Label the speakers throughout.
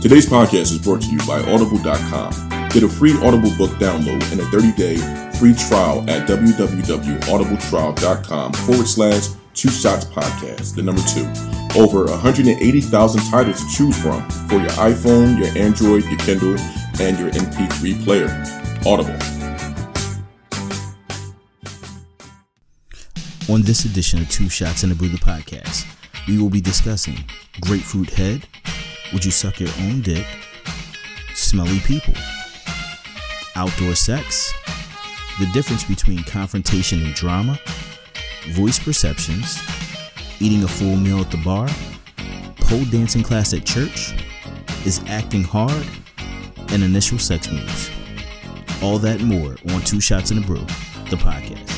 Speaker 1: Today's podcast is brought to you by Audible.com. Get a free Audible book download and a 30 day free trial at www.audibletrial.com forward slash two shots podcast, the number two. Over 180,000 titles to choose from for your iPhone, your Android, your Kindle, and your MP3 player. Audible.
Speaker 2: On this edition of Two Shots in the Buddha podcast, we will be discussing Grapefruit Head, Would You Suck Your Own Dick, Smelly People, Outdoor Sex, The Difference Between Confrontation and Drama, Voice Perceptions, Eating a Full Meal at the Bar, Pole Dancing Class at Church, Is Acting Hard, and Initial Sex Moves. All that and more on Two Shots in the Brew, the podcast.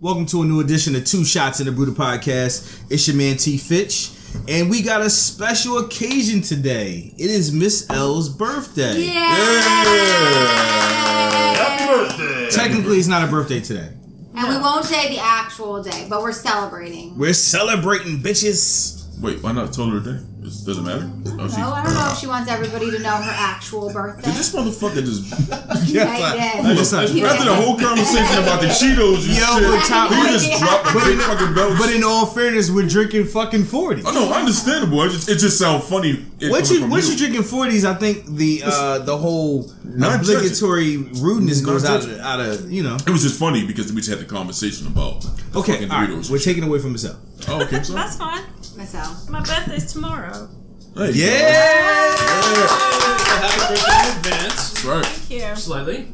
Speaker 2: Welcome to a new edition of Two Shots in the Brutal Podcast. It's your man T Fitch, and we got a special occasion today. It is Miss L's birthday. Technically, it's not a birthday today.
Speaker 3: And we won't say the actual day, but we're celebrating.
Speaker 2: We're celebrating, bitches.
Speaker 1: Wait, why not total day? It doesn't matter. Oh,
Speaker 3: Oh, I don't know if she wants everybody to know her actual birthday.
Speaker 1: Did this motherfucker just
Speaker 3: yeah,
Speaker 1: I
Speaker 3: it
Speaker 1: just,
Speaker 3: is.
Speaker 2: Listen,
Speaker 3: Yeah.
Speaker 1: after the whole conversation about the Cheetos and shit,
Speaker 2: Yo, but Tom-
Speaker 1: he just dropped a
Speaker 2: But
Speaker 1: big
Speaker 2: in-
Speaker 1: fucking belly.
Speaker 2: But in all fairness, we're drinking fucking 40.
Speaker 1: oh, no, understandable. It just, it just sounds funny. it
Speaker 2: Once
Speaker 1: coming
Speaker 2: you
Speaker 1: from
Speaker 2: once you drinking 40s, I think the uh, the whole
Speaker 1: Not
Speaker 2: obligatory rudeness goes out of,
Speaker 1: judging.
Speaker 2: out of you know.
Speaker 1: It was just funny because we just had the conversation about the
Speaker 2: Okay,
Speaker 1: fucking
Speaker 2: all right,
Speaker 1: Doritos.
Speaker 2: we're taking away from myself.
Speaker 1: oh, okay, so
Speaker 4: That's fine.
Speaker 3: Myself.
Speaker 4: My birthday's tomorrow.
Speaker 1: Hey,
Speaker 2: Yeah.
Speaker 5: Happy birthday in advance.
Speaker 1: that's right.
Speaker 4: Thank you.
Speaker 5: Slightly.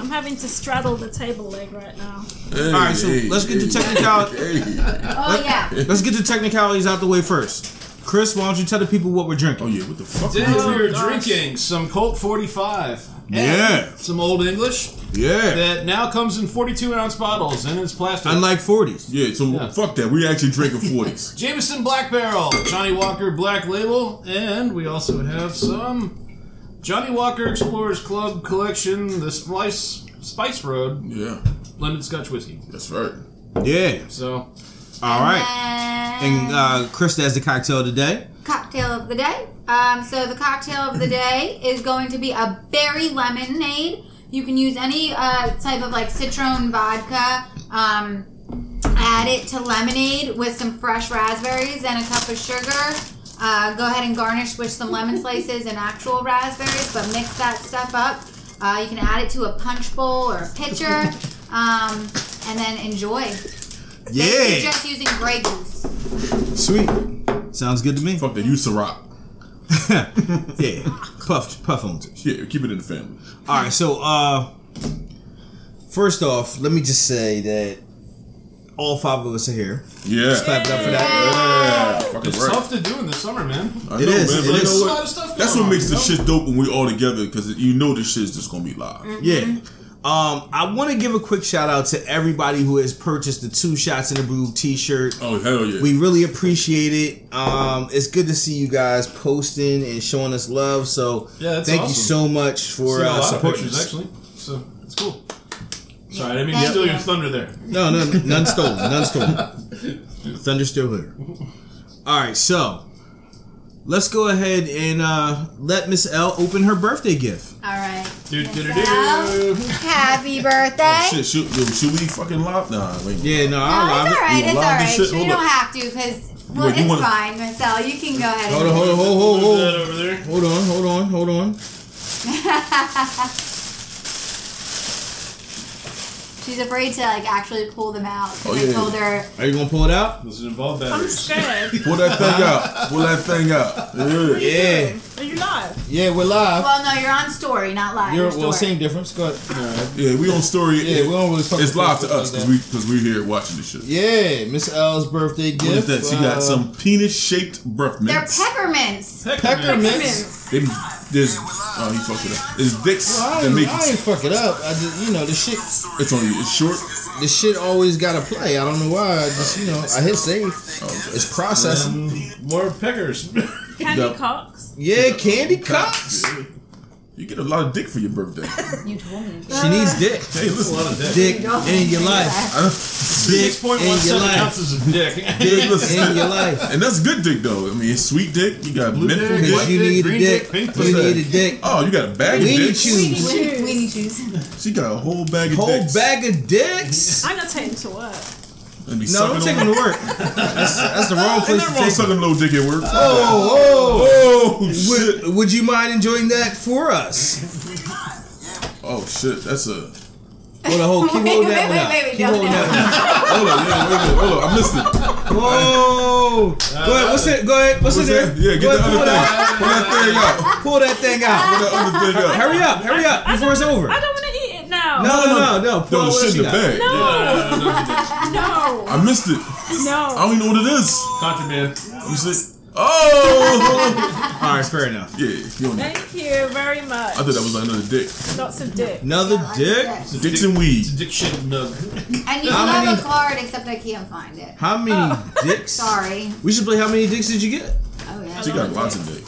Speaker 4: I'm having to straddle the table leg right now.
Speaker 1: Hey,
Speaker 2: All right, so let's get to technicality.
Speaker 1: Hey.
Speaker 3: Oh yeah.
Speaker 2: Let's get the technicalities out the way first. Chris, why don't you tell the people what we're
Speaker 1: Oh
Speaker 2: drinking?
Speaker 1: yeah, what the fuck?
Speaker 5: Today
Speaker 1: was
Speaker 5: we are
Speaker 4: gosh.
Speaker 5: drinking some Colt 45. and
Speaker 2: Yeah.
Speaker 5: Some Old English
Speaker 1: Yeah.
Speaker 5: that now comes in 42 ounce bottles and it's plastic.
Speaker 2: Unlike 40s.
Speaker 1: Yeah, so
Speaker 5: Yeah.
Speaker 1: fuck that. We actually drinking 40s.
Speaker 5: Jameson Black Barrel, Johnny Walker Black Label, and we also have some Johnny Walker Explorers Club Collection, the Spice Spice Road
Speaker 1: yeah,
Speaker 5: Blended Scotch Whiskey.
Speaker 1: that's right.
Speaker 2: Yeah.
Speaker 5: So,
Speaker 2: All right.
Speaker 3: And,
Speaker 2: And uh, Chris has the cocktail today.
Speaker 3: cocktail of the day. Um, so the cocktail of the day is going to be a berry lemonade. You can use any uh, type of like citron vodka. Um, add it to lemonade with some fresh raspberries and a cup of sugar. Uh, go ahead and garnish with some lemon slices and actual raspberries, but mix that stuff up. Uh, you can add it to a punch bowl or a pitcher, um, and then enjoy. Basically
Speaker 2: Yeah.
Speaker 3: Just using Grey Goose.
Speaker 2: Sweet. Sounds good to me.
Speaker 1: Fuck that. You Ciroc.
Speaker 2: Yeah. Puff puff owns it.
Speaker 1: Yeah, keep it in the family.
Speaker 2: All right. So uh, first off, let me just say that all five of us are here.
Speaker 1: Yeah.
Speaker 2: Clap it up for that.
Speaker 1: Yeah. Fucking
Speaker 5: it's
Speaker 1: right.
Speaker 5: tough to do in the summer, man.
Speaker 1: I
Speaker 2: It
Speaker 1: know,
Speaker 2: is,
Speaker 1: man, but you
Speaker 2: it is.
Speaker 1: know
Speaker 5: There's a lot
Speaker 1: what?
Speaker 5: of stuff
Speaker 1: That's
Speaker 5: going
Speaker 1: what
Speaker 5: on,
Speaker 1: makes
Speaker 5: you
Speaker 1: the
Speaker 5: know?
Speaker 1: shit dope when we all together because you know this shit's just gonna be live.
Speaker 2: Yeah. Um, I want to give a quick shout out to everybody who has purchased the two shots in the brew T-shirt.
Speaker 1: Oh hell yeah.
Speaker 2: We really appreciate it. Um, it's good to see you guys posting and showing us love. So
Speaker 5: Yeah, that's
Speaker 2: thank you
Speaker 5: awesome.
Speaker 2: so much for
Speaker 5: Seen a
Speaker 2: uh,
Speaker 5: lot of
Speaker 2: supporting
Speaker 5: pictures,
Speaker 2: us.
Speaker 5: actually. So it's cool. Sorry, I didn't mean to
Speaker 3: Thank
Speaker 5: steal your
Speaker 3: you.
Speaker 5: thunder there.
Speaker 2: No, no, none stolen, none stolen. Thunder still here. All right, so let's go ahead and uh, let Miss L open her birthday gift.
Speaker 3: All right.
Speaker 5: Do, do, do,
Speaker 3: So,
Speaker 5: do.
Speaker 3: Happy birthday.
Speaker 1: Shit, should, yo, should we fucking live? Nah, wait.
Speaker 2: Yeah, no,
Speaker 1: Oh,
Speaker 3: No,
Speaker 2: I'll allow
Speaker 3: Oh, it's all
Speaker 2: it.
Speaker 3: right.
Speaker 1: You
Speaker 3: It's all
Speaker 1: allowed this
Speaker 3: right.
Speaker 1: shit?
Speaker 3: you
Speaker 1: Hold
Speaker 3: don't
Speaker 1: up.
Speaker 3: have to because well,
Speaker 1: Wait, you
Speaker 3: it's
Speaker 1: wanna-
Speaker 3: fine, Michelle. You can go ahead.
Speaker 2: Hold on,
Speaker 3: and
Speaker 2: hold on, hold on,
Speaker 5: Move
Speaker 2: hold
Speaker 5: that
Speaker 2: on,
Speaker 5: over there.
Speaker 2: hold on, hold on, hold on.
Speaker 3: She's afraid to like actually pull them out. 'cause
Speaker 1: Oh,
Speaker 3: I
Speaker 1: yeah.
Speaker 3: told her
Speaker 2: Are you gonna pull it out?
Speaker 5: Does it involve
Speaker 4: I'm
Speaker 5: batteries?
Speaker 4: scared.
Speaker 1: Pull that thing out. Pull that thing out. Yeah.
Speaker 2: Yeah,
Speaker 4: Are you live?
Speaker 2: yeah, we're live.
Speaker 3: Well, no, you're on story, not live.
Speaker 2: You're
Speaker 3: You're
Speaker 2: well,
Speaker 3: story.
Speaker 2: same difference. Go ahead.
Speaker 1: Yeah, we on story.
Speaker 2: Yeah, we don't really fuck
Speaker 1: It's
Speaker 2: with
Speaker 1: live to
Speaker 2: Facebook
Speaker 1: us
Speaker 2: like
Speaker 1: because
Speaker 2: that.
Speaker 1: we because we're here watching this shit.
Speaker 2: Yeah, Miss L's birthday gift.
Speaker 1: What is that? She got
Speaker 2: uh,
Speaker 1: some penis shaped breath
Speaker 3: They're
Speaker 1: mints.
Speaker 3: peppermints.
Speaker 2: peppermints.
Speaker 1: They- There's oh he fucked it up. It's dicks
Speaker 2: I
Speaker 1: that
Speaker 2: ain't,
Speaker 1: make
Speaker 2: I ain't fuck it up. I just, you know, the shit,
Speaker 1: it's on you. It's short.
Speaker 2: the shit always gotta play. I don't know why. I just, you know, I hit save. It's processing.
Speaker 5: Um, more peckers.
Speaker 4: Candy
Speaker 1: Yep.
Speaker 4: Cox.
Speaker 2: Yeah, Candy Cox.
Speaker 1: You get a lot of dick for your birthday.
Speaker 6: You told me.
Speaker 2: She needs dick.
Speaker 1: hey,
Speaker 5: That's a
Speaker 1: listen.
Speaker 5: lot of dick.
Speaker 2: Dick in your life. Dick
Speaker 5: Six point one
Speaker 2: in your
Speaker 5: seven
Speaker 2: life.
Speaker 5: ounces of dick.
Speaker 2: Dick in your life.
Speaker 1: And that's good dick though. I mean, it's sweet dick. You got
Speaker 5: Blue
Speaker 1: mint
Speaker 5: dick,
Speaker 1: dick.
Speaker 5: white
Speaker 2: Because you
Speaker 5: dick,
Speaker 2: need a
Speaker 5: green
Speaker 2: dick.
Speaker 5: dick, pink
Speaker 2: You
Speaker 1: dick.
Speaker 2: need a dick.
Speaker 1: Oh, you got a bag of
Speaker 2: We need
Speaker 1: dicks.
Speaker 2: you.
Speaker 6: Weenie, weenie juice.
Speaker 1: She got a whole bag of
Speaker 2: Whole
Speaker 1: dicks.
Speaker 2: bag of dicks.
Speaker 4: I'm gonna take him to work.
Speaker 1: And be
Speaker 2: No,
Speaker 1: sucking
Speaker 2: don't take
Speaker 1: on-
Speaker 2: them to work. That's, that's the wrong
Speaker 1: Ain't
Speaker 2: place
Speaker 1: nothing wrong with
Speaker 2: to take. 'em.
Speaker 1: sucking a little dick at work.
Speaker 2: Oh,
Speaker 1: Oh,
Speaker 2: oh.
Speaker 1: shit.
Speaker 2: Would, would you mind enjoying that for us?
Speaker 1: Oh shit, that's a.
Speaker 2: Hold on, hold. Keep holding
Speaker 3: Wait, wait, wait,
Speaker 2: that one.
Speaker 3: wait,
Speaker 2: out. Keep
Speaker 3: no,
Speaker 2: holding
Speaker 3: no.
Speaker 2: that one. out.
Speaker 1: Hold on, yeah, wait a minute, hold on, I'm listening.
Speaker 2: Whoa! go ahead. What's it? Go ahead. What's,
Speaker 1: What's
Speaker 2: in there?
Speaker 1: that? Yeah,
Speaker 2: go
Speaker 1: get
Speaker 2: ahead,
Speaker 1: the
Speaker 2: pull,
Speaker 1: other
Speaker 2: that,
Speaker 1: thing. Pull that thing out.
Speaker 2: pull that thing out.
Speaker 1: Pull that other thing out.
Speaker 2: Hurry up! Hurry up! Before it's over.
Speaker 4: I don't want to eat it now.
Speaker 2: No, no, no, no. Pull
Speaker 1: No,
Speaker 2: out what
Speaker 1: shit
Speaker 2: she
Speaker 1: in the bag.
Speaker 2: got.
Speaker 5: Oh,
Speaker 4: No.
Speaker 1: I missed it. I
Speaker 4: No.
Speaker 1: don't even know what it is.
Speaker 5: Contraband.
Speaker 1: You see? Oh!
Speaker 2: All right, fair enough.
Speaker 1: yeah, you don't need-
Speaker 4: Thank you very much.
Speaker 1: I thought that was like another dick.
Speaker 4: Lots of dick.
Speaker 2: Another dick.
Speaker 3: Yes.
Speaker 1: Dicks and
Speaker 5: It's
Speaker 1: weed.
Speaker 5: a dick shit nug.
Speaker 3: And you
Speaker 2: How
Speaker 3: love
Speaker 2: many-
Speaker 3: a card, except I can't find it.
Speaker 2: How many dicks?
Speaker 3: Sorry.
Speaker 2: We should play. How many dicks did you get?
Speaker 3: Oh
Speaker 1: She
Speaker 3: yeah.
Speaker 1: got lots of dick.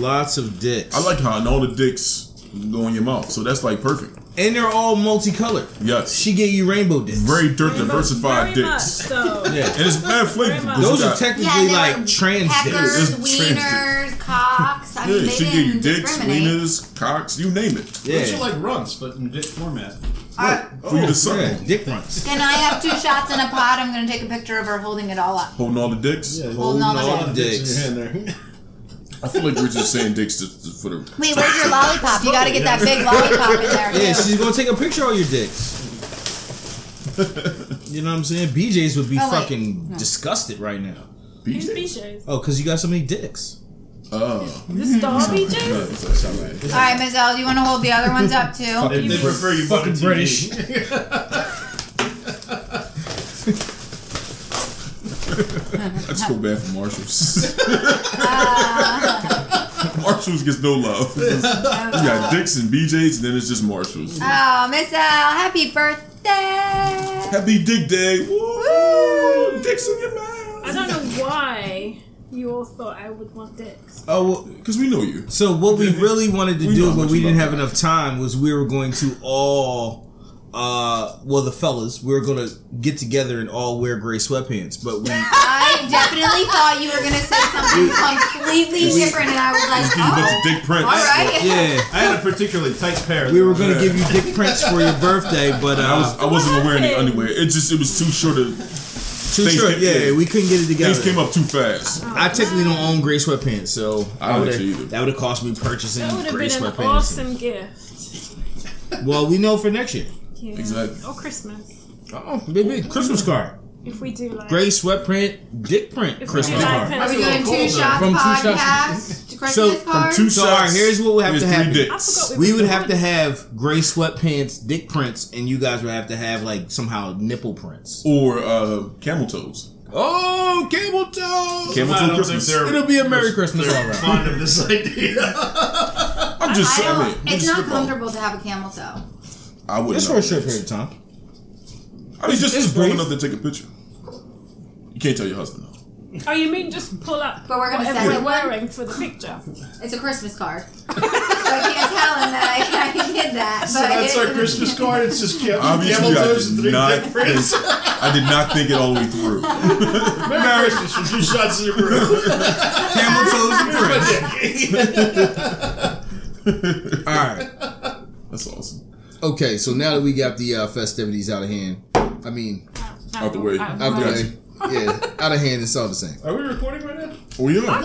Speaker 2: Lots of dicks.
Speaker 1: I like how and all the dicks go in your mouth, so that's like perfect.
Speaker 2: and they're all multicolored.
Speaker 1: Yes.
Speaker 2: She gave you rainbow dicks.
Speaker 1: Very dirt
Speaker 4: very
Speaker 1: diversified
Speaker 4: Much,
Speaker 1: dicks.
Speaker 4: so.
Speaker 1: And it's bad flavor.
Speaker 4: Very much.
Speaker 1: 'cause you
Speaker 2: Those are
Speaker 1: got-
Speaker 2: technically
Speaker 3: Yeah, they're
Speaker 2: like, trans dicks.
Speaker 3: peckers,
Speaker 1: It's trans
Speaker 3: wieners, cocks. I mean,
Speaker 1: Yeah,
Speaker 3: they
Speaker 1: she
Speaker 3: didn't
Speaker 1: gave you dicks,
Speaker 3: discriminate.
Speaker 1: wieners, cocks, you name it.
Speaker 5: Yeah. Those
Speaker 2: Yeah.
Speaker 5: are like runts, but in dick format.
Speaker 3: All right.
Speaker 1: For you to suck
Speaker 2: Oh, yeah.
Speaker 1: on.
Speaker 2: Dick runs.
Speaker 3: Can I have two shots in a pot? I'm going to take a picture of her holding it all up.
Speaker 1: Holding all the dicks.
Speaker 3: Holding all
Speaker 2: all
Speaker 3: the
Speaker 2: the
Speaker 3: dicks.
Speaker 2: dicks.
Speaker 5: in your hand there.
Speaker 1: I feel like we're just saying dicks just just for the.
Speaker 3: Wait, where's your lollipop? You got to get that big lollipop in there.
Speaker 2: Yeah,
Speaker 3: too.
Speaker 2: she's gonna take a picture of all your dicks. you know what I'm saying? BJ's would be
Speaker 3: Oh, wait.
Speaker 2: fucking disgusted right now.
Speaker 4: Who's
Speaker 1: BJ.
Speaker 4: BJ's?
Speaker 2: Oh, cause you got so many dicks.
Speaker 1: Oh.
Speaker 4: This star
Speaker 1: No,
Speaker 4: BJ's?
Speaker 1: it's it's all right.
Speaker 3: All right, Ms. L, do you want to hold the other ones up too?
Speaker 5: They, they
Speaker 2: Brit-
Speaker 5: prefer you fucking
Speaker 2: fucking British.
Speaker 1: I just feel bad for Marshalls.
Speaker 3: Uh.
Speaker 1: Marshalls gets no love. You got dicks and BJ's, and then it's just Marshalls.
Speaker 3: Oh, Miss L, happy birthday!
Speaker 1: Happy Dick Day. Woo! Dicks in your mouth.
Speaker 4: I don't know why you all thought I would want dicks.
Speaker 2: Oh, well,
Speaker 1: Because we know you.
Speaker 2: so what we really wanted to
Speaker 1: We
Speaker 2: do,
Speaker 1: know
Speaker 2: but
Speaker 1: what
Speaker 2: we
Speaker 1: you
Speaker 2: didn't
Speaker 1: love.
Speaker 2: have enough time, was we were going to all, uh, well, the fellas, we were gonna get together and all wear gray sweatpants. But we,
Speaker 3: I definitely thought you were going to say something completely different, and I was like,
Speaker 1: Give you a bunch
Speaker 3: oh,
Speaker 1: of dick prints.
Speaker 3: all right.
Speaker 2: yeah,
Speaker 5: I had a particularly tight pair.
Speaker 2: we were gonna give you dick prints for your birthday, but uh,
Speaker 1: I, was, I wasn't
Speaker 4: What
Speaker 1: wearing any
Speaker 4: happened?
Speaker 1: underwear. It just, it was too short of.
Speaker 2: too
Speaker 1: things
Speaker 2: short.
Speaker 1: came-
Speaker 2: Yeah, we couldn't get it together.
Speaker 1: Things came up too fast.
Speaker 2: I technically don't own gray sweatpants, so
Speaker 1: I don't
Speaker 2: would've-
Speaker 1: actually either.
Speaker 2: that would have cost me purchasing
Speaker 4: That would have
Speaker 2: gray
Speaker 4: been an
Speaker 2: sweatpants.
Speaker 4: awesome gift.
Speaker 2: Well, we know for next year.
Speaker 4: Yeah.
Speaker 1: Exactly.
Speaker 4: Or Christmas.
Speaker 2: Oh, big, big Christmas card,
Speaker 4: If we do like.
Speaker 2: gray sweatprint, dick print,
Speaker 4: If
Speaker 2: Christmas
Speaker 4: we do like
Speaker 2: card.
Speaker 3: Are we doing
Speaker 4: pencil-
Speaker 3: two shots
Speaker 2: From two shots.
Speaker 3: podcast? to Christmas
Speaker 2: So, from
Speaker 3: card?
Speaker 1: Two
Speaker 2: So, all right,
Speaker 1: shots,
Speaker 2: here's what would have
Speaker 1: here's
Speaker 2: to
Speaker 1: three
Speaker 2: happen.
Speaker 4: I
Speaker 1: dicks.
Speaker 4: forgot we,
Speaker 2: We
Speaker 4: were
Speaker 2: would have to
Speaker 4: doing-
Speaker 2: have gray sweatpants, dick prints, and you guys would have to have like somehow nipple prints.
Speaker 1: or uh, camel toes.
Speaker 2: Oh, cable toe!
Speaker 1: Camel
Speaker 5: I
Speaker 1: toe
Speaker 5: don't
Speaker 1: Christmas.
Speaker 5: think they're
Speaker 2: It'll be a Merry Christmas all around.
Speaker 5: fond of this idea.
Speaker 1: I'm just
Speaker 3: I
Speaker 1: saying.
Speaker 3: don't,
Speaker 1: I mean,
Speaker 3: it's
Speaker 1: just
Speaker 3: not
Speaker 1: the ball.
Speaker 3: comfortable to have a camel toe.
Speaker 1: I wouldn't.
Speaker 2: Just
Speaker 1: know.
Speaker 2: for a short period of time.
Speaker 1: I mean, just,
Speaker 2: It's
Speaker 1: just long
Speaker 2: brief.
Speaker 1: enough to take a picture. You can't tell your husband though.
Speaker 4: Oh, you mean just pull up
Speaker 3: But we're gonna
Speaker 4: whatever
Speaker 3: send
Speaker 4: we're
Speaker 3: it.
Speaker 4: wearing for the picture?
Speaker 3: It's a Christmas card. so I can't tell him that I, I did that. But
Speaker 5: so that's
Speaker 3: it-
Speaker 5: our Christmas card. It's just cam-
Speaker 1: Obviously,
Speaker 5: camel
Speaker 1: I
Speaker 5: toes and
Speaker 1: did
Speaker 5: three
Speaker 1: not.
Speaker 5: dick prints.
Speaker 1: Think, I did not think it all the way through.
Speaker 5: Merry Christmas for two shots in your room.
Speaker 2: Camel toes and prints. All right.
Speaker 1: That's awesome.
Speaker 2: Okay, so now that we got the uh, festivities out of hand, I mean,
Speaker 1: Out the way.
Speaker 2: out of
Speaker 1: Gotcha.
Speaker 2: way, yeah, out of hand, it's all the same.
Speaker 5: Are we recording right now?
Speaker 1: We are.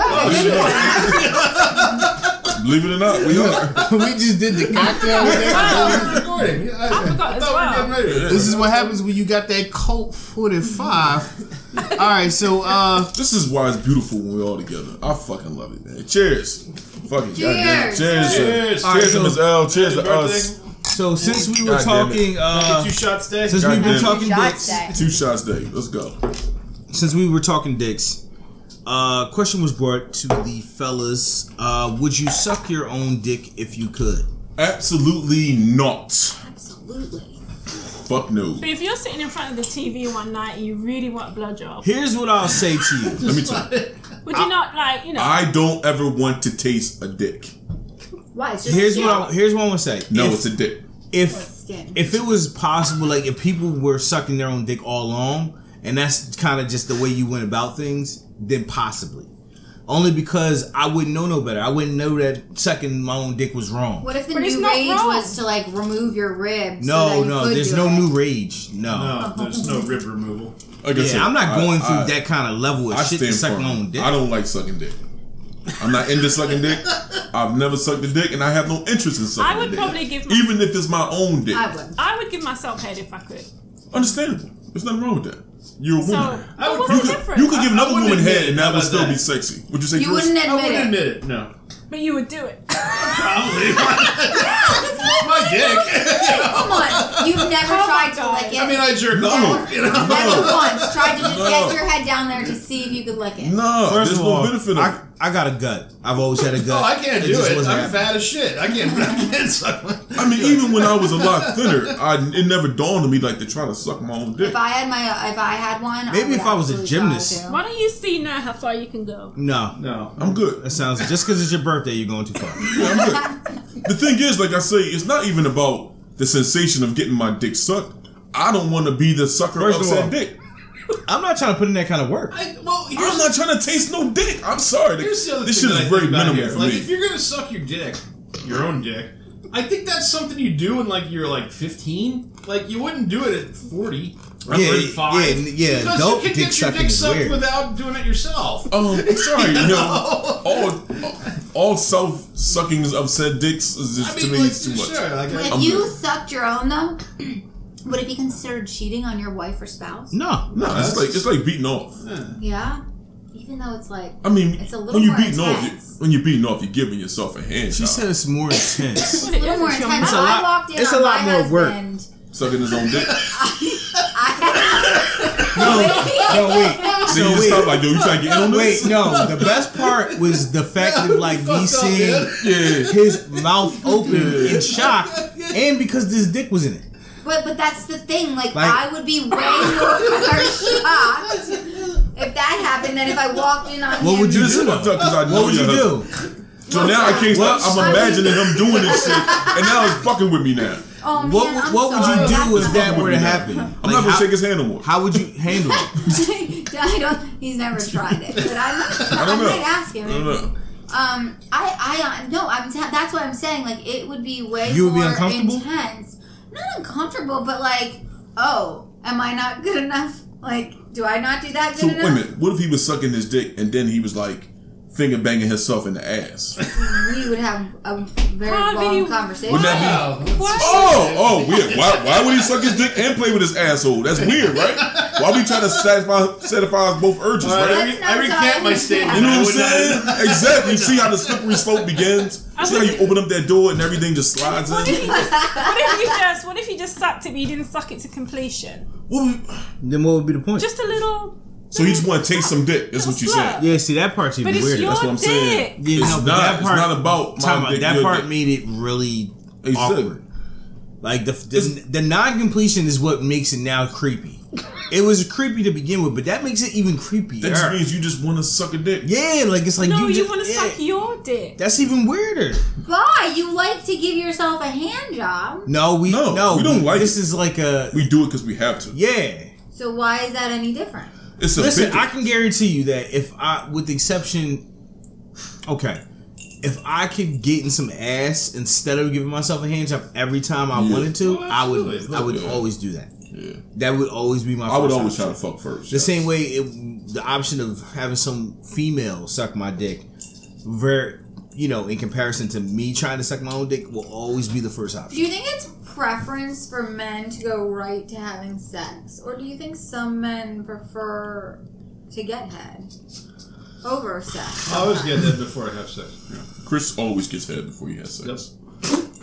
Speaker 1: Believe it or not, we are.
Speaker 2: we just did the cocktail. with that.
Speaker 5: Oh, we're recording. I, I
Speaker 4: forgot as
Speaker 5: thought we were getting ready.
Speaker 2: This is what happens when you got that Colt 45. All right, so uh,
Speaker 1: This is why it's beautiful when we're all together. I fucking love it, man. Cheers. Fucking goddamn. Cheers.
Speaker 3: Cheers.
Speaker 5: Cheers.
Speaker 1: Cheers.
Speaker 5: All
Speaker 2: right,
Speaker 1: Cheers to
Speaker 2: so-
Speaker 1: Miss L. Cheers
Speaker 5: Happy
Speaker 1: to us.
Speaker 5: birthday.
Speaker 2: so since we were
Speaker 1: God damn it.
Speaker 2: talking, uh,
Speaker 5: Two shots Uh, day.
Speaker 2: since
Speaker 1: God
Speaker 2: we've
Speaker 1: damn
Speaker 2: been
Speaker 1: it.
Speaker 2: talking
Speaker 3: Shots
Speaker 2: dicks,
Speaker 3: day.
Speaker 1: Two shots day. Let's go.
Speaker 2: since we were talking dicks, uh, question was brought to the fellas: uh, Would you suck your own dick if you could?
Speaker 1: Absolutely not.
Speaker 3: Absolutely.
Speaker 1: Fuck no.
Speaker 4: But if you're sitting in front of the TV one night and you really want a blowjob,
Speaker 2: Here's what I'll say to you.
Speaker 1: Let me tell you.
Speaker 4: would you not like, you know,
Speaker 1: I don't ever want to taste a dick.
Speaker 3: Why? It's just
Speaker 2: Here's
Speaker 3: skin.
Speaker 2: what I, here's what I want to say.
Speaker 1: No,
Speaker 2: if,
Speaker 1: it's a dick.
Speaker 3: Like
Speaker 2: if
Speaker 3: skin.
Speaker 2: if it was possible, like if people were sucking their own dick all along, and that's kind of just the way you went about things, then possibly. Only because I wouldn't know no better. I wouldn't know that sucking my own dick was wrong.
Speaker 3: What if the
Speaker 4: But it's
Speaker 3: new
Speaker 4: not
Speaker 3: rage
Speaker 4: wrong.
Speaker 3: was to like remove your ribs? so
Speaker 2: no,
Speaker 3: that you
Speaker 2: no,
Speaker 3: could
Speaker 2: there's
Speaker 3: do
Speaker 2: no
Speaker 3: it?
Speaker 2: new rage. No.
Speaker 5: No, there's no rib removal.
Speaker 1: Like I said,
Speaker 2: Yeah, I'm not
Speaker 1: I-
Speaker 2: going through
Speaker 1: I-
Speaker 2: that kind of level of
Speaker 1: I stand
Speaker 2: shit to
Speaker 1: firm.
Speaker 2: suck my own dick.
Speaker 1: I don't like sucking dick. I'm not into sucking dick. I've never sucked a dick, and I have no interest in sucking.
Speaker 4: I would
Speaker 1: dick.
Speaker 4: probably give my-
Speaker 1: even if it's my own dick.
Speaker 3: I would.
Speaker 4: I would give myself head if I could.
Speaker 1: Understandable. There's nothing wrong with that. You're a
Speaker 4: So,
Speaker 1: woman.
Speaker 5: I would
Speaker 4: but what's
Speaker 5: prove
Speaker 4: the
Speaker 5: it.
Speaker 4: difference?
Speaker 1: You could give
Speaker 5: I
Speaker 1: another
Speaker 5: wouldn't
Speaker 1: woman
Speaker 5: admit
Speaker 1: head,
Speaker 5: it.
Speaker 1: and
Speaker 5: How
Speaker 1: that would
Speaker 5: about
Speaker 1: still
Speaker 5: that?
Speaker 1: be sexy. Would you say
Speaker 3: You wouldn't
Speaker 5: I
Speaker 3: admit
Speaker 5: wouldn't
Speaker 3: it.
Speaker 5: admit it. No,
Speaker 4: But you would do it.
Speaker 5: probably. my dick.
Speaker 3: Come on, you've never
Speaker 4: Oh my
Speaker 3: tried to
Speaker 4: God.
Speaker 3: lick it.
Speaker 5: I mean, I jerk
Speaker 1: No.
Speaker 5: off. You know?
Speaker 3: never
Speaker 1: No.
Speaker 3: once tried to just
Speaker 1: No.
Speaker 3: get your head down there to see if you could lick it.
Speaker 1: No,
Speaker 2: First
Speaker 1: there's
Speaker 2: of
Speaker 1: no
Speaker 2: all,
Speaker 1: benefit of
Speaker 2: I,
Speaker 1: it.
Speaker 2: I got a gut. I've always had a gut.
Speaker 5: Oh, I can't do
Speaker 2: just
Speaker 5: it. I'm
Speaker 2: wasn't happening.
Speaker 5: fat as shit. I can't. I can't suck. my-
Speaker 1: I mean, even when I was a lot thinner, I, it never dawned on me like to try to suck my own dick.
Speaker 3: If I had my, if I had one,
Speaker 2: Maybe
Speaker 3: would
Speaker 2: if I was a
Speaker 3: absolutely
Speaker 2: gymnast.
Speaker 3: try to.
Speaker 4: Why don't you see now how far you can go?
Speaker 2: No,
Speaker 5: no.
Speaker 1: I'm good.
Speaker 2: that sounds just because it's your birthday, you're going too far.
Speaker 1: Yeah, I'm good. the thing is, like I say, it's not even about the sensation of getting my dick sucked. I don't want to be the sucker
Speaker 2: First
Speaker 1: of
Speaker 2: of
Speaker 1: said
Speaker 2: all,
Speaker 1: dick.
Speaker 2: I'm not trying to put in that kind of work.
Speaker 5: I, well, here's,
Speaker 1: I'm not trying to taste no dick. I'm sorry.
Speaker 5: here's the other
Speaker 1: this
Speaker 5: thing.
Speaker 1: shit
Speaker 5: that
Speaker 1: is
Speaker 5: I
Speaker 1: very
Speaker 5: think about
Speaker 1: minimal
Speaker 5: here.
Speaker 1: for
Speaker 5: Like,
Speaker 1: me.
Speaker 5: if you're gonna suck your dick, your own dick, I think that's something you do when like you're like 15. Like you wouldn't do it at 40 or
Speaker 2: Yeah,
Speaker 5: 35.
Speaker 2: yeah, n- yeah,
Speaker 5: Because
Speaker 2: adult
Speaker 5: you can
Speaker 2: dick
Speaker 5: get your
Speaker 2: sucking
Speaker 5: dick
Speaker 2: is
Speaker 5: sucked
Speaker 2: weird.
Speaker 5: without doing it yourself.
Speaker 1: Um, sorry, you know, all all self suckings of said dicks is just
Speaker 5: I mean,
Speaker 1: to me
Speaker 5: like,
Speaker 1: is too much. Oh,
Speaker 5: sure. Like,
Speaker 3: If
Speaker 1: I'm
Speaker 3: you
Speaker 1: good.
Speaker 3: sucked your own though, would it be considered cheating on your wife or spouse?
Speaker 2: No, no.
Speaker 1: Nah, it's like it's like beating off.
Speaker 3: Yeah, even though it's like
Speaker 1: I mean,
Speaker 3: It's a little
Speaker 1: when you
Speaker 3: more
Speaker 1: beating off, you,
Speaker 3: intense.
Speaker 1: when you beating off, you're giving yourself a hand.
Speaker 2: She
Speaker 1: job.
Speaker 2: said it's more intense.
Speaker 3: a little more intense.
Speaker 2: It's a
Speaker 3: I
Speaker 2: lot-
Speaker 3: walked in
Speaker 2: it's a
Speaker 3: on
Speaker 2: lot
Speaker 3: my
Speaker 2: more work.
Speaker 3: husband.
Speaker 1: sucking his own dick.
Speaker 2: no, wait.
Speaker 1: Then you
Speaker 2: So
Speaker 1: just stop
Speaker 2: wait,
Speaker 1: like, yo, you trying to get in on this?
Speaker 2: wait, no. The best part was the fact that like me
Speaker 5: Fucked up,
Speaker 2: seeing
Speaker 5: man.
Speaker 1: Yeah.
Speaker 2: his mouth open
Speaker 1: Yeah.
Speaker 2: in shock, and because this dick was in it.
Speaker 3: But but that's the thing. Like,
Speaker 2: Like-
Speaker 3: I would be way more shocked if that happened than if I walked in on
Speaker 2: What
Speaker 3: him.
Speaker 2: would you
Speaker 1: This
Speaker 2: do?
Speaker 1: is fucked up 'cause I know
Speaker 2: What would you
Speaker 1: your
Speaker 2: do?
Speaker 1: So now I can't stop.
Speaker 2: What?
Speaker 1: I'm imagining him doing this shit, and now it's fucking with me now.
Speaker 3: Oh man,
Speaker 2: What
Speaker 3: I'm
Speaker 2: would, what would
Speaker 3: sorry.
Speaker 2: you do
Speaker 3: That's
Speaker 2: if that
Speaker 1: Fucking
Speaker 2: were
Speaker 1: with
Speaker 2: to
Speaker 1: me now.
Speaker 2: happen?
Speaker 1: I'm
Speaker 2: Like,
Speaker 1: not gonna
Speaker 2: how-
Speaker 1: shake his hand no more.
Speaker 2: How would you handle it?
Speaker 3: I don't. He's never tried it, but I'm.
Speaker 1: I
Speaker 3: I
Speaker 1: don't know.
Speaker 3: might ask him.
Speaker 1: I don't know.
Speaker 3: Um, I, I, uh, no, I'm. T- that's what I'm saying. Like, it would be way
Speaker 2: You would be
Speaker 3: more
Speaker 2: uncomfortable?
Speaker 3: intense. Not uncomfortable, but like, oh, am I not good enough? Like, do I not do that good
Speaker 1: So wait
Speaker 3: enough?
Speaker 1: a minute. What if he was sucking his dick and then he was like finger banging himself in the ass?
Speaker 3: We would have a very
Speaker 4: Harvey,
Speaker 3: long conversation.
Speaker 1: Wouldn't that be?
Speaker 5: Wow.
Speaker 4: What?
Speaker 1: Oh, oh, weird. Why, why would he suck his dick and play with his asshole? That's weird, right? Why we trying to satisfy satisfy us both urges,
Speaker 5: All right,
Speaker 1: right?
Speaker 5: I, re-
Speaker 3: That's not
Speaker 5: I recant my
Speaker 3: right.
Speaker 5: statement.
Speaker 1: You know
Speaker 5: I
Speaker 1: what I'm
Speaker 5: would not-
Speaker 1: saying? Exactly. You see how the slippery slope begins? You see how you open up that door and everything just slides
Speaker 4: What if
Speaker 1: in?
Speaker 4: you just, what if you just, what if you just sucked it, but you didn't suck it to completion?
Speaker 1: What-
Speaker 2: Then what would be the point?
Speaker 4: Just a little.
Speaker 1: So he just want to taste some dick. That's what you said.
Speaker 2: yeah, see that part's even
Speaker 4: But it's
Speaker 2: weirder.
Speaker 4: your
Speaker 1: That's what I'm
Speaker 4: dick.
Speaker 1: saying.
Speaker 2: Yeah,
Speaker 1: It's
Speaker 2: no, but
Speaker 1: not.
Speaker 2: that part-
Speaker 1: it's not about
Speaker 2: Time
Speaker 1: my
Speaker 2: out.
Speaker 1: dick.
Speaker 2: that
Speaker 1: your
Speaker 2: part
Speaker 1: dick.
Speaker 2: made it really
Speaker 1: Exactly.
Speaker 2: awkward. Like the the, the non completion is what makes it now creepy. it was creepy to begin with, but that makes it even creepier.
Speaker 1: That just means you just want to suck a dick.
Speaker 2: yeah, like it's like
Speaker 4: No, you,
Speaker 2: just-
Speaker 4: want to
Speaker 2: yeah.
Speaker 4: suck your dick.
Speaker 2: That's even weirder.
Speaker 3: Why? You like to give yourself a hand job.
Speaker 2: No, we
Speaker 1: No,
Speaker 2: no,
Speaker 1: we don't like
Speaker 2: This
Speaker 1: it.
Speaker 2: is like a
Speaker 1: We do it because we have to.
Speaker 2: yeah.
Speaker 3: So why is that any different?
Speaker 1: It's a
Speaker 2: Listen,
Speaker 1: big
Speaker 2: I can guarantee you that if I, with the exception, okay, if I could get in some ass instead of giving myself a hand job every time I
Speaker 1: Yeah.
Speaker 2: wanted to,
Speaker 5: Oh,
Speaker 2: I would.
Speaker 5: absolutely.
Speaker 2: I would
Speaker 1: Yeah.
Speaker 2: always do that.
Speaker 1: Yeah.
Speaker 2: That would always be my.
Speaker 1: I would
Speaker 2: first
Speaker 1: always try
Speaker 2: option.
Speaker 1: to fuck first.
Speaker 2: The same way, it, the option of having some female suck my dick, very, you know, in comparison to me trying to suck my own dick, will always be the first
Speaker 3: Do
Speaker 2: option.
Speaker 3: you think it's preference for men to go right to having sex, or do you think some men prefer to get head over sex?
Speaker 5: I always get that before I have sex.
Speaker 1: Chris always gets head before he has sex.
Speaker 5: Yep.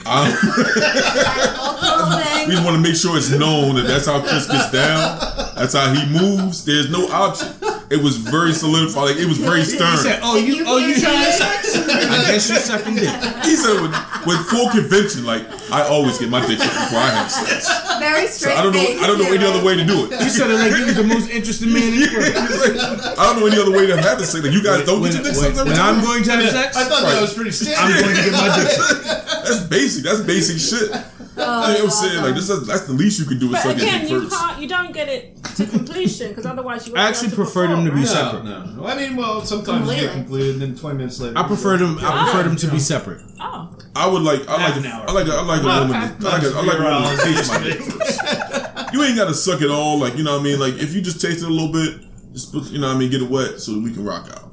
Speaker 1: I,
Speaker 3: That whole thing.
Speaker 1: we just want to make sure it's known that that's how Chris gets down. That's how he moves. There's no option. It was very solidified. Like it was very
Speaker 7: He
Speaker 1: stern.
Speaker 7: said, "Oh, you,
Speaker 3: you
Speaker 7: oh, you
Speaker 3: can't
Speaker 7: trying to
Speaker 3: say
Speaker 7: suck? I guess you sucking dick."
Speaker 1: He said with, with full convention. Like I always get my dick sucked before I have sex.
Speaker 3: Very
Speaker 1: So
Speaker 3: straight.
Speaker 1: I don't know. I don't know any other way to do it.
Speaker 7: You said it like you was the most interesting man in the world.
Speaker 1: I don't know any other way to have it. Say like you guys don't
Speaker 7: when,
Speaker 1: get your dick
Speaker 7: when-
Speaker 1: sucked every
Speaker 7: when
Speaker 1: time.
Speaker 7: I'm going to have sex,
Speaker 5: I thought
Speaker 1: Right.
Speaker 5: that was pretty standard.
Speaker 7: I'm going to get my dick sucked.
Speaker 1: That's basic. That's basic shit. you know what I'm saying? Like this is, that's the least you can do is
Speaker 4: Oh, But
Speaker 1: suck your
Speaker 4: again,
Speaker 1: dick
Speaker 4: you
Speaker 1: first.
Speaker 4: can't. You don't get it to completion because otherwise you. Won't be
Speaker 7: I actually
Speaker 4: able to
Speaker 7: prefer them
Speaker 4: perform,
Speaker 7: to be
Speaker 4: right?
Speaker 5: no,
Speaker 7: separate.
Speaker 5: no. Well, I mean, well, sometimes you get
Speaker 3: Completely.
Speaker 5: completed, and then 20 minutes later.
Speaker 7: I prefer them. I prefer them to be separate.
Speaker 4: Oh,
Speaker 1: I would like. I
Speaker 5: Half
Speaker 1: like.
Speaker 5: an
Speaker 1: A,
Speaker 5: hour.
Speaker 1: I like. A, I like a
Speaker 5: Well,
Speaker 1: woman.
Speaker 5: half
Speaker 1: to- I like. A, I like a
Speaker 5: an
Speaker 1: woman
Speaker 5: hour.
Speaker 1: to taste my dick first. You ain't got to suck it all. Like you know what I mean. Like if you just taste it a little bit, just put, you know what I mean. Get it wet so we can rock out.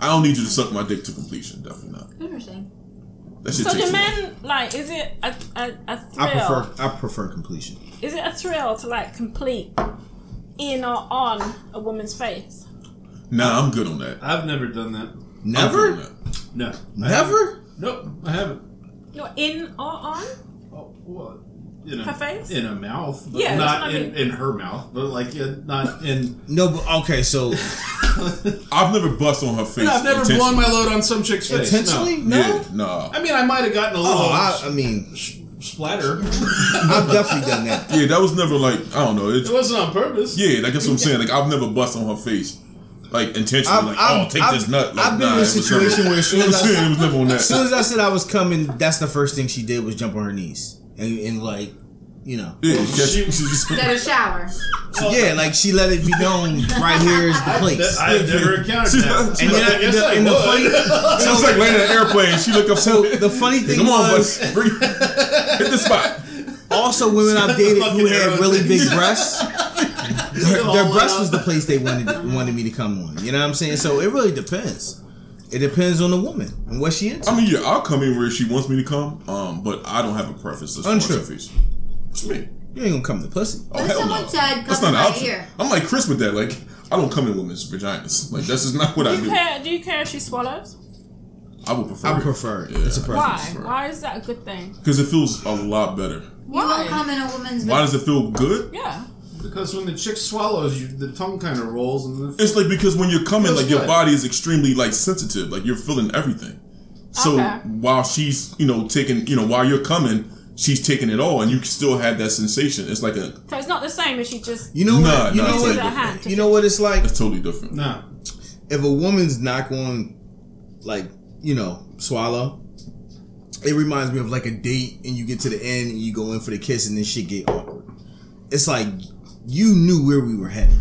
Speaker 1: I don't need you to suck my dick to completion. Definitely not.
Speaker 3: Interesting.
Speaker 1: That shit
Speaker 4: so
Speaker 1: takes.
Speaker 4: do
Speaker 1: a lot.
Speaker 4: men like? Is it a, a, a thrill?
Speaker 7: I prefer. I prefer completion.
Speaker 4: Is it a thrill to like complete in or on a woman's face?
Speaker 1: Nah, I'm good on that. I'm
Speaker 5: I've never done that.
Speaker 1: good on
Speaker 7: Never.
Speaker 1: that.
Speaker 5: No. I haven't.
Speaker 7: Never.
Speaker 5: Nope, I haven't.
Speaker 4: No, in or on.
Speaker 5: Oh, well, in a,
Speaker 4: Her face?
Speaker 5: In a mouth. But
Speaker 4: Yeah, that's
Speaker 5: Not
Speaker 4: what I
Speaker 5: in,
Speaker 4: mean.
Speaker 5: in her mouth, but like, yeah, not in.
Speaker 7: No. But, okay. So
Speaker 1: I've never bust on her face.
Speaker 5: I've never
Speaker 1: intentionally.
Speaker 5: blown my load on some chick's face. no.
Speaker 7: intentionally, no.
Speaker 1: Yeah, nah.
Speaker 5: I mean, I might have gotten a little
Speaker 7: Oh, I, I mean,
Speaker 5: s- splatter.
Speaker 7: I've definitely done that.
Speaker 1: Yeah, that was never like I don't know. It's,
Speaker 5: it wasn't on purpose.
Speaker 1: yeah, like that's what I'm saying. Like I've never bust on her face, like intentionally.
Speaker 7: I've-
Speaker 1: like
Speaker 7: I've-
Speaker 1: oh, take
Speaker 7: I've-
Speaker 1: this nut. Like,
Speaker 7: I've been
Speaker 1: nah,
Speaker 7: in a
Speaker 1: it was never-
Speaker 7: situation where as soon
Speaker 1: You know
Speaker 7: as
Speaker 1: what I'm
Speaker 7: I-
Speaker 1: saying? it was never on that.
Speaker 7: As soon as I said I was coming, that's the first thing she did was jump on her knees and, and like, you know,
Speaker 1: Yeah, catch-
Speaker 5: Shoot.
Speaker 3: Get a shower.
Speaker 7: yeah, like she let it be known right here is the place.
Speaker 5: I've never encountered
Speaker 1: She's
Speaker 5: that.
Speaker 1: not-
Speaker 5: And
Speaker 1: she's
Speaker 5: then I
Speaker 7: not-
Speaker 5: guess
Speaker 7: in the-
Speaker 5: I
Speaker 7: in the
Speaker 5: would.
Speaker 1: She was like landing an airplane. She looked up.
Speaker 7: So the funny thing
Speaker 1: Come on,
Speaker 7: was,
Speaker 1: bus. Bring- Hit the spot.
Speaker 7: also women I've dated who
Speaker 5: Fucking
Speaker 7: had
Speaker 5: arrows.
Speaker 7: really big breasts, their,
Speaker 5: all
Speaker 7: their
Speaker 5: lit
Speaker 7: breasts
Speaker 5: up.
Speaker 7: was the place they wanted wanted me to come on. You know what I'm saying? So it really depends. It depends on the woman and what she into.
Speaker 1: I mean, yeah, I'll come in where she wants me to come. Um, but I don't have a preference. As
Speaker 7: Untrue.
Speaker 1: Untrue. Face. It's me.
Speaker 7: You ain't gonna come to pussy.
Speaker 1: Oh
Speaker 3: If
Speaker 1: hell
Speaker 3: someone
Speaker 1: no.
Speaker 3: said,
Speaker 1: That's
Speaker 3: "Come
Speaker 1: not an
Speaker 3: right
Speaker 1: option.
Speaker 3: here."
Speaker 1: I'm like Chris with that. Like I don't come in women's vaginas. Like that's just not what I
Speaker 4: Do
Speaker 1: do.
Speaker 4: you care? Do you care if she swallows?
Speaker 1: I would prefer.
Speaker 7: I would
Speaker 1: it.
Speaker 7: prefer it.
Speaker 1: Yeah,
Speaker 7: It's a
Speaker 4: Why?
Speaker 7: preference.
Speaker 4: Why is that a good thing?
Speaker 1: Because it feels a lot better.
Speaker 3: You won't come in a woman's
Speaker 1: Why does it feel good?
Speaker 4: Yeah.
Speaker 5: Because when the chick swallows, you the tongue kind of rolls and the
Speaker 1: It's like because when you're coming,
Speaker 5: Feels
Speaker 1: like your
Speaker 5: good.
Speaker 1: body is extremely like sensitive, like you're feeling everything. So
Speaker 4: Okay.
Speaker 1: while she's you know taking you know while you're coming, she's taking it all, and you still have that sensation. It's like a
Speaker 4: So it's not the same if she just.
Speaker 7: You know
Speaker 1: Nah,
Speaker 7: what? You
Speaker 1: nah,
Speaker 7: know
Speaker 1: it's
Speaker 7: what?
Speaker 1: like-
Speaker 4: hand to
Speaker 7: You know what it's like.
Speaker 1: it's totally different.
Speaker 5: no.
Speaker 7: if a woman's not going like you know swallow it reminds me of like a date and you get to the end and you go in for the kiss and then shit get awkward it's like you knew where we were headed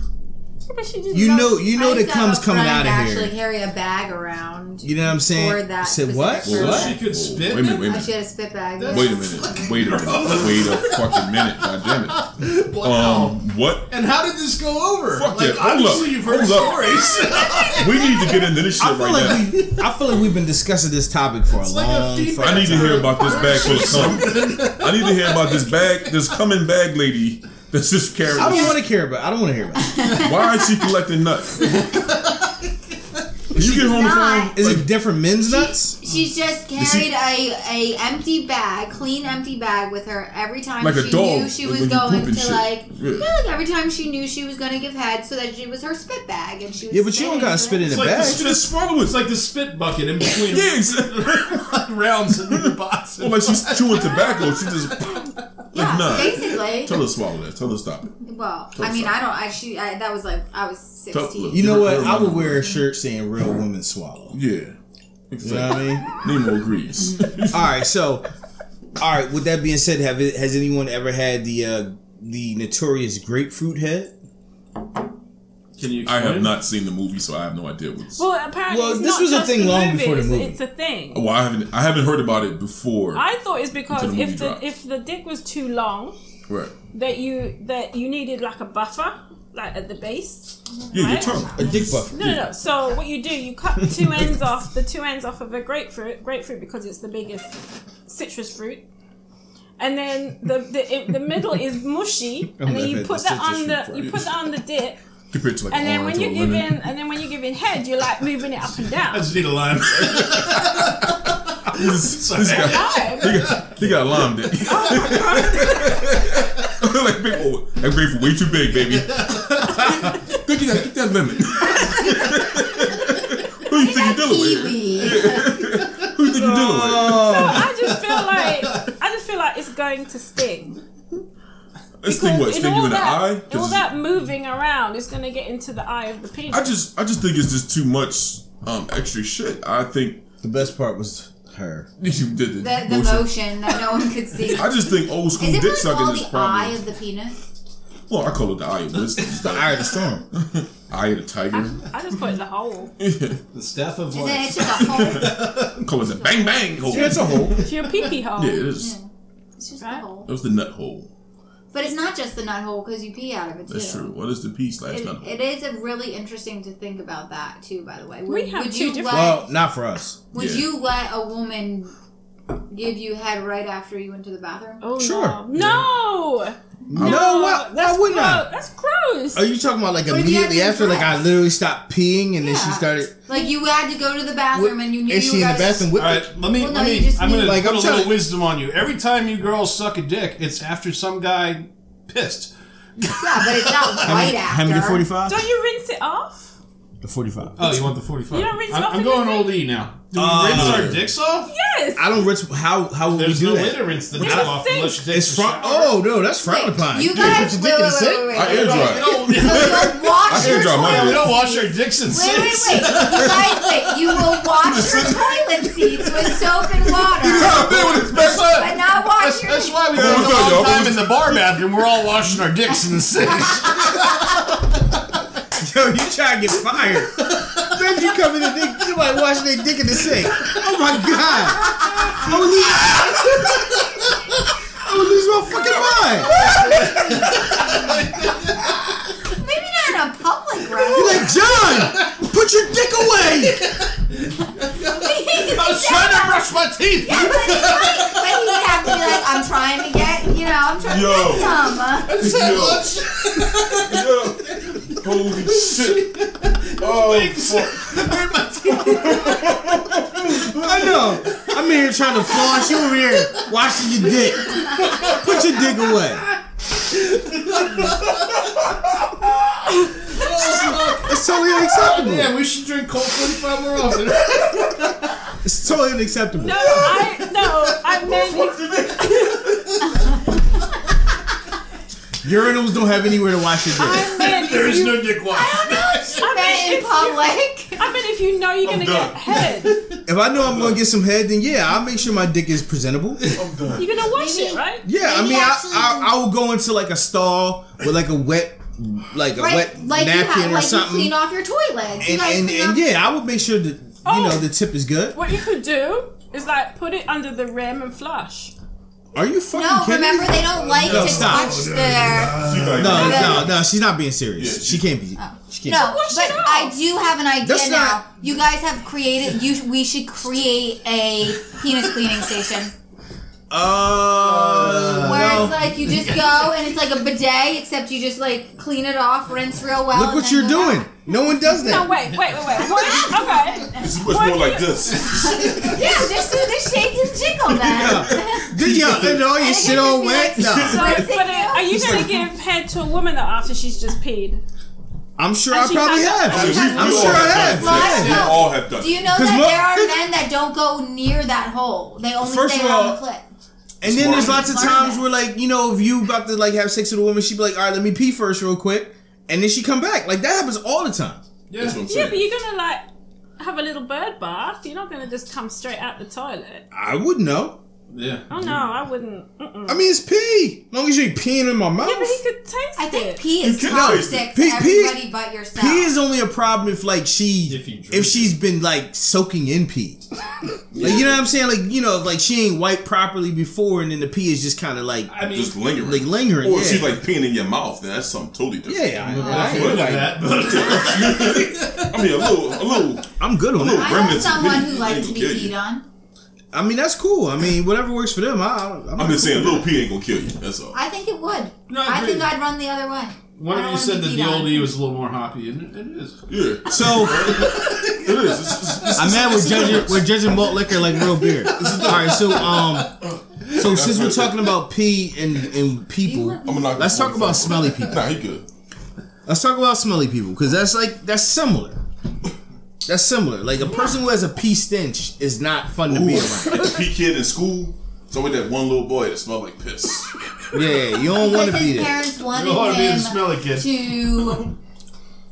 Speaker 4: But she just
Speaker 7: you
Speaker 4: goes-
Speaker 7: know you know
Speaker 3: I
Speaker 7: that
Speaker 3: used to have
Speaker 7: comes
Speaker 3: a
Speaker 7: coming
Speaker 3: friend
Speaker 7: out of
Speaker 3: actually
Speaker 7: here
Speaker 3: carry a bag around.
Speaker 7: you know what i'm saying
Speaker 3: For that
Speaker 7: Said
Speaker 3: specific
Speaker 7: what
Speaker 3: person.
Speaker 5: She
Speaker 7: what
Speaker 5: could spit.
Speaker 1: Wait a minute, wait a
Speaker 3: Oh, she
Speaker 1: minute.
Speaker 3: had a spit bag. yeah.
Speaker 1: Wait a minute. Wait a minute. Wait a fucking minute. God damn it.
Speaker 5: Wow.
Speaker 1: Um, what?
Speaker 5: and how did this go over?
Speaker 1: Fuck
Speaker 5: like
Speaker 1: that. Hold
Speaker 5: obviously
Speaker 1: up.
Speaker 5: you've heard
Speaker 1: Hold
Speaker 5: stories.
Speaker 1: We need to get into this shit
Speaker 7: I feel
Speaker 1: right now.
Speaker 7: like we, I feel like we've been discussing this topic for a
Speaker 5: like a
Speaker 7: long.
Speaker 5: feedback
Speaker 7: fucking
Speaker 1: I need to
Speaker 7: time.
Speaker 1: hear about this bag full of cum. I need to hear about this bag, this coming bag lady that's just carrying.
Speaker 7: I don't want to care about. I don't want to hear about. It.
Speaker 1: Why is she collecting nuts? When you get home
Speaker 3: Nah.
Speaker 1: from
Speaker 7: Is it different men's nuts?
Speaker 3: She's just carried a, a empty bag, clean empty bag with her every time
Speaker 1: Like a
Speaker 3: she
Speaker 1: dog,
Speaker 3: knew she
Speaker 1: like
Speaker 3: was
Speaker 1: when you poop
Speaker 3: going
Speaker 1: and
Speaker 3: to
Speaker 1: shit.
Speaker 3: like
Speaker 1: Yeah.
Speaker 3: yeah. like every time she knew she was gonna give head so that she was her spit bag and she was
Speaker 7: Yeah, but you don't gotta spit
Speaker 3: spitting
Speaker 7: in a
Speaker 5: it's like the
Speaker 7: bag.
Speaker 5: spit swallow. It's like the spit bucket in between
Speaker 1: yeah, exactly.
Speaker 5: like rounds in the box.
Speaker 1: Well, like she's chewing tobacco. She just
Speaker 3: Yeah,
Speaker 1: like nah.
Speaker 3: basically.
Speaker 1: Tell her to swallow that. Tell her to stop it.
Speaker 3: Well, I mean, I don't. I she I, that was like I was sixteen.
Speaker 1: look.
Speaker 7: You know what?
Speaker 1: Never
Speaker 7: I would
Speaker 1: mind.
Speaker 7: wear a shirt saying "Real women swallow."
Speaker 1: Yeah,
Speaker 7: You know what I
Speaker 1: exactly.
Speaker 7: mean?
Speaker 1: Nemo agrees.
Speaker 7: All right, so all right. With that being said, have it, has anyone ever had the uh, the notorious grapefruit head?
Speaker 5: Can you
Speaker 1: I
Speaker 5: explain?
Speaker 1: have not seen the movie, so I have no idea what's.
Speaker 4: Well, apparently,
Speaker 7: Well,
Speaker 4: it's
Speaker 7: this
Speaker 4: not
Speaker 7: was a
Speaker 4: just
Speaker 7: thing
Speaker 4: the
Speaker 7: long before the
Speaker 4: movies,
Speaker 7: movie.
Speaker 4: It's a thing.
Speaker 1: Well, I haven't. I haven't heard about it before.
Speaker 4: I thought it's because
Speaker 1: Until the movie
Speaker 4: if the
Speaker 1: drops.
Speaker 4: if the dick was too long,
Speaker 1: right.
Speaker 4: that you that you needed like a buffer, like at the base.
Speaker 1: Yeah, your
Speaker 4: Right?
Speaker 1: tongue.
Speaker 7: A dick buffer.
Speaker 4: No, no, no. So what you do, you cut the two ends off, the two ends off of a grapefruit, grapefruit because it's the biggest citrus fruit, and then the the, it, the middle is mushy, and then
Speaker 7: laughing
Speaker 4: you
Speaker 7: at
Speaker 4: put
Speaker 7: the
Speaker 4: that on
Speaker 7: citrus
Speaker 4: the
Speaker 7: fruit
Speaker 4: you
Speaker 7: part.
Speaker 4: put that on the dip,
Speaker 1: Compared to like
Speaker 4: and then
Speaker 1: orange
Speaker 4: when you're
Speaker 1: or lemon.
Speaker 4: giving and then when you're giving head, you're like moving it up and
Speaker 5: I
Speaker 4: down.
Speaker 5: just need a line.
Speaker 1: this, this guy,
Speaker 4: Right.
Speaker 1: he got, he got a lime dick. like big, oh, that grapefruit way too big, baby. Nigga, you gotta get that lemon. Who you think you're dealing with?
Speaker 6: Kiwi.
Speaker 1: Who you think you're dealing with?
Speaker 4: So I just
Speaker 1: Oh.
Speaker 4: feel like I just feel like it's going to sting.
Speaker 1: This thing what?
Speaker 4: Because
Speaker 1: Sting you in the
Speaker 4: that,
Speaker 1: eye?
Speaker 4: in all
Speaker 1: 'Cause
Speaker 4: that moving around, it's going to get into the eye of the penis.
Speaker 1: I just, I just think it's just too much um, extra shit. I think
Speaker 7: The best part was her.
Speaker 1: you did the,
Speaker 3: The, the
Speaker 1: motion.
Speaker 3: motion that no one could see.
Speaker 1: I just think old school
Speaker 3: Is it
Speaker 1: dick
Speaker 3: really
Speaker 1: sucking
Speaker 3: called
Speaker 1: is
Speaker 3: the eye
Speaker 1: probably.
Speaker 3: of the penis?
Speaker 1: Well, I call it the eye of wisdom. It's the
Speaker 7: Eye of the storm.
Speaker 1: eye of the tiger.
Speaker 4: I just put it in the hole.
Speaker 5: The staff of
Speaker 3: Is it it's
Speaker 5: life.
Speaker 3: just a hole?
Speaker 1: call it the bang bang hole.
Speaker 7: Yeah, it's a hole.
Speaker 4: It's your pee pee hole.
Speaker 1: Yeah, it is.
Speaker 3: It's just a
Speaker 4: Right.
Speaker 3: hole.
Speaker 1: That was the nut hole.
Speaker 3: But it's not just the nut hole because you pee out of it too.
Speaker 1: That's true. What is the piece slash
Speaker 3: It,
Speaker 1: nut hole?
Speaker 3: it is a really interesting to think about that too. By the way, would,
Speaker 4: have
Speaker 3: would
Speaker 4: two
Speaker 3: you
Speaker 4: different-
Speaker 3: let
Speaker 7: Well, not for us.
Speaker 3: would
Speaker 1: Yeah.
Speaker 3: you let a woman give you head right after you went to the bathroom?
Speaker 4: Oh,
Speaker 7: Sure.
Speaker 4: No. No.
Speaker 7: No, why, why wouldn't
Speaker 4: Gross.
Speaker 7: I?
Speaker 4: That's gross.
Speaker 7: Are you talking about like
Speaker 3: But if you
Speaker 7: immediately
Speaker 3: had to
Speaker 7: after? Like I
Speaker 3: dress.
Speaker 7: literally stopped peeing and then she
Speaker 3: Yeah.
Speaker 7: started.
Speaker 3: Like you had to go to the bathroom and you knew
Speaker 7: is
Speaker 3: you
Speaker 7: she
Speaker 3: were
Speaker 7: in the
Speaker 3: gonna-
Speaker 7: bathroom? With,
Speaker 5: All right, let me.
Speaker 3: Well, no,
Speaker 5: let
Speaker 3: you
Speaker 5: me.
Speaker 3: just
Speaker 5: I'm gonna
Speaker 3: need-
Speaker 7: Like,
Speaker 5: put
Speaker 7: I'm
Speaker 5: a little
Speaker 7: telling-
Speaker 5: wisdom on you. Every time you girls suck a dick, it's after some guy pissed.
Speaker 3: Yeah, but it's not right after.
Speaker 7: How many? Forty-five.
Speaker 4: Don't you rinse it off?
Speaker 7: The forty-five.
Speaker 5: Oh, you want the 45?
Speaker 4: You don't rinse
Speaker 5: I'm,
Speaker 4: off
Speaker 5: I'm
Speaker 4: in
Speaker 5: going
Speaker 4: the
Speaker 5: old E now. Do we
Speaker 7: Uh,
Speaker 5: rinse our dicks off?
Speaker 4: Yes.
Speaker 7: I don't rinse. How how would
Speaker 5: There's
Speaker 7: we
Speaker 5: no
Speaker 7: do
Speaker 5: way
Speaker 7: that?
Speaker 5: to rinse the
Speaker 4: We
Speaker 5: dick
Speaker 4: don't
Speaker 5: off
Speaker 4: think-
Speaker 5: unless you take
Speaker 7: It's
Speaker 5: a
Speaker 7: frown.
Speaker 5: shower.
Speaker 7: Oh no, that's frowned upon.
Speaker 3: You
Speaker 7: can't
Speaker 3: guys,
Speaker 7: put
Speaker 3: wait, wait,
Speaker 7: your dick in the
Speaker 3: wait,
Speaker 7: sink.
Speaker 3: wait, wait.
Speaker 1: I air
Speaker 5: We
Speaker 1: dry.
Speaker 5: don't, yeah,
Speaker 3: So you'll wash
Speaker 1: I
Speaker 3: your
Speaker 1: air dry
Speaker 5: we
Speaker 1: mine.
Speaker 3: toilet.
Speaker 5: don't wash our dicks in
Speaker 3: Wait, wait,
Speaker 5: sinks.
Speaker 3: wait. You guys, wait. You will wash your toilet seats with soap and water,
Speaker 1: I've been with this
Speaker 5: That's,
Speaker 1: best.
Speaker 5: why-
Speaker 3: but not wash
Speaker 5: that's,
Speaker 3: your.
Speaker 5: that's why we
Speaker 1: Yeah,
Speaker 5: spend
Speaker 1: what's up,
Speaker 5: a
Speaker 1: y'all?
Speaker 5: long time in the bar bathroom. We're all washing our dicks in the sink.
Speaker 7: Yo, you trying to get fired? then you come in the dick. You like washing their dick in the sink. Oh my god! I'm gonna lose. I'm gonna lose my fucking mind.
Speaker 3: Maybe not in a public
Speaker 7: You're
Speaker 3: restroom.
Speaker 7: like John. Put your dick away.
Speaker 5: I was trying to brush my teeth.
Speaker 3: Yeah, but he might, but he would have to be like, I'm trying to get, you know, I'm trying
Speaker 1: Yo.
Speaker 3: to get some. Uh,
Speaker 1: Yo. Yo. Holy shit. Oh, fuck.
Speaker 7: I know. I'm in here trying to floss. You over here washing your dick. Put your dick away. It's totally unacceptable.
Speaker 5: Damn, we should drink Colt 45 more often.
Speaker 7: It's totally unacceptable.
Speaker 4: No, I no, I meant
Speaker 7: Urinals don't have anywhere to wash your dick.
Speaker 4: I meant
Speaker 5: There
Speaker 4: if
Speaker 5: is
Speaker 4: you,
Speaker 5: no dick wash.
Speaker 3: I mean, in public.
Speaker 4: I meant if you know you're gonna
Speaker 1: done.
Speaker 4: get head, you're
Speaker 7: If I know I'm gonna get some head, then yeah, I'll make sure my dick is presentable.
Speaker 4: gonna wash it, right?
Speaker 7: Yeah, I
Speaker 3: Maybe
Speaker 7: mean,
Speaker 3: actually-
Speaker 7: I, I I will go into like a stall with like a wet, like a
Speaker 3: Right,
Speaker 7: wet
Speaker 3: like you
Speaker 7: napkin
Speaker 3: have,
Speaker 7: or
Speaker 3: like you
Speaker 7: something,
Speaker 3: clean off your toilets. You
Speaker 7: and,
Speaker 3: guys
Speaker 7: and,
Speaker 3: clean
Speaker 7: and
Speaker 3: off-
Speaker 7: yeah, I would make sure that you know
Speaker 4: Oh.
Speaker 7: the tip is good.
Speaker 4: What you could do is like put it under the rim and flush.
Speaker 7: Are you fucking
Speaker 3: No,
Speaker 7: kidding? me?
Speaker 3: remember they don't like
Speaker 7: No,
Speaker 3: to
Speaker 7: stop.
Speaker 3: touch their.
Speaker 1: She like,
Speaker 7: No,
Speaker 3: Yeah.
Speaker 7: no, no, she's not being serious.
Speaker 1: Yeah,
Speaker 7: she,
Speaker 1: she-
Speaker 7: can't be. She can't.
Speaker 3: Oh. No,
Speaker 7: be.
Speaker 4: it
Speaker 3: but
Speaker 4: off.
Speaker 3: I do have an idea
Speaker 7: That's
Speaker 3: now.
Speaker 7: not-
Speaker 3: You guys have created. You sh- we should create a penis cleaning station
Speaker 7: Uh,
Speaker 3: where
Speaker 7: no.
Speaker 3: it's like you just go and it's like a bidet, except you just like clean it off, rinse real well.
Speaker 7: Look
Speaker 3: and
Speaker 7: what
Speaker 3: then
Speaker 7: you're
Speaker 3: go back.
Speaker 7: doing. No one does that.
Speaker 4: No, wait, wait, wait, wait. What? Okay.
Speaker 1: This is much more like this.
Speaker 3: Yeah, just do the shake and jiggle then.
Speaker 7: Did y'all and all your
Speaker 3: And it could
Speaker 7: shit
Speaker 3: just
Speaker 7: all
Speaker 3: be like-
Speaker 7: wet? No.
Speaker 4: So,
Speaker 3: Where's it
Speaker 4: but uh,
Speaker 3: go?
Speaker 4: are you gonna give head to a woman though after she's just peed?
Speaker 7: I'm sure I
Speaker 4: And she
Speaker 7: probably
Speaker 4: has-
Speaker 7: have.
Speaker 4: and she has-
Speaker 7: I'm
Speaker 1: We all
Speaker 7: sure I
Speaker 1: done
Speaker 7: have.
Speaker 1: this.
Speaker 3: Well,
Speaker 1: We
Speaker 3: I don't know.
Speaker 1: all have done
Speaker 3: Do you know
Speaker 7: 'Cause
Speaker 3: that
Speaker 7: what-
Speaker 3: there are men that don't go near that hole? They only
Speaker 7: First
Speaker 3: stay
Speaker 7: of
Speaker 3: around
Speaker 7: all-
Speaker 3: the clit.
Speaker 7: And then there's lots of
Speaker 3: Learn
Speaker 7: times
Speaker 3: that.
Speaker 7: where like you know if you about to like have sex with a woman, she'd be like, all right, let me pee first real quick, and then she come back. Like that happens all the time.
Speaker 1: That's what I'm
Speaker 4: Yeah, but
Speaker 1: saying.
Speaker 4: you're gonna like have a little bird bath. You're not gonna just come straight out the toilet.
Speaker 7: I wouldn't know.
Speaker 5: Yeah.
Speaker 4: Oh no, I wouldn't. Mm-mm.
Speaker 7: I mean, it's pee. As long as you ain't peeing in my mouth.
Speaker 4: Yeah, but he could taste
Speaker 3: I think
Speaker 4: it.
Speaker 3: pee is
Speaker 1: You can't-
Speaker 3: toxic
Speaker 7: Pee-
Speaker 3: to
Speaker 7: pee-
Speaker 3: everybody but yourself.
Speaker 7: Pee is only a problem if like she
Speaker 5: If you
Speaker 7: if,
Speaker 5: drink
Speaker 7: she's been like soaking in pee. like you know what I'm saying? Like you know, if, like she ain't wiped properly before, and then the pee is just kind of like
Speaker 5: I mean,
Speaker 1: Just lingering.
Speaker 7: like lingering.
Speaker 1: Or
Speaker 7: yeah.
Speaker 1: she's like peeing in your mouth, then that's something totally different.
Speaker 7: yeah,
Speaker 5: I
Speaker 7: I,
Speaker 5: feel like that, but
Speaker 1: I mean, a little, a little.
Speaker 7: I, am good on
Speaker 1: Look.
Speaker 3: I
Speaker 7: that.
Speaker 3: know
Speaker 1: remnants of
Speaker 3: someone
Speaker 1: pee.
Speaker 3: who likes to be
Speaker 1: Yeah, you-
Speaker 3: peed on.
Speaker 7: I mean, that's cool. I mean, whatever works for them. I, I, I'm,
Speaker 1: I'm just saying, little P ain't gonna kill you. That's all.
Speaker 3: I think it would.
Speaker 5: No, I
Speaker 3: I,
Speaker 5: agree.
Speaker 3: think I'd run the other way. I don't
Speaker 5: One of you
Speaker 3: wanna
Speaker 5: said
Speaker 3: be peed
Speaker 5: that the
Speaker 3: on.
Speaker 5: old E was a little more hoppy, and it, it is.
Speaker 1: Yeah,
Speaker 7: so.
Speaker 1: it is. It's, it's, it's,
Speaker 7: I'm mad we're judging we're judging malt liquor like real beer. All right, so um, so since we're talking about pee and and people,
Speaker 1: I'm gonna knock
Speaker 7: let's
Speaker 1: this
Speaker 7: talk
Speaker 1: motherfucker
Speaker 7: about
Speaker 1: out.
Speaker 7: smelly people.
Speaker 1: Nah, he good.
Speaker 7: Let's talk about smelly people because that's like that's similar. That's similar. Like a person who has a pee stench is not fun to be around.
Speaker 1: As a pee kid in school, it's always that one little boy that smelled like piss.
Speaker 7: Yeah, yeah, you don't want to
Speaker 3: Because
Speaker 7: be
Speaker 3: his
Speaker 7: there.
Speaker 3: parents wanted
Speaker 5: don't wanna be the
Speaker 3: him
Speaker 5: smelly kid.
Speaker 3: to.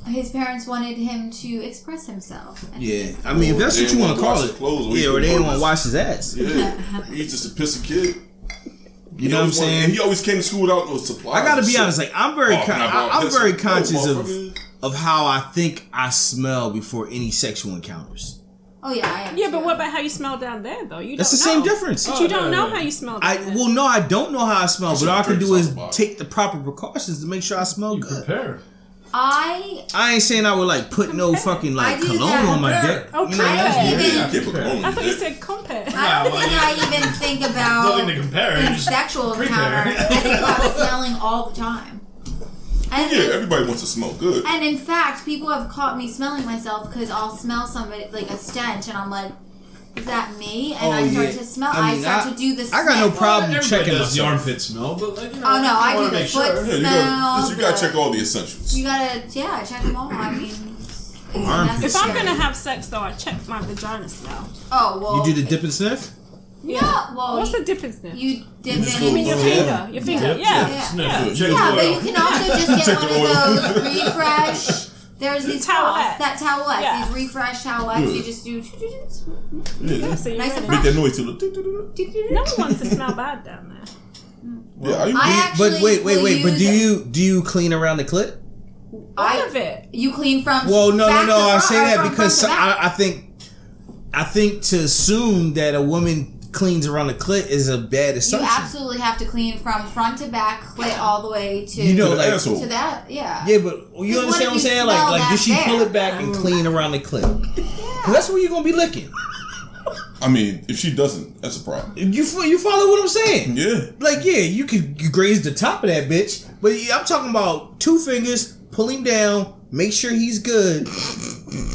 Speaker 3: His parents wanted him to express himself. And
Speaker 7: Yeah, I mean if that's
Speaker 1: They
Speaker 7: what you
Speaker 1: wanna
Speaker 7: want to call
Speaker 1: wash
Speaker 7: it.
Speaker 1: his clothes when
Speaker 7: yeah,
Speaker 1: he
Speaker 7: or they
Speaker 1: was-
Speaker 7: don't want to wash his ass.
Speaker 1: Yeah, he's just a pissy kid.
Speaker 7: You know what I'm saying?
Speaker 1: He always came to school without no supplies.
Speaker 7: I gotta
Speaker 1: and
Speaker 7: be
Speaker 1: shit.
Speaker 7: honest. Like I'm very,
Speaker 1: Oh,
Speaker 7: con-
Speaker 1: nah, bro,
Speaker 7: I- I'm
Speaker 1: listen,
Speaker 7: very
Speaker 1: no,
Speaker 7: conscious of
Speaker 1: motherfucker.
Speaker 7: of how I think I smell before any sexual encounters.
Speaker 3: Oh yeah, I am.
Speaker 4: Yeah, but
Speaker 3: too.
Speaker 4: what about how you smell down there though? You
Speaker 7: That's
Speaker 4: don't
Speaker 7: the same
Speaker 4: know.
Speaker 7: difference.
Speaker 4: But you don't
Speaker 5: no,
Speaker 4: know
Speaker 5: no.
Speaker 4: how you smell. Down
Speaker 7: I
Speaker 4: there.
Speaker 7: well, no, I don't know how I smell, but all I can do
Speaker 1: Drinks out
Speaker 7: is
Speaker 1: the bottle.
Speaker 7: take the proper precautions to make sure I smell
Speaker 5: You
Speaker 7: good.
Speaker 5: prepare.
Speaker 3: I
Speaker 7: I ain't saying I would like put no fucking like
Speaker 3: I do
Speaker 7: cologne
Speaker 3: that.
Speaker 7: on my dick.
Speaker 4: Okay.
Speaker 7: You know what I mean?
Speaker 3: don't even.
Speaker 1: You can't put cologne
Speaker 4: I
Speaker 1: in
Speaker 4: thought
Speaker 1: your
Speaker 4: you
Speaker 1: dick.
Speaker 4: said compare.
Speaker 3: I
Speaker 5: Nah,
Speaker 3: don't
Speaker 5: well,
Speaker 3: think
Speaker 5: you-
Speaker 3: I even think about
Speaker 5: Nothing to compare. You
Speaker 3: a
Speaker 5: just-
Speaker 3: sexual
Speaker 5: prepare.
Speaker 3: encounter. I think about smelling all the time. And
Speaker 1: Yeah, everybody wants to smell good.
Speaker 3: And in fact, people have caught me smelling myself because I'll smell somebody like a stench, and I'm like, "Is that me?" And
Speaker 7: Oh,
Speaker 3: I start
Speaker 7: yeah.
Speaker 3: to smell.
Speaker 7: I
Speaker 3: I,
Speaker 7: mean,
Speaker 3: start
Speaker 7: I-
Speaker 3: to do the.
Speaker 7: I got no
Speaker 3: sniff.
Speaker 7: problem
Speaker 5: Everybody
Speaker 7: checking
Speaker 5: does the
Speaker 7: myself.
Speaker 5: armpit smell, but like you know,
Speaker 3: Oh, no, I
Speaker 5: wanna
Speaker 3: do the
Speaker 5: make
Speaker 3: foot
Speaker 5: sure.
Speaker 1: Yeah, you gotta,
Speaker 3: Smell
Speaker 1: you gotta
Speaker 3: good.
Speaker 1: check all the essentials.
Speaker 3: You gotta, yeah, check them all. I mean, it's
Speaker 7: Armpits.
Speaker 4: If I'm
Speaker 3: necessary.
Speaker 4: gonna have sex though, I check my vagina smell.
Speaker 3: oh well,
Speaker 7: You do the dip and sniff.
Speaker 4: Yeah.
Speaker 3: well,
Speaker 4: What's
Speaker 3: you-
Speaker 4: the difference then?
Speaker 3: you dip
Speaker 1: just
Speaker 3: in
Speaker 1: go-
Speaker 4: I mean, your
Speaker 1: Yeah.
Speaker 4: finger, your finger,
Speaker 5: Yep,
Speaker 4: yeah.
Speaker 5: yep,
Speaker 3: Yeah.
Speaker 5: sniff it. Check
Speaker 3: Yeah,
Speaker 5: the
Speaker 3: but
Speaker 5: oil.
Speaker 3: you can also just
Speaker 1: Check
Speaker 3: get
Speaker 1: the
Speaker 3: one
Speaker 1: oil.
Speaker 3: of those refresh. There's these towelettes.
Speaker 4: Towelettes.
Speaker 3: That towelettes.
Speaker 4: Yeah.
Speaker 3: These refresh towelettes. You just do.
Speaker 1: Yeah.
Speaker 4: So you're
Speaker 3: Nice
Speaker 4: ready.
Speaker 3: and-
Speaker 1: Make that noise till the.
Speaker 4: No one wants to smell bad down there.
Speaker 1: Yeah, are you?
Speaker 3: I actually.
Speaker 7: but wait, wait,
Speaker 3: will
Speaker 7: wait. But
Speaker 3: use
Speaker 7: do
Speaker 3: it.
Speaker 7: you do you clean around the clit?
Speaker 4: All
Speaker 3: I-
Speaker 4: of it.
Speaker 3: You clean from.
Speaker 7: Well, no, no,
Speaker 3: back
Speaker 7: no.
Speaker 3: to
Speaker 7: I
Speaker 3: front
Speaker 7: say
Speaker 3: or
Speaker 7: that
Speaker 3: from
Speaker 7: because
Speaker 3: front to back?
Speaker 7: I, I think, I think to assume that a woman cleans around the clit is a bad
Speaker 3: you
Speaker 7: assumption.
Speaker 3: absolutely have to clean from front to back, clit all the way to
Speaker 7: You know,
Speaker 1: To the
Speaker 7: like-
Speaker 1: asshole.
Speaker 3: to that. Yeah.
Speaker 7: yeah, but you
Speaker 3: Because what if
Speaker 7: understand what I'm
Speaker 3: you
Speaker 7: saying? Like,
Speaker 3: smell
Speaker 7: like did
Speaker 3: that
Speaker 7: she pull
Speaker 3: there?
Speaker 7: it back and clean around the clit? 'Cause that's where you're gonna be licking.
Speaker 1: I mean, if she doesn't, that's a problem.
Speaker 7: You fo- you follow what I'm saying?
Speaker 1: Yeah.
Speaker 7: Like, yeah, you could graze the top of that bitch, but yeah, I'm talking about two fingers, pull him down, make sure he's good.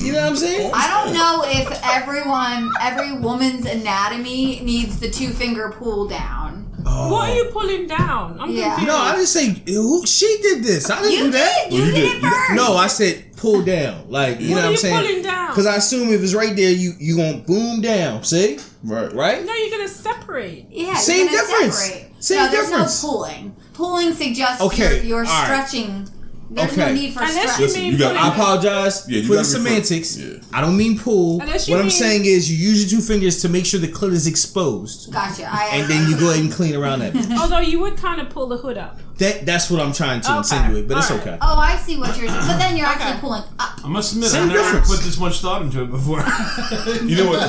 Speaker 7: You know what I'm saying?
Speaker 3: I don't know if everyone, every woman's anatomy needs the two finger pull down.
Speaker 4: What are you pulling down? I'm
Speaker 3: Yeah.
Speaker 7: No, I didn't say who. She did this. I didn't
Speaker 3: You
Speaker 7: do that.
Speaker 3: did. You
Speaker 1: You
Speaker 3: did
Speaker 1: did.
Speaker 3: it first.
Speaker 7: No, I said pull down. Like you
Speaker 4: What
Speaker 7: know
Speaker 4: are
Speaker 7: what I'm
Speaker 4: you
Speaker 7: saying?
Speaker 4: pulling down?
Speaker 7: Because I assume if it's right there, you you gonna boom down. See,
Speaker 1: Right.
Speaker 7: right?
Speaker 4: No, you're gonna separate.
Speaker 3: Yeah,
Speaker 7: Same
Speaker 3: you're gonna
Speaker 7: difference.
Speaker 3: Separate.
Speaker 7: Same
Speaker 3: no,
Speaker 7: difference.
Speaker 3: There's no pulling. Pulling suggests
Speaker 7: Okay,
Speaker 3: you're, you're
Speaker 7: all right.
Speaker 3: stretching. There's no
Speaker 7: Okay.
Speaker 3: need for
Speaker 4: Unless
Speaker 3: stretch.
Speaker 1: Listen,
Speaker 4: you mean
Speaker 1: you got-
Speaker 7: I
Speaker 4: pulling.
Speaker 7: apologize
Speaker 1: Yeah, you
Speaker 7: for the
Speaker 1: gotta be fir-
Speaker 7: semantics.
Speaker 1: yeah.
Speaker 7: I don't mean pull. What
Speaker 4: Unless you
Speaker 7: I'm
Speaker 4: mean-
Speaker 7: saying is you use your two fingers to make sure the clit is exposed,
Speaker 3: Gotcha. I,
Speaker 7: and then you go ahead and clean around that. bitch.
Speaker 4: Although you would kind of pull the hood up.
Speaker 7: that that's what I'm trying to
Speaker 4: Okay,
Speaker 7: insinuate, but it's
Speaker 4: alright.
Speaker 7: okay.
Speaker 3: Oh, I see what you're. But then you're actually pulling up.
Speaker 5: I must admit, I
Speaker 7: Same
Speaker 5: never
Speaker 7: difference.
Speaker 5: put this much thought into it before.
Speaker 1: You know what?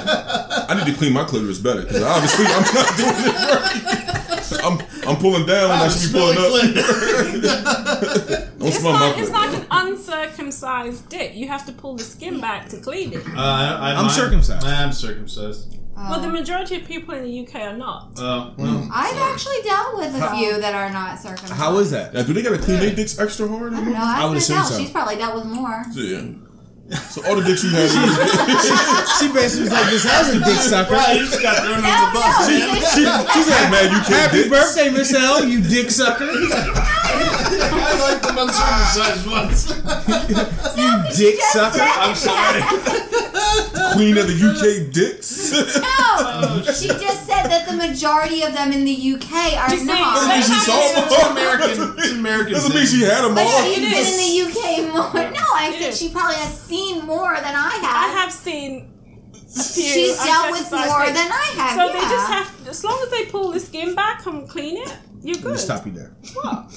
Speaker 1: I need to clean my clitoris better because obviously I'm not doing it right. I'm I'm pulling down when I should be pulling up. Don't
Speaker 4: It's
Speaker 1: smell my
Speaker 4: like it's
Speaker 1: clit.
Speaker 4: like an uncircumcised dick. You have to pull the skin back to clean it.
Speaker 3: Uh-huh.
Speaker 5: Uh, I, I,
Speaker 7: I'm circumcised.
Speaker 5: I'm circumcised.
Speaker 4: Well, the majority of people in the UK are not.
Speaker 5: Uh, well,
Speaker 3: I've actually dealt with a few that are not circumcised.
Speaker 7: How is that?
Speaker 1: Now, do they gotta clean their dicks extra hard?
Speaker 3: No, I,
Speaker 7: I would
Speaker 3: would
Speaker 7: assume
Speaker 3: tell.
Speaker 7: so.
Speaker 3: She's probably dealt with more.
Speaker 1: Yeah. So all the dicks you have,
Speaker 7: She basically was like, "This has a dick sucker."
Speaker 5: you just got thrown under the
Speaker 3: no,
Speaker 5: bus.
Speaker 3: no,
Speaker 1: she, she's like, man, you can't.
Speaker 7: Happy
Speaker 1: dicks.
Speaker 7: birthday, Miss L, you dick sucker.
Speaker 5: I like them uncircumcised ones.
Speaker 7: You dick
Speaker 3: just
Speaker 7: sucker.
Speaker 3: said
Speaker 5: I'm sorry.
Speaker 1: Queen of the UK dicks.
Speaker 4: Oh,
Speaker 3: No, she just said that the majority of them in the UK are
Speaker 4: She's saying
Speaker 3: not.
Speaker 4: that-
Speaker 1: she saw them all.
Speaker 5: American, it's an American.
Speaker 1: Doesn't
Speaker 5: thing.
Speaker 1: mean she had them
Speaker 3: But
Speaker 1: all.
Speaker 3: she's
Speaker 4: is.
Speaker 3: been in the UK more. No, I
Speaker 4: It
Speaker 3: said
Speaker 4: is.
Speaker 3: she probably has seen more than I have.
Speaker 4: I have seen a few.
Speaker 3: She's dealt with
Speaker 4: uncircumcised
Speaker 3: more
Speaker 4: dicks.
Speaker 3: than I have.
Speaker 4: So
Speaker 3: yeah.
Speaker 4: they just have, as long as they pull the skin back and clean it, you're
Speaker 7: Let me
Speaker 4: good.
Speaker 7: stop you there.
Speaker 4: What?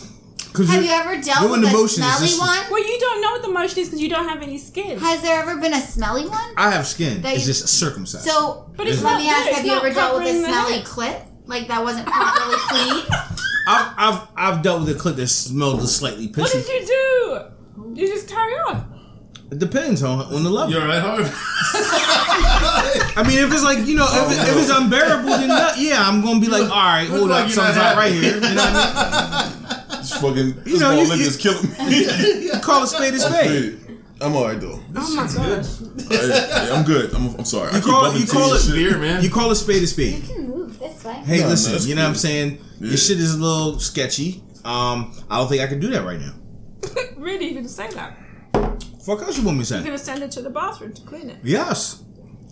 Speaker 7: Cause
Speaker 3: Have
Speaker 7: you're-
Speaker 3: you ever dealt
Speaker 7: Doing
Speaker 3: with a
Speaker 7: the motions,
Speaker 3: smelly
Speaker 7: this-
Speaker 3: one?
Speaker 4: Well, you don't know what the motion is because you don't have any skin.
Speaker 3: Has there ever been a smelly one?
Speaker 7: I have skin.
Speaker 3: That
Speaker 7: it's
Speaker 3: you-
Speaker 7: just circumcised.
Speaker 3: So,
Speaker 4: But it's
Speaker 3: let
Speaker 4: not
Speaker 3: me
Speaker 4: there,
Speaker 3: ask:
Speaker 4: it's
Speaker 3: Have you
Speaker 4: not
Speaker 3: ever dealt with a
Speaker 4: covering the
Speaker 3: smelly
Speaker 4: head.
Speaker 3: clit? Like that wasn't properly clean?
Speaker 7: I've, I've I've dealt with a clip that smelled just slightly
Speaker 4: What
Speaker 7: pissy.
Speaker 4: did you do? You just carry on.
Speaker 7: it depends on on the level.
Speaker 5: You all right, Harvey?
Speaker 7: I mean, if it's like you know, if, it, if it's unbearable, then not, yeah, I'm gonna be like, all right, hold
Speaker 5: like
Speaker 7: up,
Speaker 5: you're not
Speaker 7: something's not right
Speaker 5: happy.
Speaker 7: here. You know what I
Speaker 1: This fucking this
Speaker 7: You know,
Speaker 1: ball
Speaker 7: you-
Speaker 1: lick
Speaker 7: you-
Speaker 1: is killing me.
Speaker 7: mean? Call a spade a spade.
Speaker 1: Hey, I'm alright though.
Speaker 4: Oh my gosh.
Speaker 1: Hey, hey, I'm good. I'm, I'm sorry. I keep
Speaker 7: call-
Speaker 1: bumping
Speaker 7: you call
Speaker 1: into
Speaker 7: it-
Speaker 1: shit.
Speaker 5: Beer, man.
Speaker 7: You call a spade a
Speaker 3: You
Speaker 7: spade.
Speaker 3: can move this way.
Speaker 7: Hey,
Speaker 1: No,
Speaker 7: listen,
Speaker 1: that's
Speaker 7: you know what I'm
Speaker 1: good.
Speaker 7: saying?
Speaker 1: Yeah.
Speaker 7: Your shit is a little sketchy. Um, I don't think I can do that right now.
Speaker 4: really, you're gonna say that?
Speaker 7: Fuck else you want me to
Speaker 4: You're
Speaker 7: say?
Speaker 4: gonna send it to the bathroom to clean it.
Speaker 7: Yes.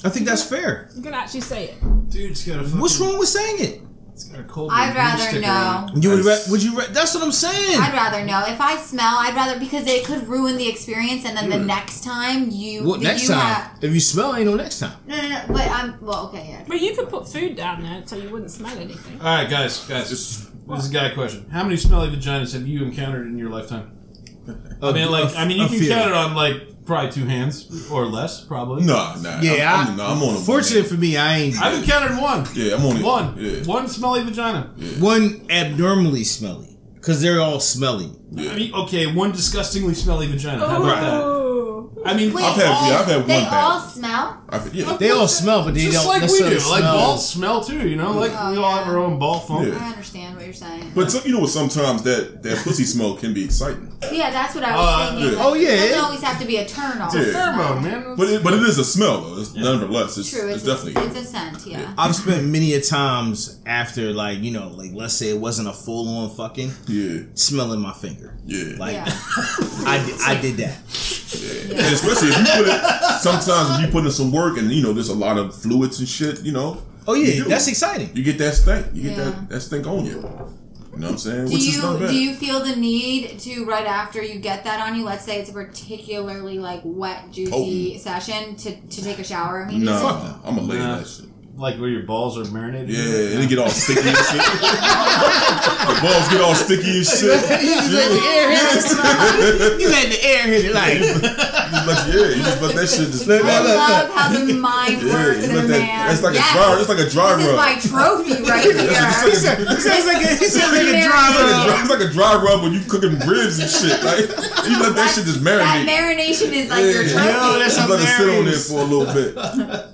Speaker 7: I think that's fair.
Speaker 4: You're gonna actually say it.
Speaker 5: Dude's got a fucking,
Speaker 7: What's wrong with saying it?
Speaker 5: It's got a cold.
Speaker 3: I'd
Speaker 5: beer
Speaker 3: rather
Speaker 5: sticker
Speaker 3: know.
Speaker 5: on it.
Speaker 7: You would, ra- would you? Ra- that's what I'm saying.
Speaker 3: I'd rather know. If I smell, I'd rather because it could ruin the experience, and then the next time you
Speaker 7: What
Speaker 3: that
Speaker 7: next
Speaker 3: you
Speaker 7: time?
Speaker 3: Have,
Speaker 7: if you smell, ain't no next time.
Speaker 3: no, no, no. But I'm well. Okay, yeah.
Speaker 4: But you could put food down there so you wouldn't smell anything.
Speaker 5: All right, guys, guys. This, this is a guy question. How many smelly vaginas have you encountered in your lifetime? I mean, like, I mean, you
Speaker 7: a
Speaker 5: can
Speaker 7: few.
Speaker 5: count it on like probably two hands or less, probably.
Speaker 1: Nah, nah.
Speaker 7: Yeah,
Speaker 1: I'm,
Speaker 7: I-
Speaker 1: I'm, nah, I'm on a
Speaker 7: Fortunate for me, I ain't
Speaker 5: I've encountered one.
Speaker 1: Yeah, I'm only
Speaker 5: One.
Speaker 1: Yeah.
Speaker 5: One smelly vagina.
Speaker 7: one abnormally smelly because they're all smelly.
Speaker 5: I mean, okay, one disgustingly smelly vagina. How about that?
Speaker 4: Oh,
Speaker 5: I mean,
Speaker 3: Wait,
Speaker 1: I've had-
Speaker 3: all,
Speaker 1: yeah, I've had one
Speaker 3: They
Speaker 1: bad.
Speaker 3: all smell.
Speaker 1: I've, yeah.
Speaker 7: They all smell, but they
Speaker 5: just
Speaker 7: don't
Speaker 5: like we
Speaker 7: necessarily
Speaker 5: do. Like
Speaker 7: smell.
Speaker 5: balls smell too. You know, like we all have our own ball funk.
Speaker 1: Yeah.
Speaker 3: I understand what you're saying.
Speaker 1: But some, you know what? Sometimes that, that pussy smell can be exciting.
Speaker 3: yeah, that's what I was
Speaker 5: Uh,
Speaker 3: thinking.
Speaker 1: yeah.
Speaker 3: Like,
Speaker 7: Oh, yeah,
Speaker 3: It doesn't
Speaker 7: it-
Speaker 3: always have to be a turn off.
Speaker 1: Yeah.
Speaker 5: Pheromone, man.
Speaker 1: But it, but it is a smell though. It's, Nonetheless, it's,
Speaker 3: True.
Speaker 1: it's
Speaker 3: It's,
Speaker 1: definitely
Speaker 3: it's a scent. Yeah.
Speaker 7: I've spent many a times after, like you know, like let's say it wasn't a full on fucking
Speaker 1: yeah
Speaker 7: smelling my finger.
Speaker 1: yeah.
Speaker 7: Like
Speaker 3: Yeah.
Speaker 7: I, did, I did that.
Speaker 1: And especially if you put it. Sometimes if you put in some work and you know there's a lot of fluids and shit. You know.
Speaker 7: Oh
Speaker 1: You
Speaker 7: yeah,
Speaker 1: do.
Speaker 7: that's exciting.
Speaker 1: You get that stink. You get
Speaker 3: Yeah.
Speaker 1: that that stink on you. You know what I'm saying?
Speaker 3: Do
Speaker 1: Which is not
Speaker 3: you
Speaker 1: bad.
Speaker 3: do you feel the need to right after you get that on you? Let's say it's a particularly like wet, juicy session to, to take a shower. immediately?
Speaker 1: Oh. no,
Speaker 7: Fuck that.
Speaker 1: I'm a lady.
Speaker 5: Nah.
Speaker 1: That shit.
Speaker 5: Like where your balls are marinated.
Speaker 1: Yeah, and it get all sticky and shit. the balls get all sticky and shit.
Speaker 7: you just let the air hit it. You let the air hit it like
Speaker 1: You just let- yeah, you just let that shit just.
Speaker 7: Look,
Speaker 3: I
Speaker 7: look, look.
Speaker 1: fly.
Speaker 3: love how the mind
Speaker 1: Yeah, you
Speaker 3: works in a
Speaker 1: let
Speaker 3: man.
Speaker 1: that. That's like
Speaker 3: Yes.
Speaker 1: a dryer. It's like a dry
Speaker 3: This is
Speaker 1: rub.
Speaker 3: my trophy right here.
Speaker 1: It's like a-
Speaker 7: It sounds like a, it sounds like a dry
Speaker 1: It's like a
Speaker 7: rub.
Speaker 1: dry- it's like a dry rub when you cooking ribs and shit. Like you let that shit just
Speaker 3: That
Speaker 1: marinate.
Speaker 3: marination is like your
Speaker 1: Yeah.
Speaker 3: trophy.
Speaker 7: Yo, that's
Speaker 1: I'm gonna sit on there
Speaker 7: hilarious.
Speaker 1: for a little bit,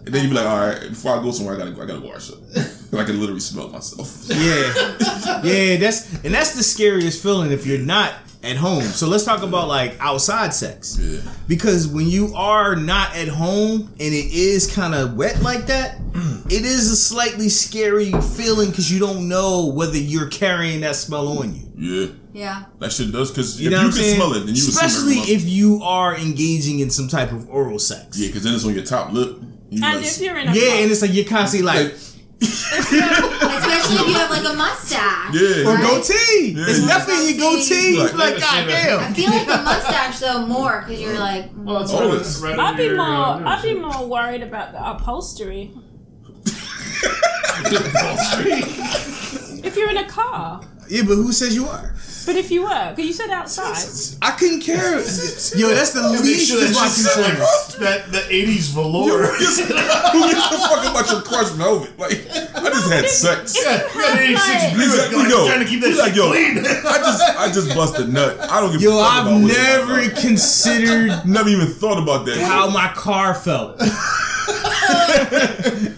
Speaker 1: and then you be like, all right, before I go somewhere, I gotta I gotta wash up. 'Cause I can literally smell myself.
Speaker 7: Yeah, yeah. That's and that's the scariest feeling if you're not at home. So let's talk about like outside sex.
Speaker 1: Yeah.
Speaker 7: Because when you are not at home and it is kind of wet like that, it is a slightly scary feeling because you don't know whether you're carrying that smell on you.
Speaker 1: Yeah,
Speaker 3: yeah.
Speaker 1: that shit does because
Speaker 7: You
Speaker 1: if
Speaker 7: know
Speaker 1: you
Speaker 7: what
Speaker 1: can
Speaker 7: I'm saying?
Speaker 1: smell it, then you
Speaker 7: Especially
Speaker 1: would smell it.
Speaker 7: if you are engaging in some type of oral sex.
Speaker 1: yeah, because then it's on your top lip. You
Speaker 4: and
Speaker 1: like,
Speaker 4: if you're in a
Speaker 7: Yeah, and it's like you're constantly like,
Speaker 3: Especially if you have like a mustache.
Speaker 1: yeah,
Speaker 7: or
Speaker 1: yeah.
Speaker 7: goatee. It's
Speaker 1: Yeah.
Speaker 7: definitely your goatee.
Speaker 1: Like,
Speaker 7: Like, like God
Speaker 3: I
Speaker 7: damn.
Speaker 3: feel like the mustache though more because you're like
Speaker 5: Well, it's
Speaker 1: Oh,
Speaker 5: right,
Speaker 1: it's-
Speaker 5: right
Speaker 4: I'd
Speaker 5: under
Speaker 4: be
Speaker 5: your,
Speaker 4: more.
Speaker 5: uh,
Speaker 4: I'd be
Speaker 5: nose.
Speaker 4: more worried about the upholstery. If you're in a car,
Speaker 7: Yeah, but who says you are?
Speaker 4: but if you were, because you said outside.
Speaker 7: I couldn't care. Yo, that's the
Speaker 5: Make
Speaker 7: least
Speaker 5: sure that
Speaker 7: of my
Speaker 5: shit sound like
Speaker 7: concern.
Speaker 5: that the '80s velour.
Speaker 1: Who gives a fuck about your crushed velvet? Like I just had sex.
Speaker 5: Yeah, yeah,
Speaker 4: Have, like-
Speaker 5: blue,
Speaker 1: Exactly,
Speaker 5: like,
Speaker 1: yo.
Speaker 5: Trying to keep that
Speaker 1: He's like,
Speaker 5: shit
Speaker 1: yo,
Speaker 5: clean.
Speaker 1: I just I just bust a nut. I don't give a
Speaker 7: Yo,
Speaker 1: fuck about
Speaker 7: I've
Speaker 1: what it-
Speaker 7: never considered
Speaker 1: never even thought about that.
Speaker 7: how my car felt.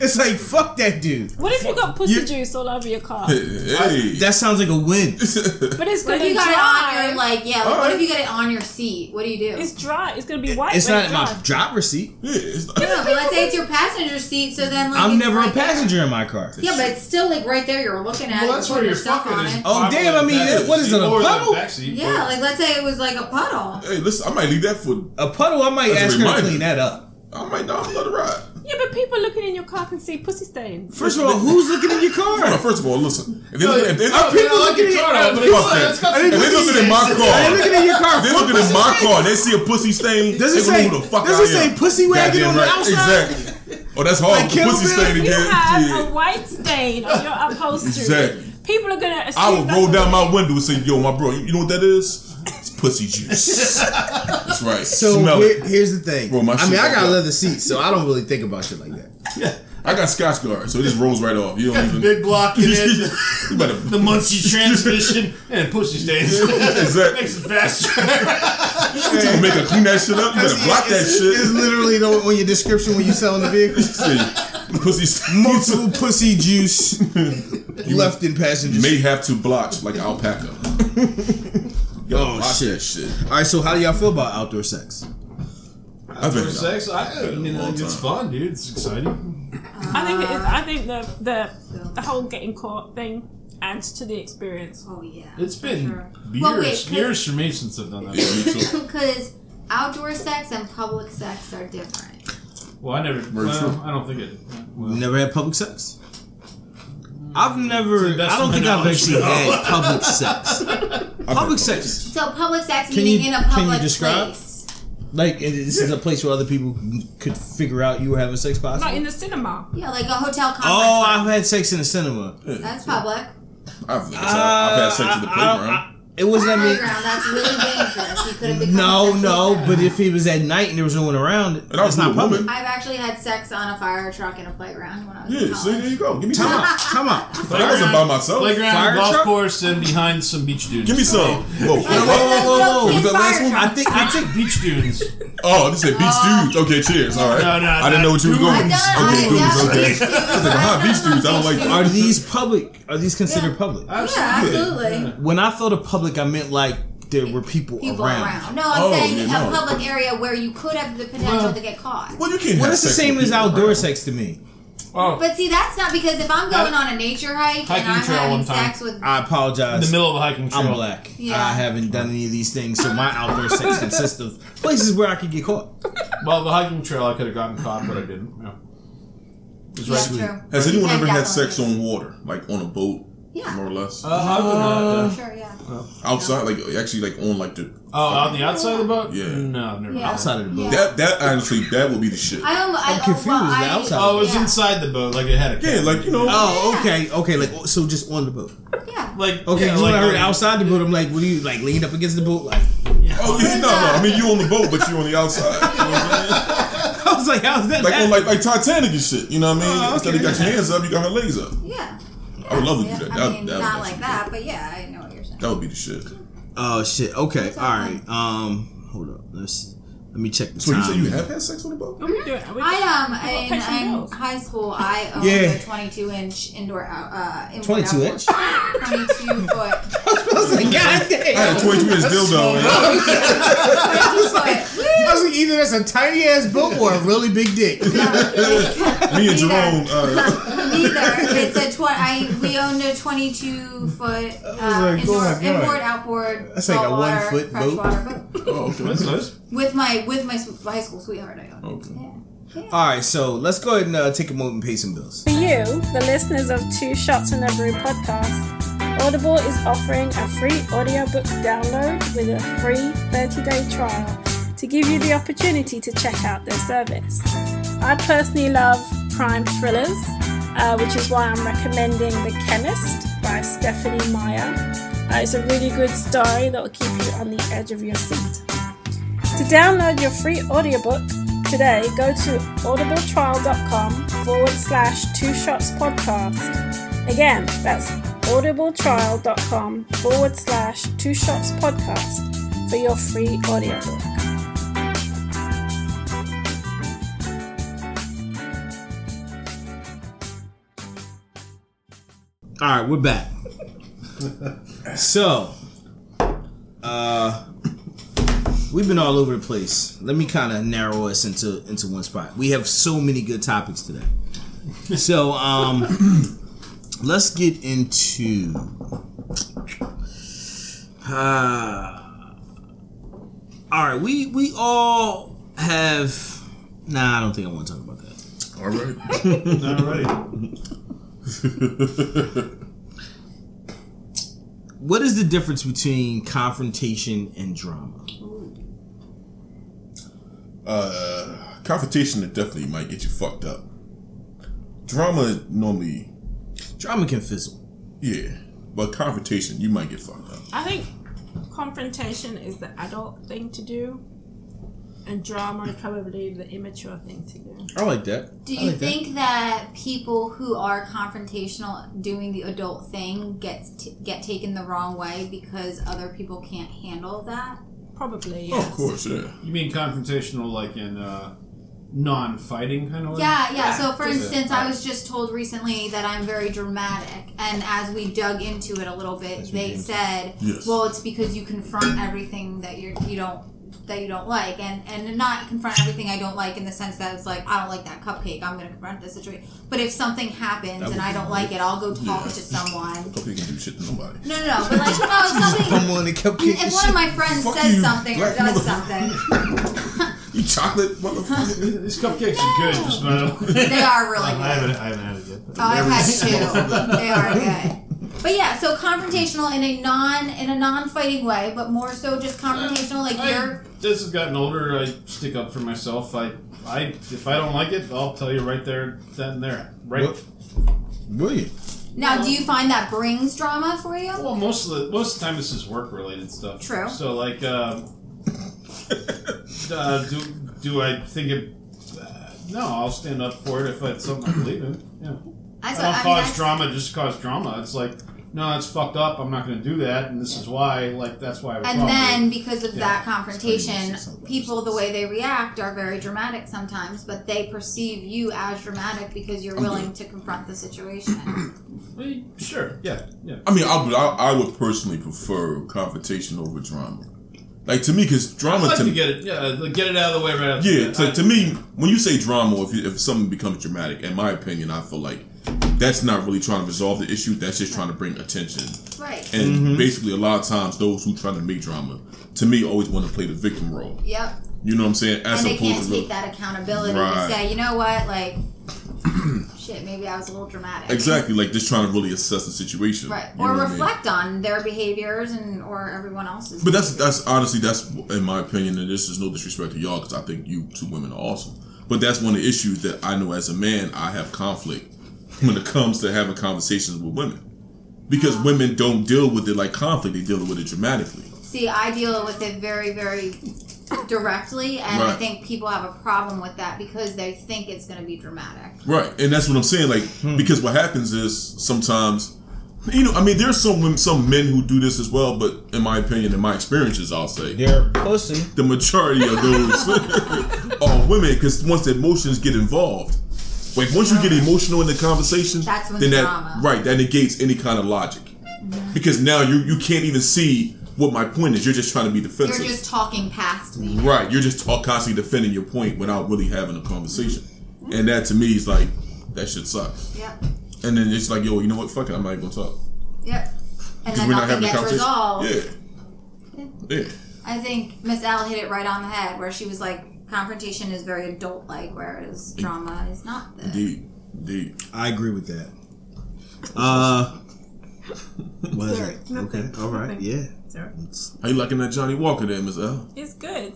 Speaker 7: it's like fuck that dude.
Speaker 4: What if you got pussy
Speaker 7: You-
Speaker 4: juice all over your car?
Speaker 1: Hey.
Speaker 7: That sounds like a win.
Speaker 4: But it's
Speaker 3: what
Speaker 4: gonna
Speaker 3: if you
Speaker 4: dry.
Speaker 3: got it on your like yeah like, what
Speaker 1: Alright.
Speaker 3: if you get it on your seat? What do you do?
Speaker 4: it's dry. It's gonna be white.
Speaker 7: It's
Speaker 4: but
Speaker 7: not in
Speaker 4: dry.
Speaker 7: my driver seat.
Speaker 1: Yeah, it's not-
Speaker 3: No, but let's say it's your passenger seat. So then like
Speaker 7: I'm
Speaker 3: it's
Speaker 7: never a
Speaker 3: right there.
Speaker 7: passenger in my car.
Speaker 3: Yeah, but it's still like right there. You're looking at.
Speaker 5: Well,
Speaker 3: it,
Speaker 5: that's
Speaker 3: you're
Speaker 5: where
Speaker 3: putting
Speaker 5: your
Speaker 3: stuff
Speaker 5: fucking
Speaker 3: on
Speaker 5: is.
Speaker 3: it.
Speaker 7: Oh damn! I mean,
Speaker 5: That
Speaker 7: what is it? A
Speaker 5: lower than
Speaker 7: puddle?
Speaker 5: the backseat,
Speaker 3: Yeah, like let's say it was like a puddle.
Speaker 1: Hey, listen, I might leave that for.
Speaker 7: A puddle? I might
Speaker 1: That's a
Speaker 7: ask her to
Speaker 1: reminder.
Speaker 7: clean that up.
Speaker 1: I might not let it ride.
Speaker 4: Yeah, but people looking in your car can see pussy stains.
Speaker 7: First of all, who's looking in your
Speaker 1: No,
Speaker 7: car?
Speaker 1: first of all, listen. If they look at, if they,
Speaker 5: Are people looking at your car?
Speaker 1: Fuck that. If they looking in my
Speaker 7: Are they
Speaker 1: car,
Speaker 7: looking in your car?
Speaker 1: if they looking in my car, and they see a pussy stain.
Speaker 7: Does
Speaker 1: they
Speaker 7: it
Speaker 1: gonna
Speaker 7: say-
Speaker 1: know who the fuck
Speaker 7: does
Speaker 1: I
Speaker 7: it say
Speaker 1: am.
Speaker 7: pussy wagon
Speaker 1: Goddamn
Speaker 7: on the outside?
Speaker 1: Exactly. Oh, that's hard.
Speaker 7: Like
Speaker 1: the
Speaker 7: Kill
Speaker 1: pussy
Speaker 7: Bill?
Speaker 1: stain
Speaker 4: You
Speaker 1: again.
Speaker 4: have a
Speaker 1: Yeah.
Speaker 4: white stain on your upholstery.
Speaker 1: Exactly.
Speaker 4: People are gonna. Assume
Speaker 1: I would
Speaker 4: that's
Speaker 1: roll
Speaker 4: what-
Speaker 1: down my window and say, "Yo, my bro, you you know what that is? It's pussy juice." that's right.
Speaker 7: So
Speaker 1: Smell
Speaker 7: here-
Speaker 1: it.
Speaker 7: here's the thing.
Speaker 1: Roll my
Speaker 7: I mean,
Speaker 1: shit
Speaker 7: I got
Speaker 1: back
Speaker 7: a
Speaker 1: up.
Speaker 7: leather seat, so I don't really think about shit like that.
Speaker 1: I got Scotch guard, so it just rolls right off. You don't even.
Speaker 5: Big block in it.
Speaker 1: you better.
Speaker 5: The Muncie transmission and pussy stains.
Speaker 1: Exactly.
Speaker 5: Makes it faster.
Speaker 1: You make her clean that shit up. You better block that
Speaker 7: It's- It's
Speaker 1: shit.
Speaker 7: literally the- on your description when you selling the vehicle.
Speaker 1: See, pussy stain.
Speaker 7: Multiple pussy juice left in passengers.
Speaker 1: may have to blotch like alpaca.
Speaker 7: Oh,
Speaker 1: Blotch
Speaker 7: shit.
Speaker 1: that shit.
Speaker 7: All right, so how do y'all feel about outdoor sex?
Speaker 1: I've been
Speaker 5: sex. I, I mean,
Speaker 1: long
Speaker 5: it's
Speaker 1: time.
Speaker 5: fun, dude. It's exciting.
Speaker 4: I think it is. I think the the the whole getting caught thing adds to the experience.
Speaker 3: Oh yeah.
Speaker 5: It's been
Speaker 3: sure.
Speaker 5: years,
Speaker 3: Well, wait, 'cause-
Speaker 5: years for me since I've done that.
Speaker 3: Because outdoor sex and public sex are different.
Speaker 5: well, I never.
Speaker 1: Very
Speaker 5: Well,
Speaker 1: true.
Speaker 5: I don't think it. Well,
Speaker 7: Never had public sex. I've never.
Speaker 5: To the best
Speaker 7: I don't
Speaker 5: of my
Speaker 7: think I've
Speaker 5: knowledge,
Speaker 7: actually
Speaker 5: no.
Speaker 7: had public sex.
Speaker 1: I've
Speaker 7: Public
Speaker 1: heard-
Speaker 7: sex,
Speaker 3: So public sex
Speaker 7: Can
Speaker 3: meaning
Speaker 7: you-
Speaker 3: in a
Speaker 7: can you
Speaker 3: public
Speaker 7: describe?
Speaker 3: place.
Speaker 7: like and this is a place where other people could figure out you were having sex.
Speaker 4: Not
Speaker 7: Possibly.
Speaker 4: in the cinema.
Speaker 3: Yeah, like a hotel conference.
Speaker 7: Oh, I've
Speaker 3: room.
Speaker 7: had sex in the cinema.
Speaker 3: that's public.
Speaker 1: I've, never had- I've had sex in the
Speaker 7: Uh, I- I-
Speaker 1: playground.
Speaker 7: I- It wasn't at me.
Speaker 3: Playground. That's really dangerous. You could have become.
Speaker 7: No,
Speaker 3: sexually
Speaker 7: no.
Speaker 3: dangerous.
Speaker 7: But if it was at night and there was no one around,
Speaker 1: And I
Speaker 7: that's
Speaker 1: was not
Speaker 7: not
Speaker 1: a woman.
Speaker 7: public.
Speaker 3: I've actually had sex on a fire truck in a playground when I was in
Speaker 1: Yeah, see,
Speaker 3: college.
Speaker 1: there you go. Give me
Speaker 7: Come
Speaker 1: some.
Speaker 7: on, come on.
Speaker 1: I wasn't by myself.
Speaker 5: playground,
Speaker 7: Fire
Speaker 5: golf
Speaker 7: truck?
Speaker 5: course, and behind some beach dunes.
Speaker 1: Give me some. Whoa.
Speaker 3: Like, one
Speaker 7: Whoa, whoa,
Speaker 3: of those
Speaker 7: whoa,
Speaker 3: little
Speaker 7: whoa.
Speaker 3: kid
Speaker 1: Was that
Speaker 3: fire
Speaker 1: last one?
Speaker 3: trucks.
Speaker 7: I think, I think.
Speaker 5: beach dunes.
Speaker 1: Oh, this said beach dudes. Okay, cheers. All right.
Speaker 5: Uh-huh. No,
Speaker 1: I
Speaker 5: no,
Speaker 1: didn't know what you were
Speaker 5: no,
Speaker 1: going.
Speaker 3: I've
Speaker 1: with.
Speaker 3: done-
Speaker 1: Okay,
Speaker 3: I've
Speaker 1: dudes.
Speaker 3: done
Speaker 1: Okay.
Speaker 3: beach dudes.
Speaker 1: I was like, huh, beach dudes. I
Speaker 3: I've done
Speaker 1: don't like
Speaker 3: beach
Speaker 1: that.
Speaker 7: Are these public? Are these considered public?
Speaker 3: Yeah, absolutely.
Speaker 7: When I thought of public, I meant like there were people,
Speaker 3: People
Speaker 7: around.
Speaker 3: around. No, I'm
Speaker 1: Oh,
Speaker 3: saying
Speaker 1: yeah,
Speaker 3: a
Speaker 1: no.
Speaker 3: public area where you could have the potential to get caught.
Speaker 1: Well, you can't.
Speaker 7: Well,
Speaker 1: have
Speaker 7: that's the
Speaker 1: sex
Speaker 7: same
Speaker 1: with
Speaker 7: as
Speaker 1: people,
Speaker 7: outdoor
Speaker 1: right?
Speaker 7: sex to me.
Speaker 5: Oh,
Speaker 3: But see, that's not because if I'm going on a nature hike and
Speaker 5: Hiking
Speaker 3: I'm
Speaker 5: trail
Speaker 3: having
Speaker 5: one time.
Speaker 3: sex with
Speaker 7: I
Speaker 5: in
Speaker 7: apologize.
Speaker 5: the middle of a hiking trail.
Speaker 7: I'm black. Uh,
Speaker 3: Yeah.
Speaker 7: I haven't done any of these things, so my outdoor sex consists of places where I could get caught.
Speaker 5: Well, the hiking trail, I could have gotten caught, but I didn't. Yeah. It was
Speaker 3: Yeah,
Speaker 5: right
Speaker 3: true.
Speaker 5: between-
Speaker 1: Has anyone
Speaker 3: Yeah,
Speaker 1: ever had
Speaker 3: definitely.
Speaker 1: sex on water, like on a boat,
Speaker 3: Yeah.
Speaker 1: more or less,
Speaker 5: Uh, I've done that, though.
Speaker 3: Sure, yeah.
Speaker 1: outside, like actually, like on like the
Speaker 5: Oh, on the outside of the boat?
Speaker 1: Yeah.
Speaker 5: No, I've never.
Speaker 3: Yeah.
Speaker 7: Outside of the boat.
Speaker 3: Yeah.
Speaker 1: that. That honestly, that would be the shit.
Speaker 3: I almost,
Speaker 7: I'm
Speaker 3: I,
Speaker 7: confused,
Speaker 3: Oh, well,
Speaker 7: the
Speaker 3: I,
Speaker 7: outside.
Speaker 5: Oh, it was
Speaker 3: Yeah.
Speaker 5: inside the boat, like it had a.
Speaker 1: Yeah, like you know.
Speaker 7: Oh,
Speaker 3: Yeah.
Speaker 7: okay, okay. Like so, just on the boat.
Speaker 3: Yeah.
Speaker 5: like
Speaker 7: Okay,
Speaker 5: yeah,
Speaker 7: 'cause
Speaker 5: like
Speaker 7: when I heard
Speaker 5: on-
Speaker 7: outside the boat, I'm like, what do you like? Lean up against the boat, like
Speaker 1: Oh yeah, no, no. I mean, you on the boat, but you on the outside. You know what I'm saying?
Speaker 7: I was like, how's that?
Speaker 1: Like on
Speaker 7: happening?
Speaker 1: like like Titanic and shit. You know what I mean?
Speaker 7: Oh,
Speaker 1: Instead of
Speaker 7: okay.
Speaker 1: got your hands up, you got her legs up.
Speaker 3: Yeah.
Speaker 1: I would love to
Speaker 3: Yeah,
Speaker 1: do that.
Speaker 3: I
Speaker 1: that,
Speaker 3: mean,
Speaker 1: that would
Speaker 3: not
Speaker 1: actually-
Speaker 3: like that, but yeah, I know what you're saying.
Speaker 1: That would be the shit. So
Speaker 7: oh shit. Okay, all right. Um, hold up. Let's let me check the
Speaker 1: you
Speaker 7: time.
Speaker 1: say you have had sex on a boat?
Speaker 4: What are we doing? Are we
Speaker 3: I
Speaker 4: Well,
Speaker 3: am
Speaker 4: pay some
Speaker 3: in, in
Speaker 4: bills.
Speaker 3: high school. I owned
Speaker 7: Yeah.
Speaker 3: a 22 inch indoor out. Uh, indoor
Speaker 7: 22
Speaker 3: outdoor- 22 foot. uh,
Speaker 7: I was like, god damn.
Speaker 1: I had a 22 inch dildo. man.
Speaker 7: I was like,
Speaker 3: But,
Speaker 7: I was like, either that's a tiny ass boat or a really big dick.
Speaker 1: Me and Jerome. Uh,
Speaker 3: Neither. It's a tw- I, we owned a 22 foot uh,
Speaker 7: like,
Speaker 3: indoor,
Speaker 7: oh my God.
Speaker 3: inboard outboard.
Speaker 7: That's like a
Speaker 3: saltwater,
Speaker 7: one-foot boat.
Speaker 3: freshwater boat.
Speaker 1: oh, okay.
Speaker 5: That's nice.
Speaker 3: With my with my s- high school sweetheart, I owned.
Speaker 1: Okay.
Speaker 3: Yeah.
Speaker 7: All right, so let's go ahead and uh, take a moment and pay some bills.
Speaker 8: For you, the listeners of Two Shots and a Brew podcast, Audible is offering a free audiobook download with a free 30 day trial to give you the opportunity to check out their service. I personally love crime thrillers, uh, which is why I'm recommending The Chemist by Stephanie Meyer. Uh, it's a really good story that will keep you on the edge of your seat. To download your free audiobook today, go to audibletrial.com forward slash two shots podcast. Again, that's audibletrial.com forward slash two shots podcast for your free audiobook.
Speaker 7: All right, we're back. so, uh, we've been all over the place. Let me kind of narrow us into into one spot. We have so many good topics today. So, um, let's get into. Uh, all right, we we all have. Nah, I don't think I want to talk about that.
Speaker 1: All right.
Speaker 5: Alrighty.
Speaker 7: What is the difference between confrontation and drama?
Speaker 1: Uh, confrontation that definitely might get you fucked up. Drama normally,
Speaker 7: Drama can fizzle.
Speaker 1: yeah, but confrontation you might get fucked up.
Speaker 4: I think confrontation is the adult thing to do, and drama is probably the immature thing to do.
Speaker 7: I like that.
Speaker 3: Do
Speaker 7: I
Speaker 3: you
Speaker 7: like that.
Speaker 3: think that people who are confrontational doing the adult thing gets t- get taken the wrong way because other people can't handle that?
Speaker 4: Probably,
Speaker 1: Oh,
Speaker 4: yes.
Speaker 1: of course, yeah.
Speaker 5: You mean confrontational, like in uh, non-fighting kind of way?
Speaker 3: Yeah, yeah. So, for
Speaker 5: just-
Speaker 3: instance, I was just told recently that I'm very dramatic, and as we dug into it a little bit, they said,
Speaker 1: Yes.
Speaker 3: "Well, it's because you confront everything that you're you don't that you don't like, and and not confront everything I don't like in the sense that it's like I don't like that cupcake. I'm going to confront this situation. But if something happens and I don't like it, I'll go talk to someone.
Speaker 1: Hope you can do shit to nobody.
Speaker 3: No, no, no. But like, no, if something.
Speaker 7: Come on, it kept kicking
Speaker 3: If one of my friends
Speaker 1: Fuck
Speaker 3: says
Speaker 1: you,
Speaker 3: something or
Speaker 1: black
Speaker 3: does
Speaker 1: motherfucker.
Speaker 3: something, oh,
Speaker 1: You chocolate motherfucker.
Speaker 5: These cupcakes are good, just by the way.
Speaker 3: they are really
Speaker 5: I
Speaker 3: good.
Speaker 5: haven't, I haven't had it yet. but-
Speaker 3: Oh, I've had two. they are good. But yeah, so confrontational in a non in a non fighting way, but more so just confrontational. Like
Speaker 5: I-
Speaker 3: you're
Speaker 5: This has gotten older. I stick up for myself. I, I, if I don't like it, I'll tell you right there, then and there. Right.
Speaker 7: Well- Brilliant.
Speaker 3: now. Do you find that brings drama for you?
Speaker 5: Well, most of the most of the time this is work related stuff.
Speaker 3: True.
Speaker 5: So like, um, uh, do do I think it? Uh, no, I'll stand up for it if it's something I believe in. Yeah. I
Speaker 3: That's what-
Speaker 5: don't
Speaker 3: I mean,
Speaker 5: cause
Speaker 3: that's-
Speaker 5: drama just to cause drama. It's like, no, that's fucked up. I'm not going to do that, and this is why. Like, that's why. I would
Speaker 3: And
Speaker 5: probably-
Speaker 3: then because of
Speaker 5: Yeah.
Speaker 3: that
Speaker 1: It's
Speaker 3: confrontation,
Speaker 1: pretty much
Speaker 3: people the way they react are very dramatic sometimes, but they perceive you as dramatic because you're willing to confront the situation.
Speaker 5: Well, sure, yeah, yeah.
Speaker 1: I mean, I would, I, I would personally prefer confrontation over drama. Like to me, because
Speaker 5: I
Speaker 1: drama
Speaker 5: like
Speaker 1: to,
Speaker 5: to get it, yeah, like, get it out of the way right after.
Speaker 1: yeah,
Speaker 5: I-
Speaker 1: to, to me, when you say drama, if, you- if something becomes dramatic, in my opinion, I feel like that's not really trying to resolve the issue. That's just trying to bring attention.
Speaker 3: right.
Speaker 1: And basically, a lot of times, those who try to make drama, to me, always want to play the victim role.
Speaker 3: Yep.
Speaker 1: You know what I'm saying? As
Speaker 3: and they can't
Speaker 1: opposed to
Speaker 3: take that accountability
Speaker 1: Right.
Speaker 3: to say, you know what, like, shit, maybe I was a little dramatic.
Speaker 1: exactly like just trying to really assess the situation,
Speaker 3: Right.
Speaker 1: You
Speaker 3: Or
Speaker 1: know what I mean?
Speaker 3: reflect on their behaviors and or everyone else's.
Speaker 1: But that's that's honestly that's in my opinion, and this is no disrespect to y'all because I think you two women are awesome. But that's one of the issues that I know as a man I have conflict when it comes to having conversations with women because women don't deal with it like conflict; they deal with it dramatically.
Speaker 3: See, I deal with it very, very directly, and I
Speaker 1: Right.
Speaker 3: think people have a problem with that because they think it's going to be dramatic.
Speaker 1: Right, and that's what I'm saying. Like, because what happens is sometimes, you know, I mean, there's some women, some men who do this as well. But in my opinion, in my experiences, I'll say
Speaker 7: They're pussy.
Speaker 1: the majority of those are women because once the emotions get involved, like once you get emotional in the conversation,
Speaker 3: That's when
Speaker 1: then
Speaker 3: the
Speaker 1: that
Speaker 3: drama. Mm-hmm.
Speaker 1: right that negates any kind of logic because now you you can't even see what my point is. You're just trying to be defensive,
Speaker 3: You're just talking past me.
Speaker 1: right? You're just talk, constantly defending your point without really having a conversation,
Speaker 3: Mm-hmm.
Speaker 1: and that to me is like that shit sucks.
Speaker 3: Yep.
Speaker 1: And then it's like, yo, you know what? Fuck it, I'm not even gonna talk
Speaker 3: Yep. And
Speaker 1: because
Speaker 3: then
Speaker 1: we're not
Speaker 3: nothing
Speaker 1: having a
Speaker 3: gets
Speaker 1: conversation.
Speaker 3: resolved.
Speaker 1: Yeah, yeah.
Speaker 3: I think Miss Al hit it right on the head, where she was like, confrontation is very adult like, whereas drama is not this.
Speaker 1: Indeed, indeed.
Speaker 7: I agree with that. Uh, what is
Speaker 4: Sorry,
Speaker 7: it?
Speaker 4: nothing,
Speaker 7: Okay, all right,
Speaker 4: nothing.
Speaker 7: yeah.
Speaker 4: Sorry.
Speaker 1: How you liking that Johnny Walker there, Miss L?
Speaker 4: It's good.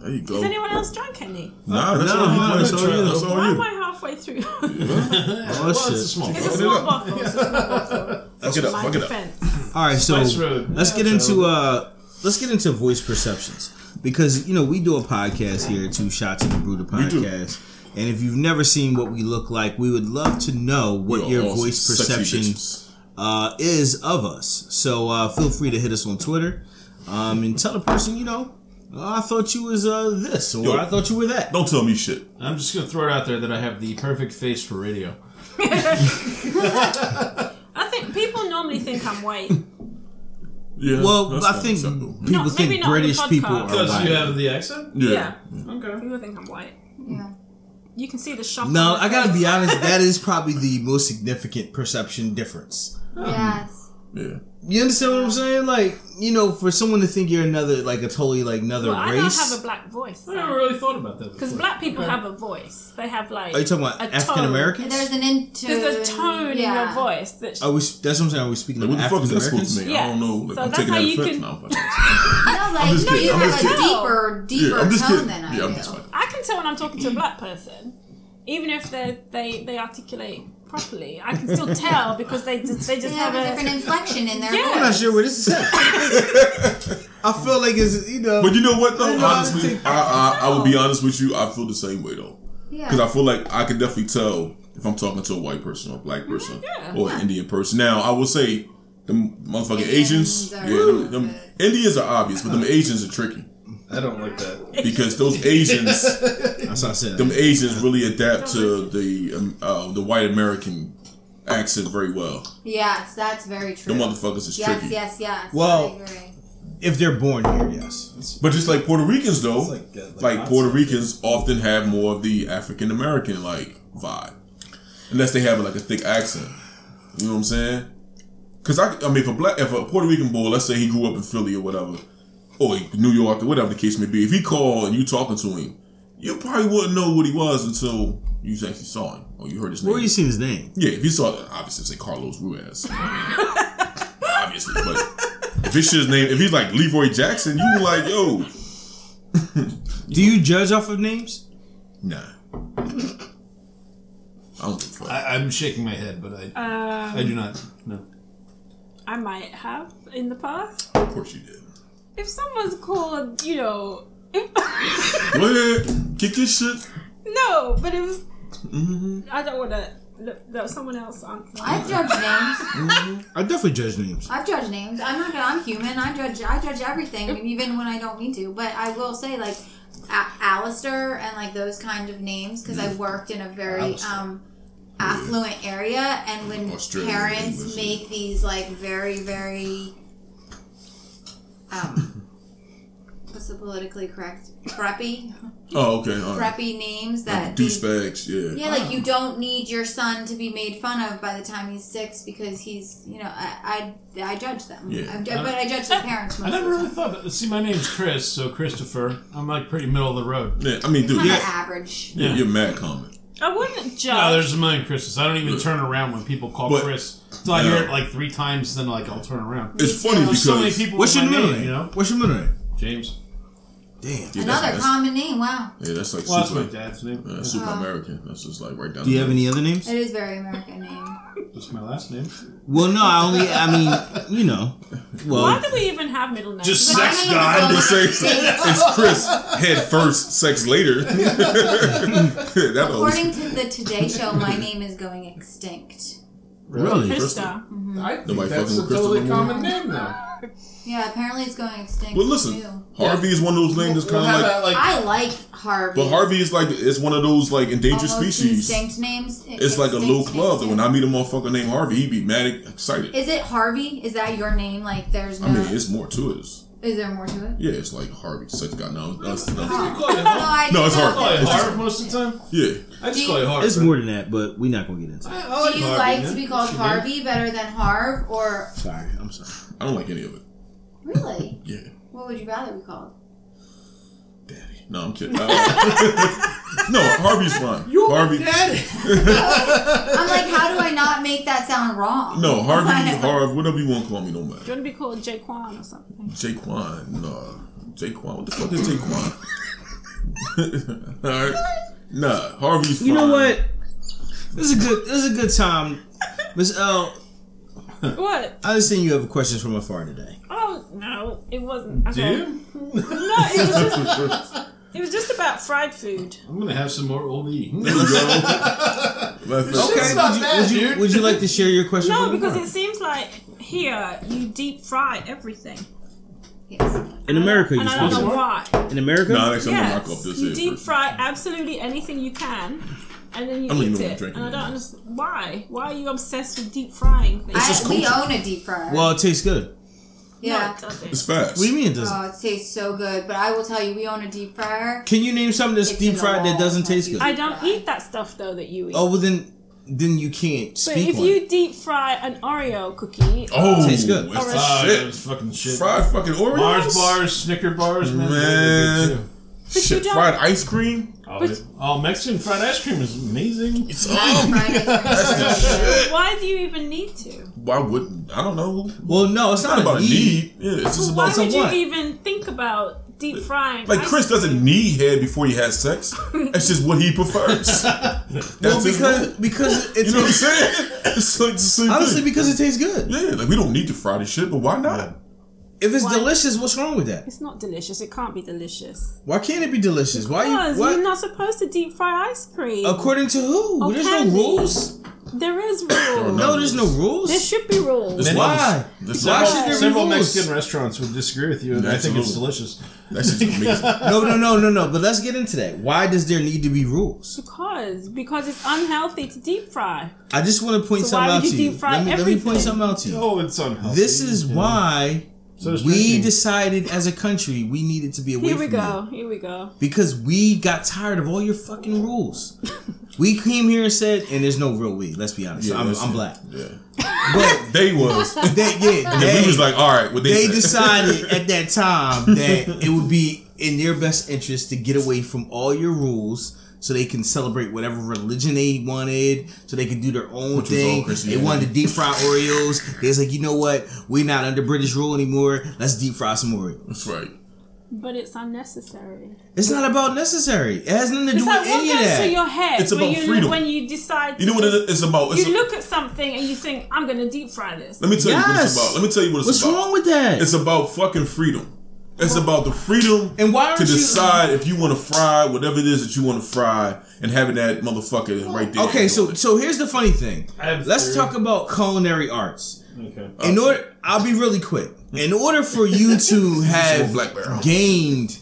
Speaker 1: There you go.
Speaker 4: Has anyone else drunk any?
Speaker 1: Nah, that's
Speaker 7: No,
Speaker 1: all you.
Speaker 7: no,
Speaker 1: That's
Speaker 7: it's
Speaker 1: all
Speaker 7: all
Speaker 1: you.
Speaker 7: you.
Speaker 1: That's all
Speaker 4: Why am
Speaker 1: you.
Speaker 4: I halfway through?
Speaker 7: Oh,
Speaker 5: well,
Speaker 7: shit.
Speaker 5: it's a small.
Speaker 4: it's a
Speaker 5: It's
Speaker 4: small bottle. It's a small bottle.
Speaker 1: Fuck it up.
Speaker 4: My
Speaker 1: Fuck it up.
Speaker 4: defense.
Speaker 7: All right, so
Speaker 5: Spice Road.
Speaker 7: let's
Speaker 5: Yeah,
Speaker 7: get into
Speaker 5: so-
Speaker 7: uh, let's get into voice perceptions because you know we do a podcast here, two shots in the brew the
Speaker 1: do.
Speaker 7: podcast, and if you've never seen what we look like, we would love to know what
Speaker 1: You're
Speaker 7: your
Speaker 1: awesome.
Speaker 7: voice
Speaker 1: Sexy
Speaker 7: perception
Speaker 1: bitches.
Speaker 7: uh, is of us. So uh, feel free to hit us on Twitter um, and tell the person you know. "Oh, I thought you was uh, this, or
Speaker 1: Yo.
Speaker 7: I thought you were that.
Speaker 1: Don't tell me shit.
Speaker 5: I'm just gonna throw it out there that I have the perfect face for radio.
Speaker 4: I think people normally think I'm white.
Speaker 1: Yeah.
Speaker 7: Well,
Speaker 1: that's
Speaker 7: I
Speaker 1: not
Speaker 7: think
Speaker 1: acceptable.
Speaker 7: people
Speaker 4: No, maybe
Speaker 7: think
Speaker 4: not on the
Speaker 7: British people are
Speaker 4: podcast.
Speaker 7: white.
Speaker 5: Because you have the accent.
Speaker 1: Yeah.
Speaker 4: Yeah.
Speaker 7: Mm.
Speaker 5: Okay.
Speaker 4: People think I'm white.
Speaker 3: Yeah.
Speaker 4: You can see the shock.
Speaker 7: No,
Speaker 4: on my
Speaker 7: I gotta
Speaker 4: face.
Speaker 7: be honest. That is probably the most significant perception difference.
Speaker 3: Yes.
Speaker 1: Yeah.
Speaker 7: You understand what I'm saying? Like, you know, for someone to think you're another, like a totally like another
Speaker 4: Well, I don't
Speaker 7: race.
Speaker 4: have a black voice.
Speaker 5: I never really thought about that.
Speaker 4: Because
Speaker 5: before.
Speaker 4: black people
Speaker 5: Okay.
Speaker 4: have a voice. They have like.
Speaker 7: are you talking about
Speaker 4: a tone.
Speaker 7: African Americans?
Speaker 3: There's an into.
Speaker 4: There's a tone
Speaker 3: yeah.
Speaker 4: in your voice that.
Speaker 7: Are we? That's what I'm saying. Are we speaking
Speaker 1: Like, what
Speaker 7: about
Speaker 1: the fuck is
Speaker 7: African
Speaker 1: that supposed
Speaker 7: Americans?
Speaker 1: to mean? I
Speaker 4: Yeah.
Speaker 1: don't know. Like,
Speaker 4: So
Speaker 1: I'm
Speaker 4: that's
Speaker 1: taking
Speaker 4: how
Speaker 1: that
Speaker 4: you
Speaker 1: offense
Speaker 4: can-
Speaker 1: now. I'm fucking-
Speaker 3: No, like
Speaker 1: just
Speaker 3: no,
Speaker 1: kidding.
Speaker 3: you
Speaker 1: I'm
Speaker 3: have
Speaker 1: just
Speaker 3: a
Speaker 4: kidding.
Speaker 3: deeper, deeper
Speaker 1: Yeah, I'm just
Speaker 3: tone
Speaker 1: kidding.
Speaker 3: than I
Speaker 1: Yeah,
Speaker 3: do.
Speaker 1: I'm just fucking.
Speaker 4: I can tell when I'm talking to a black person, even if they they they articulate properly. I can still tell because they just they just
Speaker 3: They have a
Speaker 4: have
Speaker 3: different
Speaker 4: a.
Speaker 3: inflection in their
Speaker 4: Yeah.
Speaker 7: I'm
Speaker 3: voice.
Speaker 7: not sure where this is at. I feel like it's you know.
Speaker 1: But you know what, though?
Speaker 7: I know, I
Speaker 1: Honestly,
Speaker 7: think-
Speaker 1: I, I, I will be honest with you. I feel the same way, though.
Speaker 3: Yeah.
Speaker 1: Because I feel like I can definitely tell if I'm talking to a white person or a
Speaker 3: Mm-hmm,
Speaker 1: black person
Speaker 4: Yeah.
Speaker 1: or an Indian person. Now, I will say, the motherfucking Asians,
Speaker 3: Indians are Uh-huh.
Speaker 1: yeah, them, them- Indians are obvious, but them Asians are tricky.
Speaker 5: I don't like that.
Speaker 1: Because those Asians,
Speaker 7: that's what I said.
Speaker 1: them Asians really adapt to the um, uh, the white American accent very well.
Speaker 3: Yes, that's very true.
Speaker 1: Them motherfuckers is
Speaker 3: yes,
Speaker 1: tricky.
Speaker 3: yes, yes.
Speaker 7: Well-
Speaker 3: I agree.
Speaker 7: If they're born here, yes.
Speaker 1: But just like Puerto Ricans, though,
Speaker 7: like,
Speaker 1: like,
Speaker 7: uh, like lots
Speaker 1: Puerto
Speaker 7: of-
Speaker 1: Ricans often have more of the African American like vibe, unless they have like a thick accent. You know what I'm saying? Because I, I mean, if a black, if a Puerto Rican boy, let's say he grew up in Philly or whatever, or in New York or whatever the case may be, if he called and you talking to him, you probably wouldn't know what he was until you actually saw him or you heard his name.
Speaker 7: Where you seen his name?
Speaker 1: Yeah, if you saw that, obviously say Carlos Ruiz. obviously, but if it's his name, if he's like Leroy Jackson, you were like, yo,
Speaker 7: Do you judge off of names?
Speaker 1: nah. I don't give a fuck.
Speaker 5: I, I'm shaking my head, but I
Speaker 3: Um,
Speaker 5: I do not. No.
Speaker 4: Uh, I might have in the past.
Speaker 1: Of course you did.
Speaker 4: If someone's called, you know, if,
Speaker 1: Go ahead, kick your shit.
Speaker 4: no, but it was.
Speaker 7: Mm-hmm.
Speaker 4: I don't want to. Look, that was someone else answer.
Speaker 3: I've judged names.
Speaker 7: Mm-hmm. I definitely judge names.
Speaker 3: I've judged names. I'm not. gonna- I'm human. I judge. I judge everything, even when I don't mean to. But I will say, like, a- Alistair and like those kind of names, because I
Speaker 7: Mm.
Speaker 3: worked in a very
Speaker 1: Alistair.
Speaker 3: um, affluent area, and when
Speaker 1: Australian
Speaker 3: parents
Speaker 1: English.
Speaker 3: make these like very very um, what's the politically correct preppy
Speaker 1: Oh, okay. All right.
Speaker 3: preppy names
Speaker 1: Like
Speaker 3: that these-
Speaker 1: Douchebags, yeah.
Speaker 3: Yeah, like you don't need your son to be made fun of by the time he's six because he's, you know, I I, I judge them.
Speaker 1: Yeah.
Speaker 3: I, but I judge the parents
Speaker 5: I
Speaker 3: most.
Speaker 5: never
Speaker 3: of the
Speaker 5: really
Speaker 3: time.
Speaker 5: thought. That. See, my name's Chris, so Christopher. I'm like pretty middle of the road.
Speaker 1: Yeah, I mean, dude,
Speaker 3: Kinda
Speaker 1: yeah,
Speaker 3: average.
Speaker 1: yeah, you're mad common.
Speaker 4: I wouldn't judge.
Speaker 5: No, there's a million Chris's. I don't even turn around when people call
Speaker 1: But-
Speaker 5: Chris. So I hear
Speaker 1: Yeah.
Speaker 5: it like three times, then like I'll turn around.
Speaker 1: It's funny
Speaker 5: There's
Speaker 1: because
Speaker 5: so many people.
Speaker 7: What's
Speaker 5: with
Speaker 7: your
Speaker 5: my
Speaker 7: middle
Speaker 5: name,
Speaker 7: name?
Speaker 5: You know,
Speaker 7: What's your middle name?
Speaker 5: James.
Speaker 7: Damn.
Speaker 1: yeah,
Speaker 3: Another
Speaker 1: that's,
Speaker 3: common Uh-huh. name. Wow,
Speaker 1: that's, yeah, that's like
Speaker 5: Well, that's
Speaker 1: super,
Speaker 5: my dad's name.
Speaker 1: yeah, super American. That's just like right down.
Speaker 7: Do you
Speaker 1: the
Speaker 7: have
Speaker 1: middle.
Speaker 7: any other names?
Speaker 3: it is very American name.
Speaker 5: That's my last name.
Speaker 7: Well, no. I only. I mean, you know.
Speaker 4: Why
Speaker 7: Well,
Speaker 4: do we even have middle names?
Speaker 5: Just
Speaker 4: Like,
Speaker 5: sex
Speaker 3: name is
Speaker 5: god.
Speaker 3: Elizabeth.
Speaker 1: Say it's it's Chris head first, sex later. that always
Speaker 3: According to the Today Show, my name is going extinct.
Speaker 7: really.
Speaker 4: Krista.
Speaker 9: I think
Speaker 1: Nobody
Speaker 9: that's
Speaker 1: fucking
Speaker 9: a
Speaker 1: with
Speaker 9: totally
Speaker 1: Christopher
Speaker 9: common name, though.
Speaker 3: Yeah, apparently it's going extinct.
Speaker 1: But listen,
Speaker 3: too.
Speaker 1: Harvey is one of those names that's
Speaker 9: We'll
Speaker 1: kind
Speaker 9: have
Speaker 1: of like.
Speaker 9: that, like,
Speaker 3: I like Harvey.
Speaker 1: But Harvey is like it's one of those like endangered
Speaker 3: Almost
Speaker 1: species.
Speaker 3: Extinct names. eh,
Speaker 1: It's like a little
Speaker 3: extinct
Speaker 1: club that
Speaker 3: names,
Speaker 1: when
Speaker 3: yeah.
Speaker 1: I meet a motherfucker named Harvey, he be mad and excited.
Speaker 3: Is it Harvey? Is that your name? Like, there's no.
Speaker 1: I mean, it's more to it. It's-
Speaker 3: is there more to it?
Speaker 1: Yeah, it's like Harvey, sex guy. No, that's,
Speaker 3: Oh.
Speaker 1: that's,
Speaker 5: Call
Speaker 3: No,
Speaker 5: you
Speaker 3: I
Speaker 1: No, it's
Speaker 3: know
Speaker 1: Harvey.
Speaker 5: call
Speaker 3: that-
Speaker 5: you Harv most of the time.
Speaker 1: yeah.
Speaker 5: I just call you Harv.
Speaker 7: It's more than that, but we're not gonna get into. it.
Speaker 5: I like
Speaker 3: Do you
Speaker 5: Harvey,
Speaker 3: like
Speaker 5: man.
Speaker 3: to be called Harvey better than Harv or
Speaker 7: Sorry, I'm sorry.
Speaker 1: I don't like any of it.
Speaker 3: really?
Speaker 1: Yeah,
Speaker 3: What would you rather be called?
Speaker 1: daddy. No, I'm kidding. Uh, no, Harvey's fine. Harvey.
Speaker 3: I'm like, how do I not make that sound wrong?
Speaker 1: No, Harvey, Harv, whatever you want to call me, don't matter.
Speaker 4: Do you want to be called Jaquan or something?
Speaker 1: Jaquan, no. Jaquan, what the fuck is Jaquan? All right. Nah, Harvey's fine.
Speaker 7: You know what? This is a good. This is a good time. Miss L,
Speaker 4: What?
Speaker 7: I understand you have questions from afar today.
Speaker 4: Oh no, it wasn't. Okay.
Speaker 5: Do you?
Speaker 4: No, it was just. It was just about fried food.
Speaker 5: I'm gonna have some more old E.
Speaker 1: Left foot.
Speaker 9: It's not bad,
Speaker 7: Would you,
Speaker 9: dude.
Speaker 7: would you like to share your question?
Speaker 4: No,
Speaker 7: from
Speaker 4: because
Speaker 7: afar?
Speaker 4: it seems like here you deep fry everything.
Speaker 3: Yes.
Speaker 7: in America, you
Speaker 4: And I don't know
Speaker 7: supposed
Speaker 4: why.
Speaker 7: to. In America,
Speaker 1: Nah, next time I knock off
Speaker 4: Yes,
Speaker 1: this
Speaker 4: you
Speaker 1: head
Speaker 4: deep
Speaker 1: first.
Speaker 4: fry absolutely anything you can, and then you
Speaker 1: I don't even
Speaker 4: eat
Speaker 1: know what I'm
Speaker 4: it.
Speaker 1: drinking
Speaker 4: And I don't
Speaker 1: now.
Speaker 4: understand why. Why are you obsessed with deep frying things?
Speaker 3: I, we
Speaker 7: culture.
Speaker 3: own a deep fryer.
Speaker 7: well, Oh, it tastes good.
Speaker 4: No,
Speaker 3: yeah.
Speaker 4: it doesn't.
Speaker 1: It's fast.
Speaker 7: What do you mean it
Speaker 4: Uh,
Speaker 7: doesn't?
Speaker 3: Oh, it tastes so good, but I will tell you, we own a deep fryer.
Speaker 7: Can you name something that's
Speaker 3: It's
Speaker 7: deep
Speaker 3: in the
Speaker 7: fried that
Speaker 3: wall.
Speaker 7: doesn't taste good?
Speaker 4: I don't eat that stuff though that you eat.
Speaker 7: oh, well then, then you can't
Speaker 4: so
Speaker 7: speak
Speaker 4: if
Speaker 7: on it.
Speaker 4: you deep fry an Oreo cookie,
Speaker 1: Oh,
Speaker 7: Tastes good.
Speaker 1: That's
Speaker 5: Ah, that
Speaker 1: shit.
Speaker 5: was fucking shit.
Speaker 1: Fried fucking Oreos.
Speaker 5: Mars bars, Snicker bars,
Speaker 1: Man.
Speaker 5: man. they're good too.
Speaker 1: Shit,
Speaker 4: don't-
Speaker 1: fried ice cream.
Speaker 5: Oh, it- oh, Mexican fried ice cream is amazing.
Speaker 1: It's
Speaker 3: Deep
Speaker 1: oh,
Speaker 3: fried.
Speaker 4: why do you even need to?
Speaker 1: why wouldn't I don't know.
Speaker 7: well, no, it's,
Speaker 1: Not about
Speaker 7: a need.
Speaker 1: need. Yeah, it's just
Speaker 4: Why
Speaker 1: about
Speaker 4: would
Speaker 7: so
Speaker 4: you
Speaker 7: what?
Speaker 4: even think about deep frying?
Speaker 1: like
Speaker 4: ice
Speaker 1: Chris doesn't need head before he has sex. That's just what he prefers. That's
Speaker 7: Well,
Speaker 1: his
Speaker 7: because
Speaker 1: rule.
Speaker 7: because it's
Speaker 1: you know what I'm saying. It's like the same
Speaker 7: honestly
Speaker 1: thing.
Speaker 7: because it tastes good.
Speaker 1: Yeah, like we don't need to fry this shit, but why not?
Speaker 7: If it's
Speaker 4: Why-
Speaker 7: delicious, what's wrong with that?
Speaker 4: It's not delicious. It can't be delicious.
Speaker 7: Why can't it be delicious? Why
Speaker 4: Because
Speaker 7: you? What?
Speaker 4: you're not supposed to deep fry ice cream.
Speaker 7: According to who?
Speaker 4: Oh,
Speaker 7: there's
Speaker 4: candy.
Speaker 7: no rules.
Speaker 4: There is
Speaker 1: no.
Speaker 4: rules.
Speaker 7: No, there's no rules.
Speaker 4: There should be rules.
Speaker 1: There's
Speaker 7: Why?
Speaker 1: levels. There's
Speaker 7: Why
Speaker 1: levels.
Speaker 7: should there be
Speaker 5: Several
Speaker 7: rules?
Speaker 5: Mexican restaurants would disagree with you, and I think it's
Speaker 1: Absolutely.
Speaker 5: delicious.
Speaker 1: That's just amazing.
Speaker 7: No, no, no, no, no. But let's get into that. Why does there need to be rules?
Speaker 4: Because because it's unhealthy to deep fry.
Speaker 7: I just want to point
Speaker 4: So why
Speaker 7: something
Speaker 4: would
Speaker 7: out
Speaker 4: you
Speaker 7: to you.
Speaker 4: deep fry
Speaker 7: Let me, let me
Speaker 4: everything?
Speaker 7: point something out to you.
Speaker 5: Oh, it's unhealthy.
Speaker 7: This is why
Speaker 5: So it's
Speaker 7: we
Speaker 5: drinking.
Speaker 7: decided as a country we needed to be away
Speaker 4: Here we
Speaker 7: from you
Speaker 4: go. Here we go.
Speaker 7: because we got tired of all your fucking rules. we came here and said, and there's no real we. Let's be honest.
Speaker 1: Yeah,
Speaker 7: I'm,
Speaker 1: that's
Speaker 7: I'm
Speaker 1: it.
Speaker 7: black,
Speaker 1: Yeah,
Speaker 7: but
Speaker 1: they was. And
Speaker 7: they, yeah, they,
Speaker 1: we was like, all right, what they,
Speaker 7: they
Speaker 1: said.
Speaker 7: decided at that time that it would be in their best interest to get away from all your rules. So they can celebrate whatever religion they wanted, so they could do their own
Speaker 1: Which was all
Speaker 7: thing. They
Speaker 1: Christianity.
Speaker 7: wanted to deep fry Oreos. They was like, you know what? We're not under British rule anymore. Let's deep fry some Oreos.
Speaker 1: That's right.
Speaker 4: But it's unnecessary.
Speaker 7: It's not about necessary. It has nothing to
Speaker 4: It's
Speaker 7: do with
Speaker 4: like what
Speaker 7: any of
Speaker 4: goes through
Speaker 7: that.
Speaker 4: your head
Speaker 1: It's
Speaker 4: when
Speaker 1: about
Speaker 4: you
Speaker 1: freedom.
Speaker 4: when you decide.
Speaker 1: You know what it- it's about? It's
Speaker 4: You
Speaker 1: a-
Speaker 4: look at something and you think, "I'm going to deep fry this."
Speaker 1: let me tell you what it's
Speaker 7: Yes.
Speaker 1: about. Let me tell you what it's
Speaker 7: What's
Speaker 1: about.
Speaker 7: wrong with that?
Speaker 1: It's about fucking freedom. It's about the freedom
Speaker 7: And why aren't
Speaker 1: to
Speaker 7: you-
Speaker 1: decide if you want to fry whatever it is that you want to fry and having that motherfucker right there.
Speaker 7: okay, so so here's the funny thing.
Speaker 5: I have a
Speaker 7: Let's
Speaker 5: theory.
Speaker 7: talk about culinary arts.
Speaker 5: Okay.
Speaker 7: In order, I'll be really quick. In order for you to have
Speaker 1: Black Barrel.
Speaker 7: gained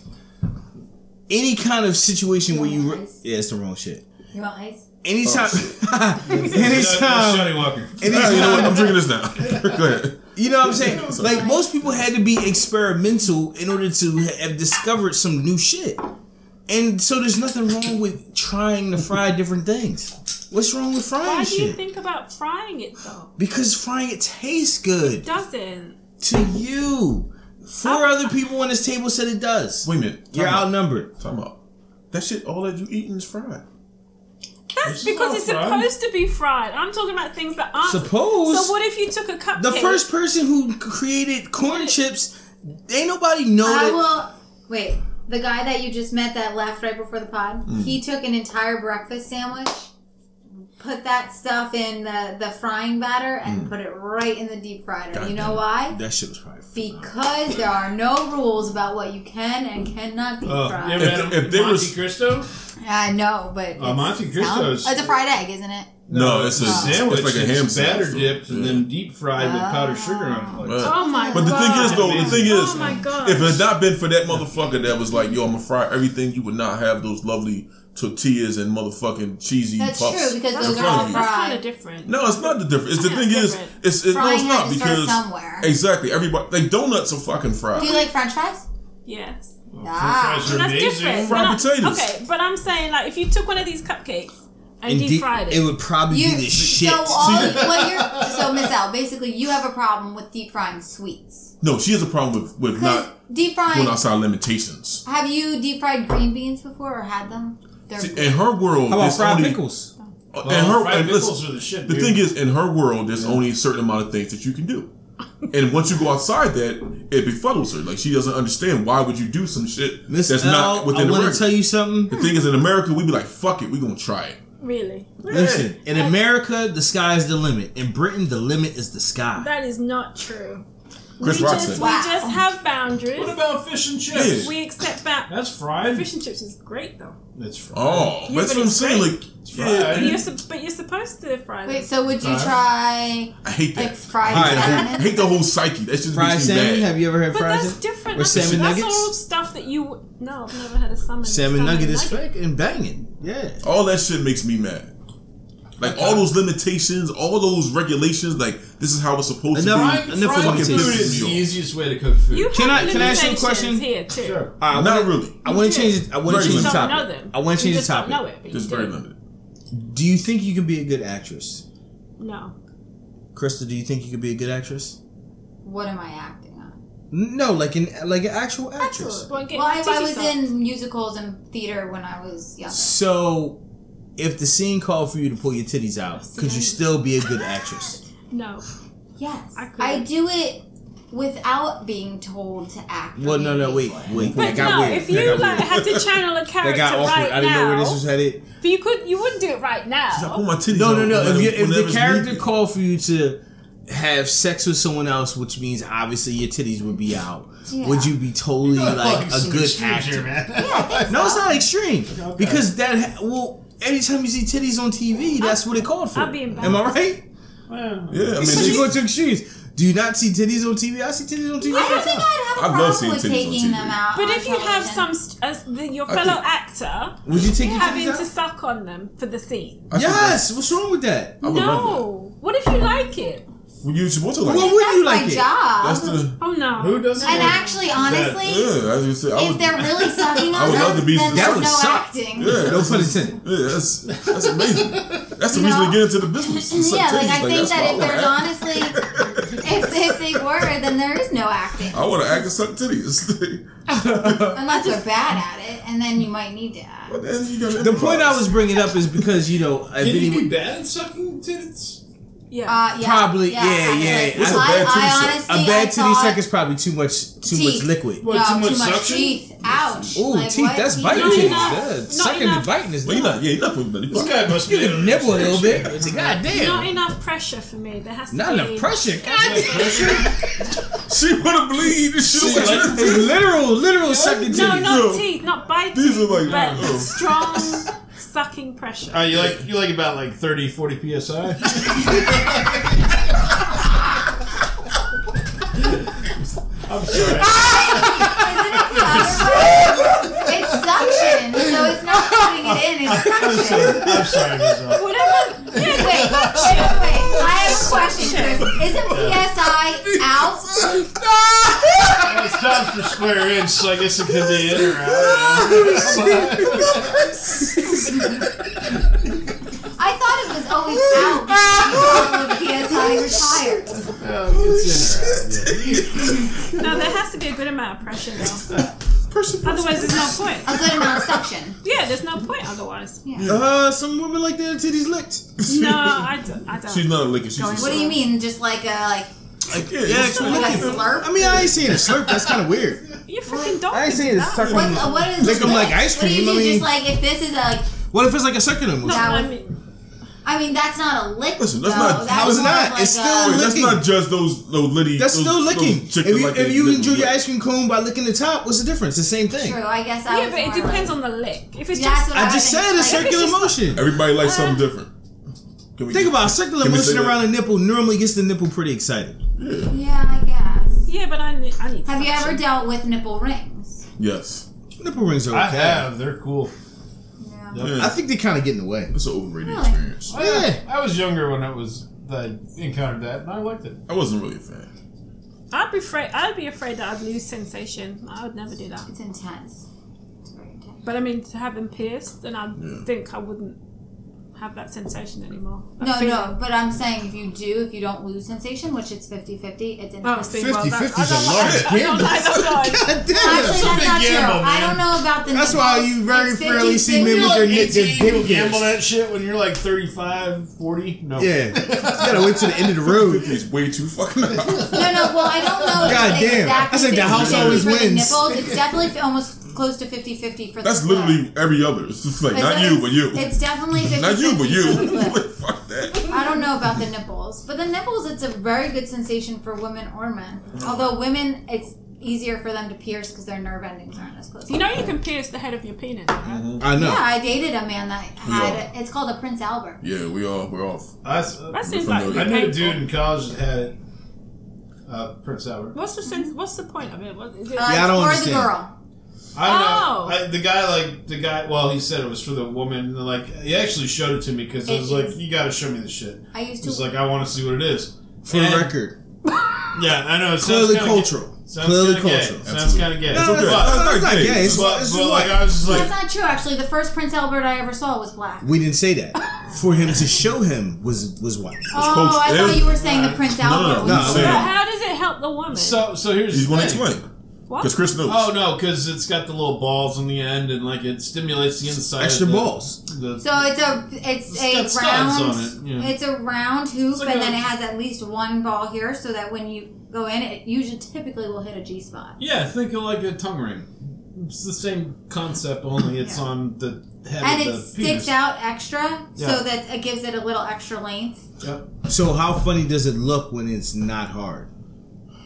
Speaker 7: any kind of situation where you, re-
Speaker 6: Nice.
Speaker 7: yeah, it's the wrong shit.
Speaker 1: Oh,
Speaker 6: You want ice?
Speaker 7: Anytime,
Speaker 1: uh,
Speaker 5: That's- that's
Speaker 7: anytime,
Speaker 5: Johnny Walker.
Speaker 1: Alright, you know what? I'm
Speaker 7: anytime,
Speaker 1: drinking this now. Go ahead.
Speaker 7: you know what I'm saying? Like most people had to be experimental in order to have discovered some new shit. And so there's nothing wrong with trying to fry different things. What's wrong with frying
Speaker 4: Why do
Speaker 7: shit?
Speaker 4: you think about frying it though?
Speaker 7: because frying it tastes good
Speaker 4: Doesn't.
Speaker 7: to you. Four other people on this table said it does.
Speaker 1: Wait a minute. Time
Speaker 7: You're
Speaker 1: out.
Speaker 7: outnumbered.
Speaker 1: Time out. That shit, all that you eating is fried.
Speaker 4: That's
Speaker 5: It's
Speaker 4: because
Speaker 5: not
Speaker 4: it's
Speaker 5: fried.
Speaker 4: supposed to be fried. I'm talking about things that aren't.
Speaker 7: Suppose-
Speaker 4: So what if you took a cupcake?
Speaker 7: The first person who c- created corn chips, ain't nobody know
Speaker 3: I
Speaker 7: that.
Speaker 3: will. Wait, the guy that you just met that left right before the pod,
Speaker 7: Hmm.
Speaker 3: he took an entire breakfast sandwich, put that stuff in the, the frying batter, and put it right in the deep fryer. you know why?
Speaker 7: Hmm. that shit was probably. f-
Speaker 3: Because there are no rules about what you can
Speaker 7: Hmm.
Speaker 3: and cannot deep
Speaker 1: Uh,
Speaker 5: Oh,
Speaker 3: fry.
Speaker 5: you ever
Speaker 1: If-
Speaker 5: had a
Speaker 1: if they
Speaker 5: Monte
Speaker 1: was-
Speaker 5: Cristo?
Speaker 3: I know, but
Speaker 5: Uh, Monte Cristo's.
Speaker 3: it's a fried egg, isn't it?
Speaker 1: No, it's a
Speaker 5: sandwich.
Speaker 1: It's like a ham
Speaker 5: it's batter
Speaker 1: sandwich.
Speaker 5: dipped and
Speaker 1: Yeah.
Speaker 5: then deep fried with powdered sugar on it. Like,
Speaker 4: Oh my
Speaker 1: But the
Speaker 4: god.
Speaker 1: thing is, though, the thing is,
Speaker 4: Oh my god.
Speaker 1: if it had not been for that motherfucker that was like, "Yo, I'm gonna fry everything," you would not have those lovely tortillas and motherfucking cheesy
Speaker 3: That's
Speaker 1: puffs.
Speaker 3: true, because
Speaker 1: in
Speaker 3: those are
Speaker 1: front of
Speaker 3: all
Speaker 1: you.
Speaker 4: that's
Speaker 3: fried.
Speaker 4: kind of different.
Speaker 1: No, it's not the difference. It's the
Speaker 4: Yeah,
Speaker 1: thing
Speaker 4: it's
Speaker 1: is,
Speaker 4: different.
Speaker 1: it's, it's no,
Speaker 3: Frying
Speaker 1: it's
Speaker 3: had
Speaker 1: not
Speaker 3: to start
Speaker 1: because
Speaker 3: somewhere.
Speaker 1: exactly everybody like donuts are fucking fried.
Speaker 3: Do you like French fries?
Speaker 4: Yes.
Speaker 3: Ah,
Speaker 5: fries are
Speaker 4: And that's
Speaker 5: amazing.
Speaker 4: different.
Speaker 1: Fried
Speaker 4: But I-
Speaker 1: potatoes.
Speaker 4: Okay, but I'm saying like if you took one of these cupcakes and,
Speaker 7: And
Speaker 4: deep,
Speaker 7: deep-
Speaker 4: fried it,
Speaker 7: It would probably
Speaker 3: You
Speaker 7: be this shit.
Speaker 3: so all what you're so Miss L. Basically, you have a problem with deep frying sweets.
Speaker 1: no, she has a problem with with
Speaker 3: Because
Speaker 1: not
Speaker 3: deep frying.
Speaker 1: going outside limitations.
Speaker 3: Have you deep fried green beans before or had them? They're
Speaker 7: uh,
Speaker 1: See, in her world,
Speaker 7: How about
Speaker 1: there's
Speaker 7: fried
Speaker 1: only
Speaker 7: pickles?
Speaker 1: uh, in
Speaker 5: Oh,
Speaker 1: her
Speaker 5: fried
Speaker 1: and listen,
Speaker 5: pickles are the shit.
Speaker 1: the
Speaker 5: dude.
Speaker 1: thing is in her world, there's only a certain amount of things that you can do, and once you go outside that, it befuddles her. Like she doesn't understand why would you do some shit
Speaker 7: Miss
Speaker 1: that's
Speaker 7: L,
Speaker 1: not
Speaker 7: I
Speaker 1: within the
Speaker 7: want to
Speaker 1: record.
Speaker 7: tell you something.
Speaker 1: the thing is, in America, we be like, "Fuck it, we gonna try it."
Speaker 4: really,
Speaker 7: Listen, in America, the sky is the limit. In Britain, the limit is the sky.
Speaker 4: that is not true.
Speaker 1: Chris
Speaker 4: we
Speaker 1: Rock
Speaker 4: just
Speaker 1: said,
Speaker 4: we
Speaker 3: Wow.
Speaker 4: just have boundaries.
Speaker 5: What about fish and
Speaker 1: Yeah.
Speaker 5: chips?
Speaker 4: we accept that.
Speaker 5: That's fried.
Speaker 4: Fish and chips is great though.
Speaker 5: That's fried.
Speaker 1: "Oh,
Speaker 4: Yeah,
Speaker 1: that's
Speaker 4: but
Speaker 1: what I'm
Speaker 4: it's
Speaker 1: saying."
Speaker 4: great.
Speaker 1: Like,
Speaker 5: fried.
Speaker 1: yeah,
Speaker 4: But you're, sup- but you're supposed to fry
Speaker 3: Wait,
Speaker 4: them.
Speaker 3: so would you
Speaker 7: uh,
Speaker 5: Alright.
Speaker 3: try
Speaker 1: I hate that.
Speaker 3: like fried
Speaker 7: Alright,
Speaker 1: I
Speaker 3: salmon?
Speaker 1: hate the whole psyche. That just
Speaker 7: Fried
Speaker 1: makes me
Speaker 7: salmon?
Speaker 1: mad.
Speaker 7: Have you ever had
Speaker 4: But
Speaker 7: fried
Speaker 4: that's
Speaker 7: salmon?
Speaker 4: different.
Speaker 7: Or
Speaker 4: That's,
Speaker 7: salmon
Speaker 4: that's
Speaker 7: nuggets?
Speaker 4: all stuff that you. No, I've never had a salmon.
Speaker 7: Salmon nugget is
Speaker 4: nugget.
Speaker 7: fake and banging. Yeah.
Speaker 1: All that shit makes me mad. Like all those limitations, all those regulations. Like this is how it's supposed
Speaker 7: Enough-
Speaker 1: to
Speaker 5: Fried,
Speaker 1: be.
Speaker 7: And the
Speaker 5: fried
Speaker 7: fucking
Speaker 5: food
Speaker 7: pieces
Speaker 5: is
Speaker 1: of
Speaker 5: the
Speaker 1: meal.
Speaker 5: easiest way to cook food.
Speaker 4: You
Speaker 7: Can
Speaker 4: have
Speaker 7: I- can I ask you a
Speaker 4: limitations
Speaker 7: question?
Speaker 4: here too.
Speaker 5: sure.
Speaker 7: All right,
Speaker 1: Not
Speaker 7: wanna-
Speaker 1: really.
Speaker 7: I want to
Speaker 4: Very
Speaker 7: change. I want to change
Speaker 4: You
Speaker 7: the
Speaker 4: don't
Speaker 1: limited.
Speaker 4: know
Speaker 7: topic.
Speaker 4: them.
Speaker 7: I want to
Speaker 4: You
Speaker 7: change the
Speaker 4: just don't know
Speaker 7: topic.
Speaker 4: it, but you
Speaker 1: It's very
Speaker 4: do.
Speaker 1: limited.
Speaker 7: Do you think you can be a good actress,
Speaker 4: No.
Speaker 7: Krista? Do you think you could be a good actress?
Speaker 3: What am I acting on?
Speaker 7: No, like an like an actual actress.
Speaker 4: Well, get
Speaker 3: Well, I,
Speaker 4: your
Speaker 3: I was
Speaker 4: titties off.
Speaker 3: in musicals and theater when I was young.
Speaker 7: So, if the scene called for you to pull your titties out, could you still be a good actress?
Speaker 4: No.
Speaker 3: Yes,
Speaker 4: I
Speaker 3: I,
Speaker 4: could.
Speaker 3: do it without being told to act.
Speaker 7: Well, no, no, wait, wait.
Speaker 4: But
Speaker 7: that got
Speaker 4: no,
Speaker 7: weird.
Speaker 4: if
Speaker 7: That
Speaker 4: you
Speaker 7: got
Speaker 4: like
Speaker 7: weird.
Speaker 4: had to channel a
Speaker 7: that
Speaker 4: character
Speaker 7: got awkward.
Speaker 4: right
Speaker 7: I didn't know
Speaker 4: now,
Speaker 7: where this was headed.
Speaker 4: but you could, you wouldn't do it right
Speaker 1: She's like, "Oh,
Speaker 4: now.
Speaker 1: my titties
Speaker 7: No, no,
Speaker 1: out
Speaker 7: no.
Speaker 1: whenever-
Speaker 7: If, you, if
Speaker 1: whenever
Speaker 7: the
Speaker 1: it's
Speaker 7: character
Speaker 1: needed."
Speaker 7: called for you to have sex with someone else, which means obviously your titties would be out,
Speaker 3: Yeah.
Speaker 7: would you be totally like a
Speaker 5: Some
Speaker 7: good
Speaker 5: extremes
Speaker 7: actor?
Speaker 5: here, man.
Speaker 7: No, it's not extreme because that ha- well, every time you see titties on TV, that's what it called for.
Speaker 4: I'll be embarrassed.
Speaker 7: Am I right?
Speaker 1: Yeah, I mean,
Speaker 7: Since you
Speaker 1: she-
Speaker 7: go to extremes, do you not see titties on TV? I see titties on TV.
Speaker 3: I
Speaker 7: all
Speaker 3: don't
Speaker 7: the
Speaker 3: think
Speaker 7: time.
Speaker 3: I'd have
Speaker 1: I've
Speaker 3: a problem
Speaker 1: loved seeing
Speaker 3: with
Speaker 1: titties on
Speaker 3: taking
Speaker 1: TV.
Speaker 3: them out.
Speaker 4: But
Speaker 3: on
Speaker 4: if you have
Speaker 3: television.
Speaker 4: some, st- as the, your
Speaker 1: I
Speaker 4: fellow
Speaker 1: could-
Speaker 4: actor
Speaker 7: Would you take your
Speaker 4: having to
Speaker 7: titties out?
Speaker 4: suck on them for the scene.
Speaker 1: I think
Speaker 7: Yes. What's wrong with that?
Speaker 1: I would love
Speaker 4: no. What if you like it?
Speaker 1: that. Well, you supposed to like.
Speaker 7: Well, would
Speaker 3: That's
Speaker 7: you
Speaker 3: my
Speaker 7: like it?
Speaker 3: job.
Speaker 1: That's the.
Speaker 4: Oh no.
Speaker 5: Who doesn't?
Speaker 3: and
Speaker 5: like-
Speaker 3: actually, honestly,
Speaker 1: Yeah, I was gonna say. I
Speaker 3: if
Speaker 1: would,
Speaker 3: they're really sucking
Speaker 1: I
Speaker 3: on
Speaker 1: would
Speaker 3: them,
Speaker 1: love to be-
Speaker 3: then
Speaker 1: That
Speaker 3: there's
Speaker 7: would
Speaker 3: no
Speaker 7: suck.
Speaker 3: acting.
Speaker 1: yeah,
Speaker 7: No
Speaker 1: that's,
Speaker 7: pun intended.
Speaker 1: yeah, that's that's amazing. That's the
Speaker 3: You
Speaker 1: reason
Speaker 3: know?
Speaker 1: to get into the business. It's
Speaker 3: Yeah, like I
Speaker 1: titties,
Speaker 3: think
Speaker 1: that's why
Speaker 3: that
Speaker 1: I
Speaker 3: if
Speaker 1: wanna
Speaker 3: there's
Speaker 1: act.
Speaker 3: honestly, if, if they were, then there is no acting
Speaker 1: I want to act and suck titties.
Speaker 3: unless they're bad at it, and then you might need to act.
Speaker 1: But then you gotta
Speaker 7: The point I
Speaker 1: improvise.
Speaker 7: was bringing up is because you know, if
Speaker 5: Can you
Speaker 7: anyone-
Speaker 5: be bad at sucking tits?
Speaker 4: Yeah.
Speaker 3: Uh, yeah,
Speaker 7: Probably, yeah,
Speaker 3: I mean,
Speaker 7: yeah.
Speaker 3: like,
Speaker 7: What's a
Speaker 3: I-
Speaker 1: bad titty
Speaker 3: I
Speaker 1: suck?
Speaker 3: honestly,
Speaker 7: a bad
Speaker 3: I
Speaker 7: titty
Speaker 3: thought-
Speaker 7: suck is probably too much, too
Speaker 3: Teeth.
Speaker 7: much liquid.
Speaker 5: What,
Speaker 3: no,
Speaker 5: too much suction?
Speaker 3: teeth. Ouch.
Speaker 7: Ooh,
Speaker 3: Like,
Speaker 7: teeth.
Speaker 3: what?
Speaker 7: That's
Speaker 3: Teeth?
Speaker 7: biting
Speaker 4: Not
Speaker 7: titties.
Speaker 4: enough.
Speaker 7: Yeah,
Speaker 4: Not
Speaker 7: Sucking and
Speaker 4: enough.
Speaker 7: biting is
Speaker 1: Well, you
Speaker 7: not-
Speaker 1: not, yeah, you not moving,
Speaker 5: This guy must be
Speaker 7: You can
Speaker 5: on
Speaker 7: nibble a
Speaker 5: some
Speaker 7: little
Speaker 5: shit.
Speaker 7: bit. It's a
Speaker 4: Not
Speaker 7: goddamn.
Speaker 4: enough pressure for me. There has to
Speaker 7: Not
Speaker 4: be
Speaker 7: enough pressure.
Speaker 5: Like
Speaker 7: God
Speaker 5: pressure?
Speaker 1: She wanna bleed. She
Speaker 5: She
Speaker 1: wanna-
Speaker 5: like-
Speaker 7: damn. Literal, literal sucking
Speaker 4: No,
Speaker 7: titties.
Speaker 4: not
Speaker 1: Yeah.
Speaker 4: teeth, not biting.
Speaker 1: These are like-
Speaker 4: but
Speaker 1: Oh.
Speaker 4: strong sucking pressure.
Speaker 5: Uh, you like you like about like 30, 40 psi. I'm sorry.
Speaker 3: It's suction, so it's not putting it in. It's suction.
Speaker 5: I'm sorry, Giselle.
Speaker 4: Whatever.
Speaker 3: Wait, wait, wait. I have a question, Chris. Isn't PSI out?
Speaker 5: Well, It's not for square inch, so I guess it could be in or out. you know.
Speaker 3: I thought it was always out before PSI retired.
Speaker 5: Yeah, it's in or out, yeah.
Speaker 4: No, there has to be a good amount of pressure though. Otherwise, there's no point.
Speaker 3: A good amount of suction.
Speaker 4: Yeah, there's no point otherwise.
Speaker 7: Uh, some women like their titties licked.
Speaker 4: No, I don't. I
Speaker 1: She's
Speaker 4: don't.
Speaker 1: not a licker. She's
Speaker 3: What do you mean? Just like a like
Speaker 1: Like,
Speaker 7: Yeah,
Speaker 1: yeah,
Speaker 7: actually,
Speaker 3: like a
Speaker 7: lick it.
Speaker 3: slurp?
Speaker 7: I mean, I ain't seen a slurp. That's kind of weird.
Speaker 4: You fucking don't.
Speaker 7: I ain't seen a sucking.
Speaker 3: what? What is?
Speaker 7: Lick 'em like ice
Speaker 3: What do you
Speaker 7: cream,
Speaker 3: do?
Speaker 7: I mean-
Speaker 3: Just like if this is a like.
Speaker 7: What if it's like a succulent
Speaker 4: No,
Speaker 7: motion?
Speaker 3: That
Speaker 4: I
Speaker 3: was-
Speaker 4: mean,
Speaker 3: I mean, that's not a lick.
Speaker 1: Listen, that's
Speaker 3: though.
Speaker 1: not-
Speaker 3: That's
Speaker 7: How is it
Speaker 3: more
Speaker 7: not?
Speaker 3: Like
Speaker 7: It's
Speaker 3: a-
Speaker 7: still
Speaker 1: Wait, that's
Speaker 7: licking.
Speaker 1: not just those those litty.
Speaker 7: That's
Speaker 1: those,
Speaker 7: still licking.
Speaker 1: Those
Speaker 7: If
Speaker 1: chicken,
Speaker 7: you,
Speaker 1: like
Speaker 7: if
Speaker 1: they
Speaker 7: you
Speaker 1: lick
Speaker 7: enjoy
Speaker 1: with
Speaker 7: your
Speaker 1: lick.
Speaker 7: ice cream cone by licking the top, what's the difference? It's the same thing.
Speaker 3: True. I guess. I
Speaker 4: yeah,
Speaker 3: was
Speaker 4: but it
Speaker 3: more
Speaker 4: depends
Speaker 3: like-
Speaker 4: on the lick. If it's
Speaker 3: That's
Speaker 4: just
Speaker 3: what
Speaker 7: I just
Speaker 3: think.
Speaker 7: said a
Speaker 3: Like,
Speaker 7: circular motion.
Speaker 1: Everybody likes something different. Can we
Speaker 7: Think about it, circular
Speaker 1: Can we
Speaker 7: motion
Speaker 1: say that?
Speaker 7: around a nipple normally gets the nipple pretty excited.
Speaker 3: Yeah, I guess.
Speaker 4: yeah, but I need. I need
Speaker 3: Have you
Speaker 4: suction.
Speaker 3: ever dealt with nipple rings?
Speaker 1: Yes,
Speaker 7: Nipple rings are okay.
Speaker 5: I have. They're cool.
Speaker 3: Yeah.
Speaker 7: I
Speaker 1: yeah.
Speaker 7: think they kind of get in the way.
Speaker 1: It's an overrated
Speaker 3: Really?
Speaker 1: experience.
Speaker 5: Oh, yeah. I was younger when it was that I encountered that, and I liked it.
Speaker 1: I wasn't really a fan.
Speaker 4: I'd be afraid. I'd be afraid that I'd lose sensation. I would never do that.
Speaker 3: It's intense. It's very intense.
Speaker 4: But I mean, to have them pierced, then I
Speaker 1: Yeah.
Speaker 4: think I wouldn't have that sensation anymore. That
Speaker 3: No,
Speaker 4: feeling.
Speaker 3: no, but I'm saying if you do, if you don't lose sensation, which it's 50 50, it's intense.
Speaker 4: Oh, see, well,
Speaker 7: 50
Speaker 4: that,
Speaker 7: 50
Speaker 4: I
Speaker 7: is a
Speaker 4: don't like-
Speaker 7: large
Speaker 4: I don't
Speaker 7: gamble.
Speaker 4: like that guy.
Speaker 7: God
Speaker 3: Actually,
Speaker 7: damn.
Speaker 3: that's not true.
Speaker 5: gamble,
Speaker 3: I don't
Speaker 5: man.
Speaker 3: know about the
Speaker 7: That's why you
Speaker 3: nipples.
Speaker 7: very
Speaker 3: It's
Speaker 7: rarely see
Speaker 3: 50-50.
Speaker 7: men with their nipples.
Speaker 5: you gamble that shit when you're like 35, 40? No.
Speaker 7: Yeah. You gotta wait to the end of the road.
Speaker 1: It's way too fucking. High.
Speaker 3: No, no, well, I don't know.
Speaker 7: God
Speaker 3: if
Speaker 7: damn.
Speaker 3: Exactly
Speaker 7: I said the house
Speaker 3: 50-50
Speaker 7: always
Speaker 3: for the
Speaker 7: wins.
Speaker 3: nipples. It's definitely almost close to 50 50 for the
Speaker 1: That's
Speaker 3: clip.
Speaker 1: literally every other. It's just like
Speaker 3: It's-
Speaker 1: not you,
Speaker 3: it's-
Speaker 1: but you.
Speaker 3: It's definitely 50
Speaker 1: Not you, but you.
Speaker 3: for the clip.
Speaker 1: Like, Fuck that.
Speaker 3: I don't know about the nipples, but the nipples, it's a very good sensation for women or men. Although women, it's easier for them to pierce because their nerve endings aren't as close.
Speaker 4: You know you can pierce the head of your penis.
Speaker 1: Mm-hmm.
Speaker 4: right?
Speaker 7: I know.
Speaker 3: yeah, I dated a man that had.
Speaker 1: Yeah.
Speaker 3: It's called a Prince Albert.
Speaker 1: Yeah, we all we're off.
Speaker 5: I, s-
Speaker 4: That
Speaker 5: I
Speaker 4: seems like
Speaker 1: familiar.
Speaker 5: knew a
Speaker 4: painful.
Speaker 5: dude in college that had it. Uh, Prince Albert.
Speaker 4: What's the sense? What's the point of it? What is it?
Speaker 3: Uh,
Speaker 7: Yeah, I don't
Speaker 3: for
Speaker 7: understand.
Speaker 3: the girl.
Speaker 5: I
Speaker 4: Oh.
Speaker 5: don't know. I, the guy, like, the guy, well, he said it was for the woman. And like, he actually showed it to me because I
Speaker 3: It
Speaker 5: was
Speaker 3: is.
Speaker 5: like, you gotta show me this shit.
Speaker 3: I used to.
Speaker 5: He's like, I want to see what it is.
Speaker 7: For the
Speaker 5: And-
Speaker 7: record.
Speaker 5: Yeah, I know. It sounds
Speaker 7: Clearly
Speaker 5: kinda
Speaker 7: cultural.
Speaker 5: Gay. Sounds
Speaker 7: Clearly
Speaker 5: kinda gay.
Speaker 7: cultural.
Speaker 5: Sounds kind of gay.
Speaker 7: No,
Speaker 5: But-
Speaker 7: that's
Speaker 1: That's
Speaker 7: not, that's
Speaker 1: not
Speaker 7: not
Speaker 1: gay.
Speaker 7: gay. It's,
Speaker 5: But,
Speaker 7: it's
Speaker 5: but,
Speaker 7: just
Speaker 5: like,
Speaker 7: like,
Speaker 5: I was just
Speaker 3: that's
Speaker 5: like,
Speaker 3: not true, actually. The first Prince Albert I ever saw was black.
Speaker 7: we didn't say that. For him to show him was was what?
Speaker 3: Oh, I
Speaker 1: culture.
Speaker 3: thought you were saying the Prince Albert.
Speaker 1: No, no,
Speaker 3: was
Speaker 1: no,
Speaker 7: no,
Speaker 1: I'm saying-
Speaker 4: But how does it help the woman?
Speaker 5: so, so here's
Speaker 1: He's
Speaker 5: the
Speaker 1: going to
Speaker 5: thing.
Speaker 1: explain
Speaker 4: what?
Speaker 1: because Chris knows.
Speaker 5: Oh no, because it's got the little balls on the end, and like it stimulates the inside.
Speaker 7: Extra
Speaker 5: of the,
Speaker 7: balls.
Speaker 5: The,
Speaker 3: So it's a it's,
Speaker 5: It's got
Speaker 3: a
Speaker 5: studs
Speaker 3: round
Speaker 5: on it, yeah.
Speaker 3: it's a round hoop
Speaker 5: It's like
Speaker 3: and
Speaker 5: a-
Speaker 3: then it has at least one ball here so that when you go in it usually typically will hit a G spot.
Speaker 5: yeah, think of like a tongue ring. It's the same concept, only it's
Speaker 3: Yeah.
Speaker 5: on the head
Speaker 3: And
Speaker 5: of
Speaker 3: it
Speaker 5: the
Speaker 3: sticks
Speaker 5: penis.
Speaker 3: out extra
Speaker 5: Yeah.
Speaker 3: so that it gives it a little extra length.
Speaker 5: Yep.
Speaker 7: So how funny does it look when it's not hard?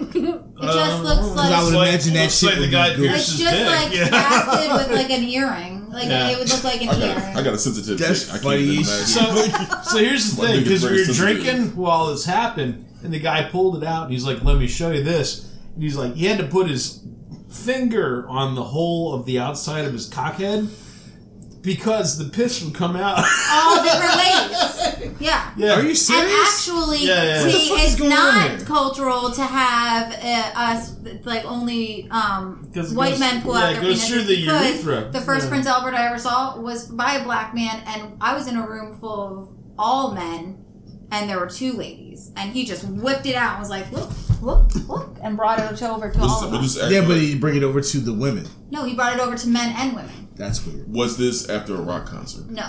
Speaker 3: It just
Speaker 5: Um,
Speaker 3: looks like
Speaker 7: I would
Speaker 5: It's like-
Speaker 7: imagine that
Speaker 5: looks
Speaker 7: shit
Speaker 5: like the
Speaker 7: would
Speaker 5: guy
Speaker 7: be good.
Speaker 5: pierced
Speaker 3: it's
Speaker 5: his
Speaker 3: just
Speaker 5: dick,
Speaker 3: like
Speaker 5: yeah.
Speaker 3: casted with like an earring. Like
Speaker 5: Yeah.
Speaker 3: it would look like an
Speaker 1: I
Speaker 3: earring.
Speaker 1: got, I got a sensitive.
Speaker 7: That's
Speaker 1: dick. I can't
Speaker 7: funny
Speaker 1: even
Speaker 7: as
Speaker 1: imagine.
Speaker 5: So, so here's the
Speaker 1: My
Speaker 5: thing:
Speaker 1: biggest
Speaker 5: because we were
Speaker 1: breakfast is good.
Speaker 5: drinking while this happened, and the guy pulled it out, and he's like, "Let me show you this." And he's like, he had to put his finger on the hole of the outside of his cockhead because the piss would come out.
Speaker 3: All different ways. Yeah.
Speaker 5: Yeah.
Speaker 7: Are you
Speaker 3: And
Speaker 7: serious?
Speaker 3: actually,
Speaker 5: Yeah, yeah, yeah.
Speaker 3: see,
Speaker 5: What the
Speaker 7: fuck is
Speaker 3: it's
Speaker 7: going on
Speaker 3: not
Speaker 7: here?
Speaker 3: cultural to have uh, us like only um,
Speaker 5: 'Cause it
Speaker 3: white
Speaker 5: goes-
Speaker 3: men pull
Speaker 5: yeah,
Speaker 3: out
Speaker 5: it
Speaker 3: their
Speaker 5: goes
Speaker 3: penises
Speaker 5: through the
Speaker 3: because
Speaker 5: urethra.
Speaker 3: The first
Speaker 5: Yeah.
Speaker 3: Prince Albert I ever saw was by a black man, and I was in a room full of all men, and there were two ladies, and he just whipped it out and was like, "Look, look, look," and brought it over to all of
Speaker 1: What is
Speaker 3: us.
Speaker 7: yeah,
Speaker 1: after-
Speaker 7: but you bring it over to the women.
Speaker 3: No, he brought it over to men and women.
Speaker 7: That's weird.
Speaker 1: was this after a rock concert?
Speaker 3: No,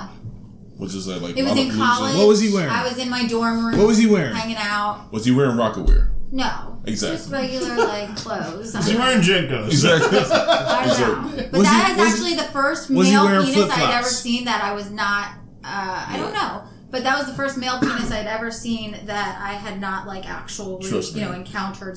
Speaker 1: Was this at like
Speaker 3: it was in
Speaker 1: Lollapalooza?
Speaker 3: college.
Speaker 7: What was he wearing?
Speaker 3: I was in my dorm room.
Speaker 7: What was he wearing?
Speaker 3: hanging out?
Speaker 1: Was he wearing rocker wear?
Speaker 3: No,
Speaker 1: Exactly.
Speaker 3: just regular like clothes.
Speaker 5: He's wearing Jenkos.
Speaker 1: Exactly.
Speaker 3: I
Speaker 1: Is
Speaker 3: don't know. But
Speaker 7: Was
Speaker 3: that
Speaker 7: he-
Speaker 3: is
Speaker 7: was-
Speaker 3: actually the first
Speaker 7: was he
Speaker 3: male
Speaker 7: wearing
Speaker 3: penis I'd
Speaker 7: flip-flops?
Speaker 3: ever seen that I was not. Uh, I don't know, but that was the first male penis I'd ever seen that I had not like actually
Speaker 1: Trust
Speaker 3: you know
Speaker 1: me.
Speaker 3: encountered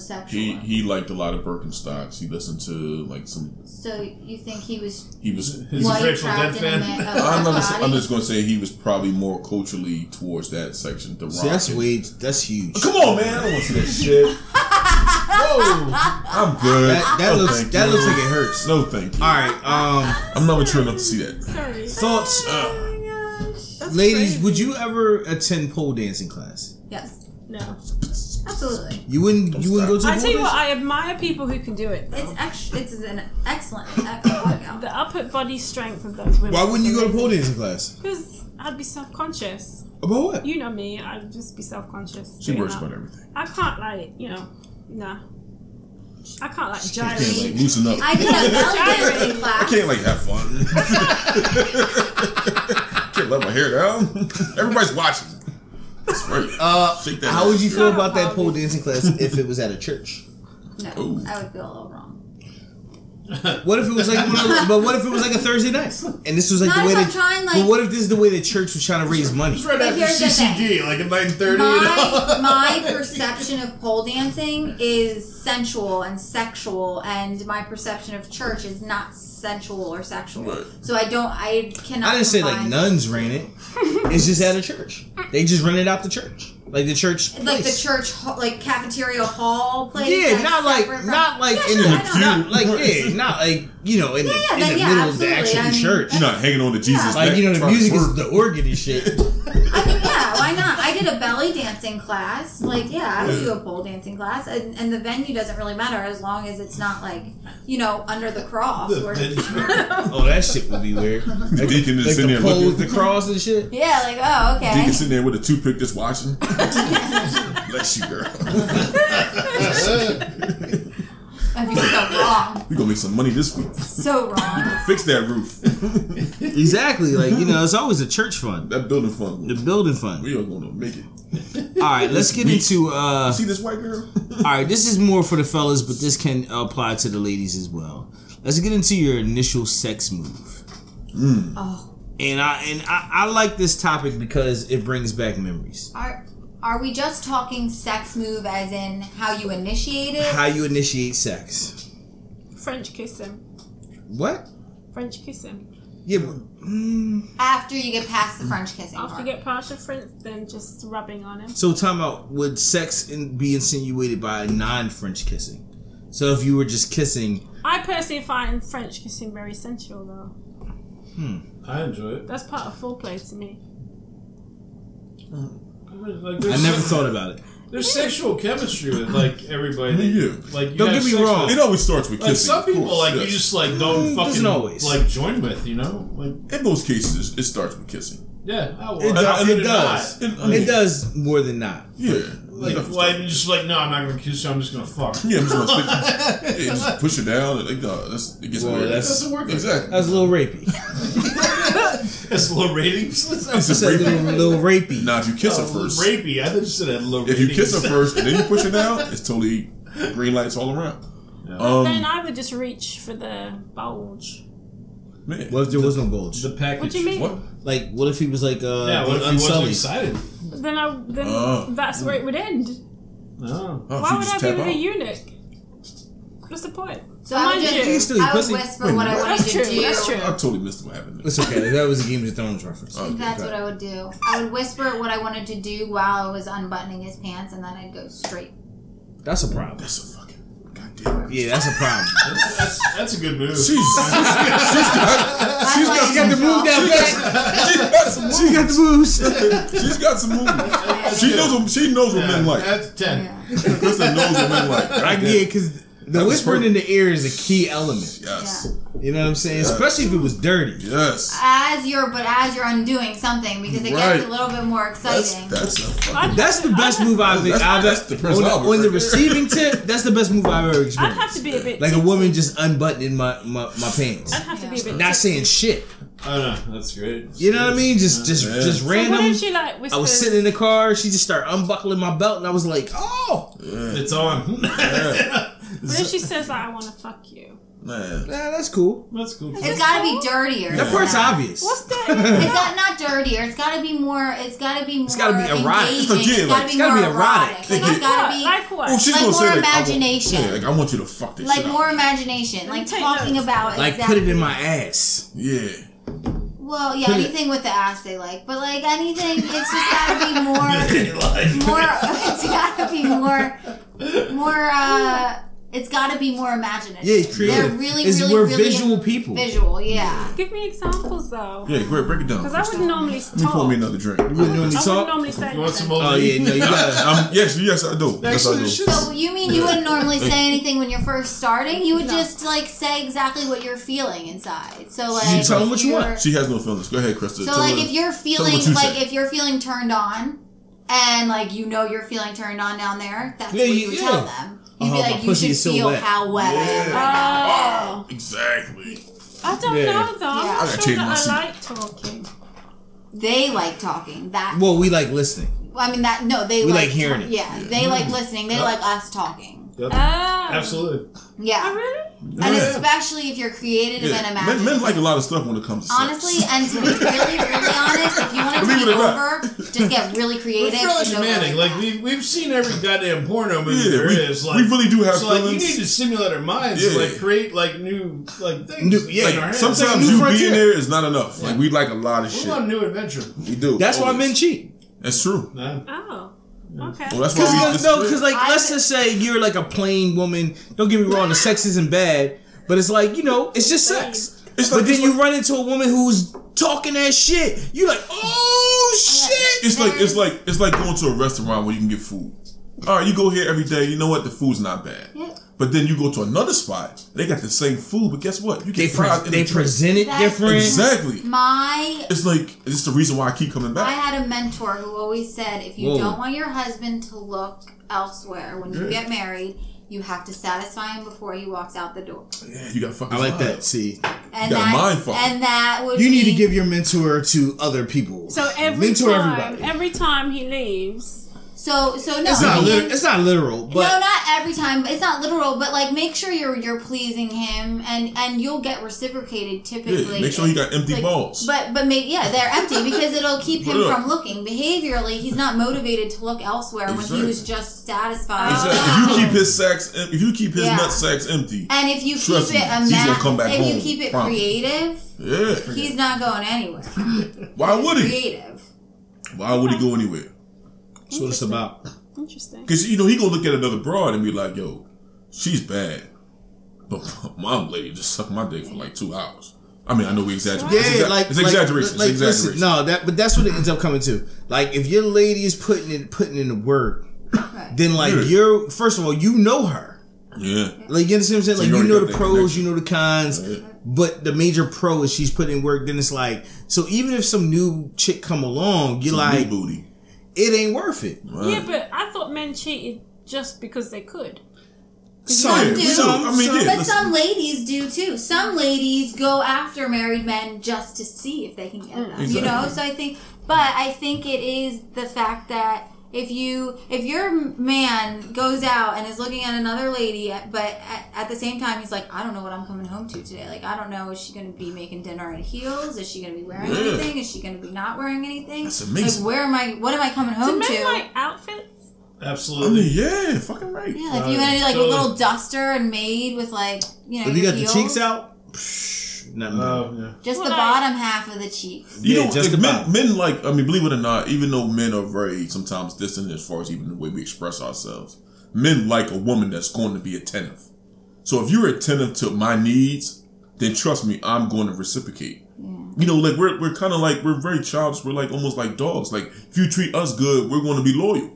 Speaker 1: he
Speaker 3: sexually.
Speaker 1: he liked a lot of Birkenstocks. He listened to like some.
Speaker 3: so you think he was
Speaker 1: He was.
Speaker 5: He's a
Speaker 3: white
Speaker 5: Grateful
Speaker 3: trapped
Speaker 5: Dead
Speaker 3: in a
Speaker 5: fan.
Speaker 3: man of
Speaker 1: I'm,
Speaker 3: a
Speaker 1: not,
Speaker 3: body?
Speaker 1: I'm just gonna say he was probably more culturally towards that section. The rock.
Speaker 7: See, that's
Speaker 1: and-
Speaker 7: weird. That's huge.
Speaker 1: Come on, man! I don't want to see that shit.
Speaker 5: Whoa!
Speaker 1: I'm good.
Speaker 7: That, that
Speaker 1: No,
Speaker 7: looks
Speaker 1: thank
Speaker 7: that
Speaker 1: you.
Speaker 7: looks like it hurts.
Speaker 1: No, thank you.
Speaker 7: All right. Um,
Speaker 1: I'm not mature enough to see that.
Speaker 4: Sorry.
Speaker 7: thoughts,
Speaker 1: Uh,
Speaker 4: That's
Speaker 7: ladies.
Speaker 4: crazy.
Speaker 7: Would you ever attend pole dancing class?
Speaker 3: yes,
Speaker 4: No.
Speaker 3: absolutely.
Speaker 7: You wouldn't. You wouldn't go to.
Speaker 4: I
Speaker 7: pole
Speaker 4: tell you what,
Speaker 7: dancing?
Speaker 4: I admire people who can do it.
Speaker 3: It's ex- it's an excellent, excellent workout.
Speaker 4: The upper body strength of those women.
Speaker 7: Why wouldn't you go to pole dancing class?
Speaker 4: Because I'd be self conscious.
Speaker 7: About what?
Speaker 4: You know me, I'd just be self conscious.
Speaker 1: she worries about everything.
Speaker 4: I can't, like, you know, nah. I can't, like,
Speaker 1: I can't like
Speaker 4: gyrate.
Speaker 1: loosen up.
Speaker 3: I did a belly dancing
Speaker 1: I
Speaker 3: class.
Speaker 1: can't like have fun. can't let my hair down. Everybody's watching. That's right.
Speaker 7: Uh,
Speaker 1: Shake that
Speaker 7: How
Speaker 1: ass,
Speaker 7: would you
Speaker 1: girl.
Speaker 7: feel about that pole dancing class if it was at a church?
Speaker 3: No,
Speaker 1: Ooh.
Speaker 3: I would feel a little wrong.
Speaker 7: What if it was like, one of the- but what if it was like a Thursday night, and this was like
Speaker 3: Not
Speaker 7: the way
Speaker 3: if I'm
Speaker 7: that.
Speaker 3: trying, like-
Speaker 7: but what if this is the way the church was trying to raise money?
Speaker 5: Right
Speaker 3: But
Speaker 5: after
Speaker 3: here's the thing.
Speaker 5: CCD, like at 9.30.
Speaker 3: my my perception of pole dancing is sensual and sexual, and my perception of church is not sensual or sexual.
Speaker 1: Right.
Speaker 3: So I don't, I cannot.
Speaker 7: I didn't say like
Speaker 3: combine-
Speaker 7: nuns ran it. It's just at a church. They just rented out the church, like the church,
Speaker 3: Like the
Speaker 7: place.
Speaker 3: church, ha- like cafeteria hall place.
Speaker 7: Yeah,
Speaker 3: that's
Speaker 7: not like
Speaker 3: separate from-
Speaker 7: not like
Speaker 3: Yeah,
Speaker 7: in
Speaker 3: sure,
Speaker 7: the
Speaker 3: I don't know.
Speaker 7: not, like yeah, not like you know in
Speaker 3: yeah,
Speaker 7: the,
Speaker 3: that-
Speaker 7: in the
Speaker 3: yeah,
Speaker 7: middle of the
Speaker 3: absolutely.
Speaker 7: actual
Speaker 3: I mean,
Speaker 7: church.
Speaker 1: You're not hanging on to Jesus.
Speaker 7: Like
Speaker 1: neck,
Speaker 7: you know the
Speaker 1: trying to
Speaker 7: music is
Speaker 1: work.
Speaker 7: the organ and shit.
Speaker 3: I mean, yeah, why not? I did a belly dancing class. Like, yeah, I would do a pole dancing class, and, and the venue doesn't really matter as long as it's not like you know under the cross. where-
Speaker 7: oh, that shit would be weird. Like,
Speaker 1: Deacon is
Speaker 7: like
Speaker 1: sitting
Speaker 7: the
Speaker 1: there
Speaker 7: pole with
Speaker 1: looking.
Speaker 7: the cross and shit.
Speaker 3: yeah, like oh okay.
Speaker 1: Deacon sitting there with a toothpick just watching. Bless you, girl.
Speaker 3: I feel so wrong,
Speaker 1: We gonna make some money this week.
Speaker 3: so wrong.
Speaker 1: Fix that roof.
Speaker 7: Exactly. Like you know, it's always a church fund,
Speaker 1: that building
Speaker 7: the
Speaker 1: fund.
Speaker 7: building fund.
Speaker 1: We are gonna make it.
Speaker 7: All right, let's get into. uh
Speaker 1: See this white girl?
Speaker 7: All right, this is more for the fellas, but this can uh, apply to the ladies as well. Let's get into your initial sex move. Mm.
Speaker 3: Oh.
Speaker 7: And I and I, I like this topic because it brings back memories.
Speaker 3: Are are we just talking sex move as in how you initiate it?
Speaker 7: How you initiate sex?
Speaker 4: French kiss him.
Speaker 7: What?
Speaker 4: French kiss him.
Speaker 7: Yeah, but, mm,
Speaker 3: After you get past the French kissing
Speaker 4: After
Speaker 3: part.
Speaker 4: you get past your French, then just rubbing on him.
Speaker 7: so time out. Would sex in, be insinuated by non-French kissing? So if you were just kissing,
Speaker 4: I personally find French kissing very sensual, though.
Speaker 5: I enjoy it.
Speaker 4: That's part of foreplay to me.
Speaker 5: I, mean, like,
Speaker 7: I
Speaker 5: there's
Speaker 7: never
Speaker 5: sex-
Speaker 7: thought about it.
Speaker 5: There's sexual chemistry with like everybody.
Speaker 1: Me,
Speaker 5: that-
Speaker 1: you.
Speaker 5: Like, you
Speaker 7: Don't
Speaker 5: have
Speaker 7: get me
Speaker 5: sex
Speaker 7: wrong.
Speaker 5: with.
Speaker 1: It always starts with
Speaker 5: Like
Speaker 1: kissing.
Speaker 5: some
Speaker 1: of
Speaker 5: people,
Speaker 1: course,
Speaker 5: like
Speaker 1: yes.
Speaker 5: you just like don't
Speaker 7: Mm, doesn't
Speaker 5: fucking
Speaker 7: always.
Speaker 5: like join with, you know? Like
Speaker 1: in most cases it starts with kissing.
Speaker 5: yeah, I will.
Speaker 7: It,
Speaker 5: How
Speaker 7: does
Speaker 5: could
Speaker 7: it does.
Speaker 1: It- I
Speaker 7: It
Speaker 1: mean-
Speaker 7: does more than not.
Speaker 1: Yeah.
Speaker 5: Like, like just like no, I'm not gonna kiss you. I'm just gonna fuck.
Speaker 1: yeah, I'm just gonna stick, yeah, just push it down. and, Like, no, that's it gets
Speaker 7: Well,
Speaker 1: weird.
Speaker 7: that's-
Speaker 5: doesn't work.
Speaker 1: exactly.
Speaker 7: That's a little rapey.
Speaker 5: That's low ratings. That's
Speaker 1: It's
Speaker 7: That's a
Speaker 1: a rapey.
Speaker 7: little, little rapey.
Speaker 1: Now, if you kiss her
Speaker 5: Oh,
Speaker 1: first,
Speaker 5: Rapey. I thought you said that low
Speaker 1: if you kiss her
Speaker 5: ratings.
Speaker 1: first and then you push it down, it's totally green lights all around.
Speaker 4: then
Speaker 1: Um,
Speaker 4: I would just reach for the bulge.
Speaker 1: man,
Speaker 7: What if there was no bulge?
Speaker 5: the package.
Speaker 4: What do you mean?
Speaker 1: what? Oh,
Speaker 7: Like, what if he was like, uh,
Speaker 5: Yeah, what if he wasn't
Speaker 7: Unsullied?
Speaker 5: excited?
Speaker 4: Then I then
Speaker 7: Uh,
Speaker 1: Oh.
Speaker 4: that's where it would end.
Speaker 5: No.
Speaker 1: Oh,
Speaker 4: Why
Speaker 1: she
Speaker 4: would I
Speaker 1: just
Speaker 4: be
Speaker 1: tap
Speaker 4: with a
Speaker 1: out.
Speaker 4: eunuch? What's the point?
Speaker 3: So I would
Speaker 4: Mind
Speaker 3: just
Speaker 4: you. You can
Speaker 7: still eat
Speaker 3: I would
Speaker 7: pussy.
Speaker 3: whisper
Speaker 1: Wait,
Speaker 3: what I
Speaker 1: what?
Speaker 3: wanted
Speaker 4: That's true.
Speaker 3: to do.
Speaker 4: That's true.
Speaker 1: I totally missed what happened.
Speaker 7: It's okay. That was a Game of Thrones reference.
Speaker 1: Okay.
Speaker 3: That's what I would do. I would whisper what I wanted to do while I was unbuttoning his pants, and then I'd go straight.
Speaker 7: That's a problem.
Speaker 1: That's a fucking goddamn.
Speaker 7: Yeah, that's a problem.
Speaker 5: That's, that's, that's a good move.
Speaker 1: Jesus.
Speaker 3: I
Speaker 1: She's got,
Speaker 7: She got the move down pat. She got the moves.
Speaker 1: She's got some moves. She knows. What, she knows what men like.
Speaker 5: That's 10.
Speaker 1: Kristen knows what men like.
Speaker 7: I
Speaker 1: Goddamn.
Speaker 7: get because the
Speaker 1: was
Speaker 7: whispering
Speaker 1: perfect.
Speaker 7: in the ear is a key element.
Speaker 1: Yes.
Speaker 7: You know what I'm saying? Especially if it was dirty.
Speaker 1: Yes.
Speaker 3: As you're, but as you're undoing something, because it
Speaker 1: Right.
Speaker 3: gets a little bit more
Speaker 1: That's
Speaker 3: exciting.
Speaker 1: that's a fucking.
Speaker 4: I'd
Speaker 7: That's
Speaker 4: have to-
Speaker 7: the best
Speaker 4: I'd-
Speaker 7: move I've
Speaker 1: That's-
Speaker 7: I've-
Speaker 1: that's the Prince
Speaker 7: on, the,
Speaker 1: Albert
Speaker 7: on the
Speaker 1: right there.
Speaker 7: receiving tip. That's the best move I've ever
Speaker 4: I'd
Speaker 7: experienced.
Speaker 4: have to be a bit.
Speaker 7: Like a
Speaker 4: tipsy.
Speaker 7: woman just unbuttoning my, my, my pants.
Speaker 4: I'd have to be a bit.
Speaker 7: Not
Speaker 4: tipsy.
Speaker 7: saying shit.
Speaker 5: Oh, no, that's great.
Speaker 7: You know what I mean? Just just
Speaker 1: Yeah.
Speaker 7: just
Speaker 1: So
Speaker 4: So what
Speaker 7: random.
Speaker 4: if she like
Speaker 7: I
Speaker 4: whispers?
Speaker 7: was sitting in the car. She just started unbuckling my belt, and I was like, "Oh, nah,
Speaker 5: It's on.
Speaker 4: What if she says like I want to fuck you?
Speaker 1: Man.
Speaker 7: that's cool."
Speaker 5: that's cool.
Speaker 3: It's got to be dirtier.
Speaker 7: That part's obvious.
Speaker 4: What's that?
Speaker 3: It's got not dirtier. It's got to be more. It's got to be more. It's
Speaker 7: gotta be erotic.
Speaker 3: Engaging.
Speaker 1: It's again,
Speaker 3: It's got
Speaker 1: like,
Speaker 3: to
Speaker 7: it's
Speaker 3: be
Speaker 7: gotta
Speaker 3: more
Speaker 7: be erotic.
Speaker 3: erotic. It's got to be
Speaker 4: like what?
Speaker 1: Oh, she's
Speaker 3: Like
Speaker 1: gonna say
Speaker 3: more
Speaker 1: like, I want-
Speaker 3: imagination.
Speaker 1: yeah, like I want you to fuck this
Speaker 3: like
Speaker 1: shit
Speaker 3: more
Speaker 1: out.
Speaker 3: imagination, like
Speaker 4: take
Speaker 3: talking
Speaker 4: notes.
Speaker 3: about
Speaker 7: Like
Speaker 3: exactly.
Speaker 7: put it in my ass.
Speaker 1: Yeah.
Speaker 3: Well, yeah, anything with the ass they like, but like anything, it's just gotta be more, more. It's gotta be more, more. uh It's gotta be more imaginative.
Speaker 7: Yeah, it's creative.
Speaker 3: They're really,
Speaker 7: It's-
Speaker 3: really,
Speaker 7: we're
Speaker 3: really
Speaker 7: visual people.
Speaker 3: Visual, yeah.
Speaker 4: Give me examples though.
Speaker 1: Yeah. Great. Break it down.
Speaker 4: Because I
Speaker 1: Let
Speaker 4: would normally
Speaker 1: me pour
Speaker 4: talk.
Speaker 1: me another drink.
Speaker 7: You wouldn't normally
Speaker 4: I would
Speaker 7: talk.
Speaker 4: normally say.
Speaker 5: You want
Speaker 4: anything.
Speaker 5: some old
Speaker 7: Oh yeah, no, you gotta.
Speaker 1: Um, yes. Yes, I do. Yes, I
Speaker 5: Actually,
Speaker 1: do.
Speaker 5: shit.
Speaker 3: So you mean you wouldn't normally say anything when you're first starting? You would just like say exactly what you're feeling inside. So like,
Speaker 7: tell 'em what you want.
Speaker 3: you're-
Speaker 1: She has no feelings. Go ahead, Krista.
Speaker 3: So
Speaker 1: Tell
Speaker 3: like
Speaker 1: her-
Speaker 3: if you're feeling
Speaker 1: what you
Speaker 3: like
Speaker 1: say.
Speaker 3: if you're feeling turned on and like you know you're feeling turned on down there, that's
Speaker 7: Yeah,
Speaker 3: what
Speaker 7: you-
Speaker 3: you would tell
Speaker 7: yeah.
Speaker 3: them. You'd
Speaker 7: Oh,
Speaker 3: be
Speaker 7: my
Speaker 3: like, you
Speaker 7: pussy
Speaker 3: should
Speaker 7: is so
Speaker 3: feel
Speaker 7: wet."
Speaker 3: how wet I am
Speaker 1: Yeah.
Speaker 3: right now.
Speaker 4: Oh,
Speaker 1: exactly.
Speaker 4: I don't
Speaker 7: Yeah.
Speaker 4: know
Speaker 3: Yeah.
Speaker 4: though. I'm
Speaker 1: I
Speaker 4: not
Speaker 1: gotta
Speaker 4: sure
Speaker 1: change my
Speaker 4: that
Speaker 1: seat.
Speaker 4: I like talking.
Speaker 3: They like talking. That
Speaker 7: Well, we like listening.
Speaker 3: I mean that no, they
Speaker 7: We
Speaker 3: like,
Speaker 7: like hearing
Speaker 3: ta-
Speaker 7: it. Mm. Uh-huh.
Speaker 3: Yeah, they like listening. They like us talking.
Speaker 5: Yep.
Speaker 4: Oh.
Speaker 5: Absolutely.
Speaker 3: Yeah,
Speaker 4: Oh, really?
Speaker 3: and especially if you're creative and
Speaker 1: Yeah. Men,
Speaker 3: imaginative.
Speaker 1: men like a lot of stuff when it comes to sex.
Speaker 3: Honestly, and to be really, really honest, if you want it
Speaker 1: Leave
Speaker 3: to
Speaker 1: it
Speaker 3: be
Speaker 1: at that.
Speaker 3: over, just get really
Speaker 5: We're
Speaker 3: creative.
Speaker 5: fairly
Speaker 3: and go
Speaker 5: demanding. Like,
Speaker 3: that.
Speaker 5: we've, we've seen every goddamn porno movie
Speaker 1: Yeah,
Speaker 5: there is.
Speaker 1: we-
Speaker 5: Like,
Speaker 1: we really do have
Speaker 5: so, like,
Speaker 1: feelings.
Speaker 5: you need to stimulate our minds
Speaker 1: Yeah.
Speaker 5: to, like, create, like, new, like, things.
Speaker 7: New-
Speaker 5: in
Speaker 7: yeah,
Speaker 5: our heads.
Speaker 7: Like a
Speaker 1: Sometimes
Speaker 7: new
Speaker 1: you
Speaker 7: frontier.
Speaker 1: being there is not enough. Like we like a lot of
Speaker 5: we
Speaker 1: shit.
Speaker 5: want a new adventure.
Speaker 1: We do.
Speaker 7: That's why
Speaker 1: Always.
Speaker 7: men cheat.
Speaker 1: That's true.
Speaker 5: Nah.
Speaker 4: Oh. Okay.
Speaker 1: Well, that's why we.
Speaker 7: Because
Speaker 1: this-
Speaker 7: no, because like
Speaker 3: I-
Speaker 7: let's just say you're like a plain woman. Don't get me wrong, the sex isn't bad, but it's like you know, it's just sex.
Speaker 1: It's
Speaker 7: but
Speaker 1: like-
Speaker 7: then
Speaker 1: it's
Speaker 7: you
Speaker 1: like-
Speaker 7: run into a woman who's talking that shit. You like, oh shit.
Speaker 1: It's like it's like it's like going to a restaurant where you can get food. All right, you go here every day. You know what? The food's not bad. But then you go to another spot. They got the same food, but guess what? You
Speaker 7: They
Speaker 1: get
Speaker 7: pre-
Speaker 1: fries. and a
Speaker 7: they
Speaker 1: drink.
Speaker 7: present it
Speaker 3: That's-
Speaker 7: different.
Speaker 1: exactly.
Speaker 3: my
Speaker 1: It's like it's the reason why I keep coming
Speaker 3: I
Speaker 1: back.
Speaker 3: had a mentor who always said, if you
Speaker 7: Whoa.
Speaker 3: don't want your husband to look elsewhere when you get married, you have to satisfy him before he walks out the door.
Speaker 1: Yeah, you got fucking.
Speaker 7: I like
Speaker 1: smile.
Speaker 7: that. See,
Speaker 3: And
Speaker 1: got a
Speaker 3: that,
Speaker 1: mind fuck.
Speaker 3: and that would
Speaker 7: you need to
Speaker 3: be-
Speaker 7: give your mentor to other people.
Speaker 4: So every
Speaker 7: mentor
Speaker 4: time,
Speaker 7: everybody.
Speaker 4: every time he leaves,
Speaker 3: so so no.
Speaker 7: It's not
Speaker 3: you
Speaker 7: lit-
Speaker 3: can-
Speaker 7: it's not literal, but
Speaker 3: no, not every time. It's not literal, but like make sure you're you're pleasing him, and and you'll get reciprocated typically.
Speaker 1: Yeah, make sure he got empty
Speaker 3: Like,
Speaker 1: balls.
Speaker 3: But but make yeah, they're empty because it'll keep him
Speaker 1: Yeah.
Speaker 3: from looking. Behaviorally, he's not motivated to look elsewhere when
Speaker 1: Exactly.
Speaker 3: he was just satisfied.
Speaker 1: Exactly. If you keep his sex, if you keep his
Speaker 3: Yeah.
Speaker 1: nut sex empty,
Speaker 3: And if you
Speaker 1: Trust
Speaker 3: keep
Speaker 1: me,
Speaker 3: it a
Speaker 1: he's gonna
Speaker 3: ma-
Speaker 1: come back
Speaker 3: if
Speaker 1: home,
Speaker 3: you keep it
Speaker 1: promise.
Speaker 3: creative,
Speaker 1: yeah.
Speaker 3: he's not going anywhere.
Speaker 1: Why would he?
Speaker 3: Creative.
Speaker 1: Why would he go anywhere?
Speaker 7: that's what it's about.
Speaker 4: interesting.
Speaker 1: Because you know he gonna look at another broad and be like, "Yo, she's bad," but my lady just sucked my dick for like two hours. I mean, I know we exaggerate.
Speaker 7: Yeah,
Speaker 1: it's exa-
Speaker 7: like
Speaker 1: it's
Speaker 7: like-
Speaker 1: exaggeration.
Speaker 7: like,
Speaker 1: it's
Speaker 7: listen,
Speaker 1: exaggeration.
Speaker 7: no, that but that's what it ends up coming to. Like if your lady is putting it putting in the work, then like
Speaker 1: Yeah.
Speaker 7: you're first of all you know her.
Speaker 1: Yeah,
Speaker 7: Like you understand what I'm saying?
Speaker 1: you
Speaker 7: Like you
Speaker 1: already
Speaker 7: know
Speaker 1: got
Speaker 7: the
Speaker 1: that
Speaker 7: pros,
Speaker 1: connection.
Speaker 7: you know the cons, but the major pro is she's putting in work. Then it's like so even if some new chick come along, you're like
Speaker 1: New booty.
Speaker 7: it ain't worth it.
Speaker 4: Yeah, but I thought men cheated just because they could.
Speaker 7: Some,
Speaker 1: Yeah,
Speaker 3: do.
Speaker 7: some,
Speaker 1: I mean,
Speaker 7: some-
Speaker 1: yeah.
Speaker 3: But
Speaker 1: listen.
Speaker 3: some ladies do too. Some ladies go after married men just to see if they can
Speaker 4: Mm,
Speaker 3: get them. You know, so I think but I think it is the fact that if you if your man goes out and is looking at another lady but at, at the same time he's like I don't know what I'm coming home to today. Like I don't know is she going to be making dinner in heels? Is she going to be wearing
Speaker 1: Yeah.
Speaker 3: anything? Is she going to be not wearing anything?
Speaker 1: That's amazing.
Speaker 3: Like where am I what am I coming
Speaker 4: Do
Speaker 3: home
Speaker 4: men
Speaker 3: to?
Speaker 4: like outfits?
Speaker 1: I mean,
Speaker 5: Absolutely.
Speaker 1: yeah, fucking right.
Speaker 3: yeah, like if you want to do like
Speaker 5: Totally.
Speaker 3: a little duster and made with like you know
Speaker 7: if you
Speaker 3: your
Speaker 7: got the
Speaker 3: heels.
Speaker 7: cheeks out, psh, nothing. better.
Speaker 5: Oh, yeah.
Speaker 3: Just
Speaker 4: Well,
Speaker 3: the
Speaker 4: I-
Speaker 3: bottom half of the cheeks.
Speaker 1: You
Speaker 7: Yeah,
Speaker 1: know,
Speaker 7: just
Speaker 1: like,
Speaker 7: about.
Speaker 1: men, men like I mean, believe it or not, even though men are very sometimes distant as far as even the way we express ourselves, men like a woman that's going to be attentive. So if you're attentive to my needs, then trust me, I'm going to reciprocate. You know, like we're, we're kind of like we're very childish. We're like almost like dogs. Like if you treat us good, we're going to be loyal.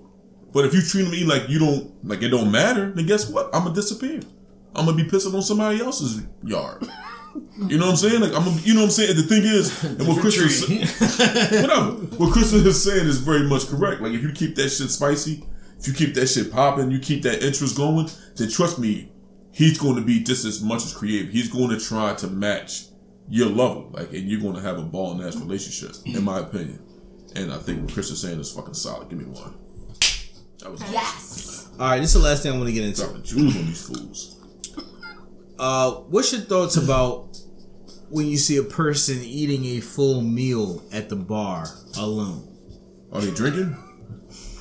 Speaker 1: But if you treat me like you don't like it don't matter, then guess what? I'm gonna disappear. I'm gonna be pissing on somebody else's yard. You know what I'm saying? Like I'm, gonna, you know what I'm saying. And the thing is, and what Chris was, sa- whatever. What Kristen is saying is very much correct. Like if you keep that shit spicy, if you keep that shit popping, you keep that interest going, then trust me, he's going to be just as much as creative. He's going to try to match your level, like, and you're going to have a ball ass relationship, in my opinion. And I think what Chris is saying is fucking solid. Give me one. That was
Speaker 3: Yes.
Speaker 7: All right, this is the last thing I want to get into.
Speaker 1: dropping jewels on these fools.
Speaker 7: Uh, what's your thoughts about when you see a person eating a full meal at the bar alone?
Speaker 1: Are they drinking?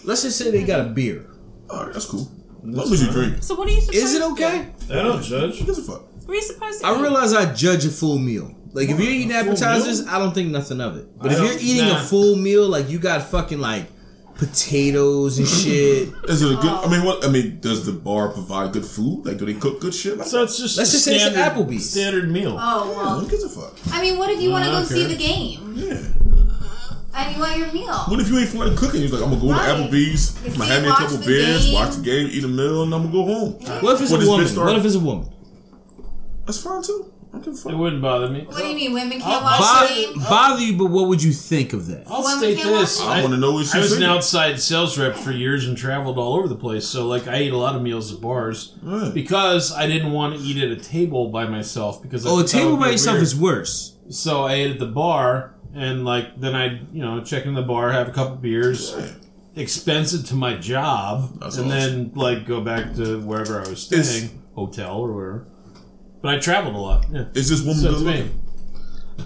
Speaker 7: Let's just say they got a beer.
Speaker 1: All right, that's cool. As long as you drink,
Speaker 4: So what are you supposed
Speaker 7: Is it okay?
Speaker 5: I don't judge.
Speaker 1: who gives a fuck?
Speaker 4: What are you supposed to
Speaker 7: I
Speaker 4: eat?
Speaker 7: realize I judge a full meal. Like if you're eating
Speaker 5: full
Speaker 7: appetizers,
Speaker 5: meal?
Speaker 7: I don't think nothing of it. But
Speaker 5: I
Speaker 7: if you're
Speaker 5: don't-
Speaker 7: eating
Speaker 5: nah.
Speaker 7: a full meal, like you got fucking like potatoes and shit.
Speaker 1: Is it a good? I mean, what? I mean, does the bar provide good food? Like, do they cook good shit? Like,
Speaker 5: So it's just
Speaker 7: Let's
Speaker 5: a
Speaker 7: just say it's an
Speaker 5: standard-
Speaker 7: Applebee's.
Speaker 5: standard meal.
Speaker 3: Oh
Speaker 1: yeah,
Speaker 3: well.
Speaker 1: who gives a fuck?
Speaker 3: I mean, what if you want to
Speaker 5: I
Speaker 1: Oh,
Speaker 3: go
Speaker 5: don't
Speaker 3: see
Speaker 5: care.
Speaker 3: the game
Speaker 1: Yeah.
Speaker 3: and you want your meal?
Speaker 1: What if you ain't feel like cooking? You're like, I'm gonna go
Speaker 3: Right.
Speaker 1: to Applebee's,
Speaker 3: You
Speaker 1: I'm gonna
Speaker 3: see,
Speaker 1: have me a
Speaker 3: watch
Speaker 1: couple
Speaker 3: the
Speaker 1: beers,
Speaker 3: game.
Speaker 1: watch the game, eat a meal, and I'm gonna go home.
Speaker 7: What if it's
Speaker 1: What
Speaker 7: a
Speaker 1: is
Speaker 7: woman?
Speaker 1: bitch star-
Speaker 7: What if it's a woman?
Speaker 1: That's fine too. I don't give a fuck.
Speaker 5: It wouldn't bother me.
Speaker 3: What do you mean women
Speaker 5: I'll-
Speaker 1: Uh,
Speaker 3: can't watch the
Speaker 5: Oh.
Speaker 7: Bother,
Speaker 3: game?
Speaker 7: bother you, but what would you think of that?
Speaker 5: I'll
Speaker 3: Well, we
Speaker 5: state
Speaker 3: can't
Speaker 5: this.
Speaker 1: I wanna know what
Speaker 5: I
Speaker 1: she's
Speaker 5: was an
Speaker 1: thinking.
Speaker 5: outside sales rep for years and traveled all over the place. So, like, I ate a lot of meals at bars
Speaker 1: Right.
Speaker 5: because I didn't want to eat at a table by myself. Because I
Speaker 7: Oh, a
Speaker 5: thought that
Speaker 7: table
Speaker 5: would
Speaker 7: by
Speaker 5: be
Speaker 7: yourself
Speaker 5: weird.
Speaker 7: is worse.
Speaker 5: So I ate at the bar, and like then I would you know check in the bar, have a couple beers, expense it to my job,
Speaker 1: That's
Speaker 5: and
Speaker 1: awesome.
Speaker 5: then like go back to wherever I was staying,
Speaker 1: It's-
Speaker 5: hotel or wherever. But I traveled a lot. Yeah.
Speaker 1: Is this woman
Speaker 5: So
Speaker 1: good
Speaker 5: to me,
Speaker 1: looking?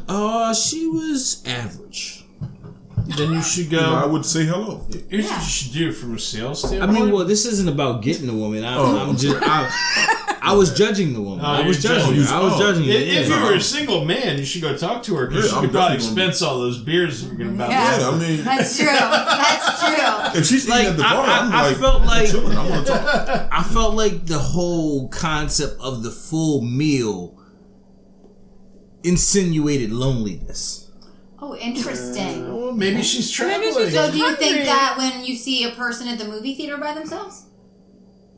Speaker 7: Uh, she was average.
Speaker 5: then you should
Speaker 1: I
Speaker 5: go.
Speaker 1: would say hello.
Speaker 5: Here's what you should do from a sales
Speaker 7: I
Speaker 5: standpoint.
Speaker 7: mean, well, this isn't about getting a woman. I,
Speaker 1: Oh.
Speaker 7: I'm just, I, I was judging the woman.
Speaker 5: Oh,
Speaker 7: I was
Speaker 5: you're
Speaker 7: judging.
Speaker 1: judging.
Speaker 7: her. I was
Speaker 1: Oh.
Speaker 7: judging. her,
Speaker 5: If, if
Speaker 7: yeah.
Speaker 5: you were a single man, you should go talk to her
Speaker 1: Yeah,
Speaker 5: because
Speaker 1: I'm
Speaker 5: she could probably
Speaker 1: definitely gonna-
Speaker 5: expense all those beers that you're going to buy.
Speaker 3: Yeah.
Speaker 1: Yeah, I mean,
Speaker 3: That's true. That's true.
Speaker 1: if she's
Speaker 7: Like,
Speaker 1: eating at the
Speaker 7: I-
Speaker 1: bar,
Speaker 7: I-
Speaker 1: I, am
Speaker 7: I
Speaker 1: like,
Speaker 7: felt
Speaker 1: I'm
Speaker 7: like-
Speaker 1: chilling. I want to talk.
Speaker 7: I felt like the whole concept of the full meal insinuated loneliness.
Speaker 3: Oh, interesting.
Speaker 5: Well, maybe she's traveling.
Speaker 3: So do you think that when you see a person at the movie theater by themselves?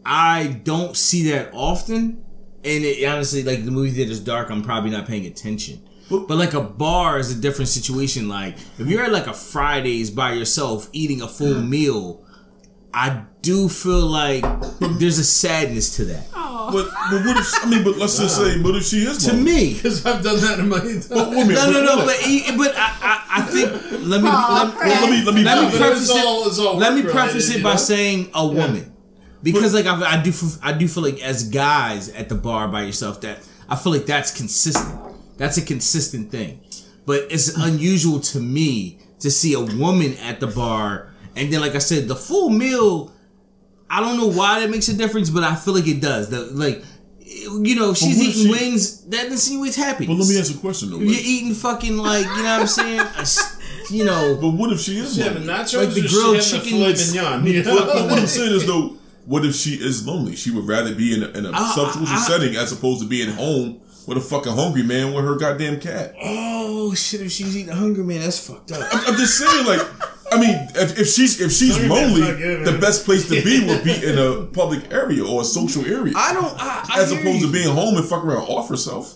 Speaker 7: I don't see that often, and it, honestly, like the movie theater's dark, I'm probably not paying attention. But like a bar is a different situation. Like if you're at like a Fridays by yourself eating a full meal, I do feel like there's a sadness to that.
Speaker 1: But, but what if? I mean, but let's just say, but if she is
Speaker 7: To
Speaker 1: lonely?
Speaker 7: me,
Speaker 5: Because I've done that in my.
Speaker 1: Wait a minute,
Speaker 7: no, no, no.
Speaker 1: wait a
Speaker 7: But
Speaker 1: minute.
Speaker 7: e- but I, I, I think let me
Speaker 3: Aw,
Speaker 7: let,
Speaker 3: Chris.
Speaker 1: let me let me
Speaker 7: Let me
Speaker 1: let me-
Speaker 7: preface it. let me preface it by saying a woman, because like I, I do, f- I do feel like as guys at the bar by yourself that I feel like that's consistent. That's a consistent thing, but it's unusual to me to see a woman at the bar, and then like I said, the full meal. I don't know why that makes a difference, but I feel like it does. The, like, you know, if she's
Speaker 1: what if
Speaker 7: eating
Speaker 1: she-
Speaker 7: wings. That insinuates
Speaker 1: But
Speaker 7: happiness.
Speaker 1: let me ask a question though.
Speaker 7: If you're
Speaker 1: like,
Speaker 7: eating fucking like, you know what I'm saying? A s- you know,
Speaker 1: But what if she is?
Speaker 5: Yeah,
Speaker 1: lonely?
Speaker 5: but nachos
Speaker 7: Like
Speaker 5: like
Speaker 7: the
Speaker 5: the
Speaker 7: grilled
Speaker 5: grilled
Speaker 7: chicken-
Speaker 5: chicken mignon. You
Speaker 1: But, but what
Speaker 5: know?
Speaker 1: I'm saying is though, what if she is lonely? She would rather be in a, in a substitution setting as opposed to being home with a fucking hungry man with her goddamn cat.
Speaker 7: oh shit, if she's eating hungry, man, that's fucked up.
Speaker 1: I'm just saying, like, I mean, if, if she's if she's
Speaker 5: Hungry man's
Speaker 1: lonely,
Speaker 5: not good,
Speaker 1: the
Speaker 5: man.
Speaker 1: best place to be would be in a public area or a social area,
Speaker 7: I don't. I, I
Speaker 1: as
Speaker 7: hear
Speaker 1: opposed
Speaker 7: you.
Speaker 1: to being home and fucking around off herself.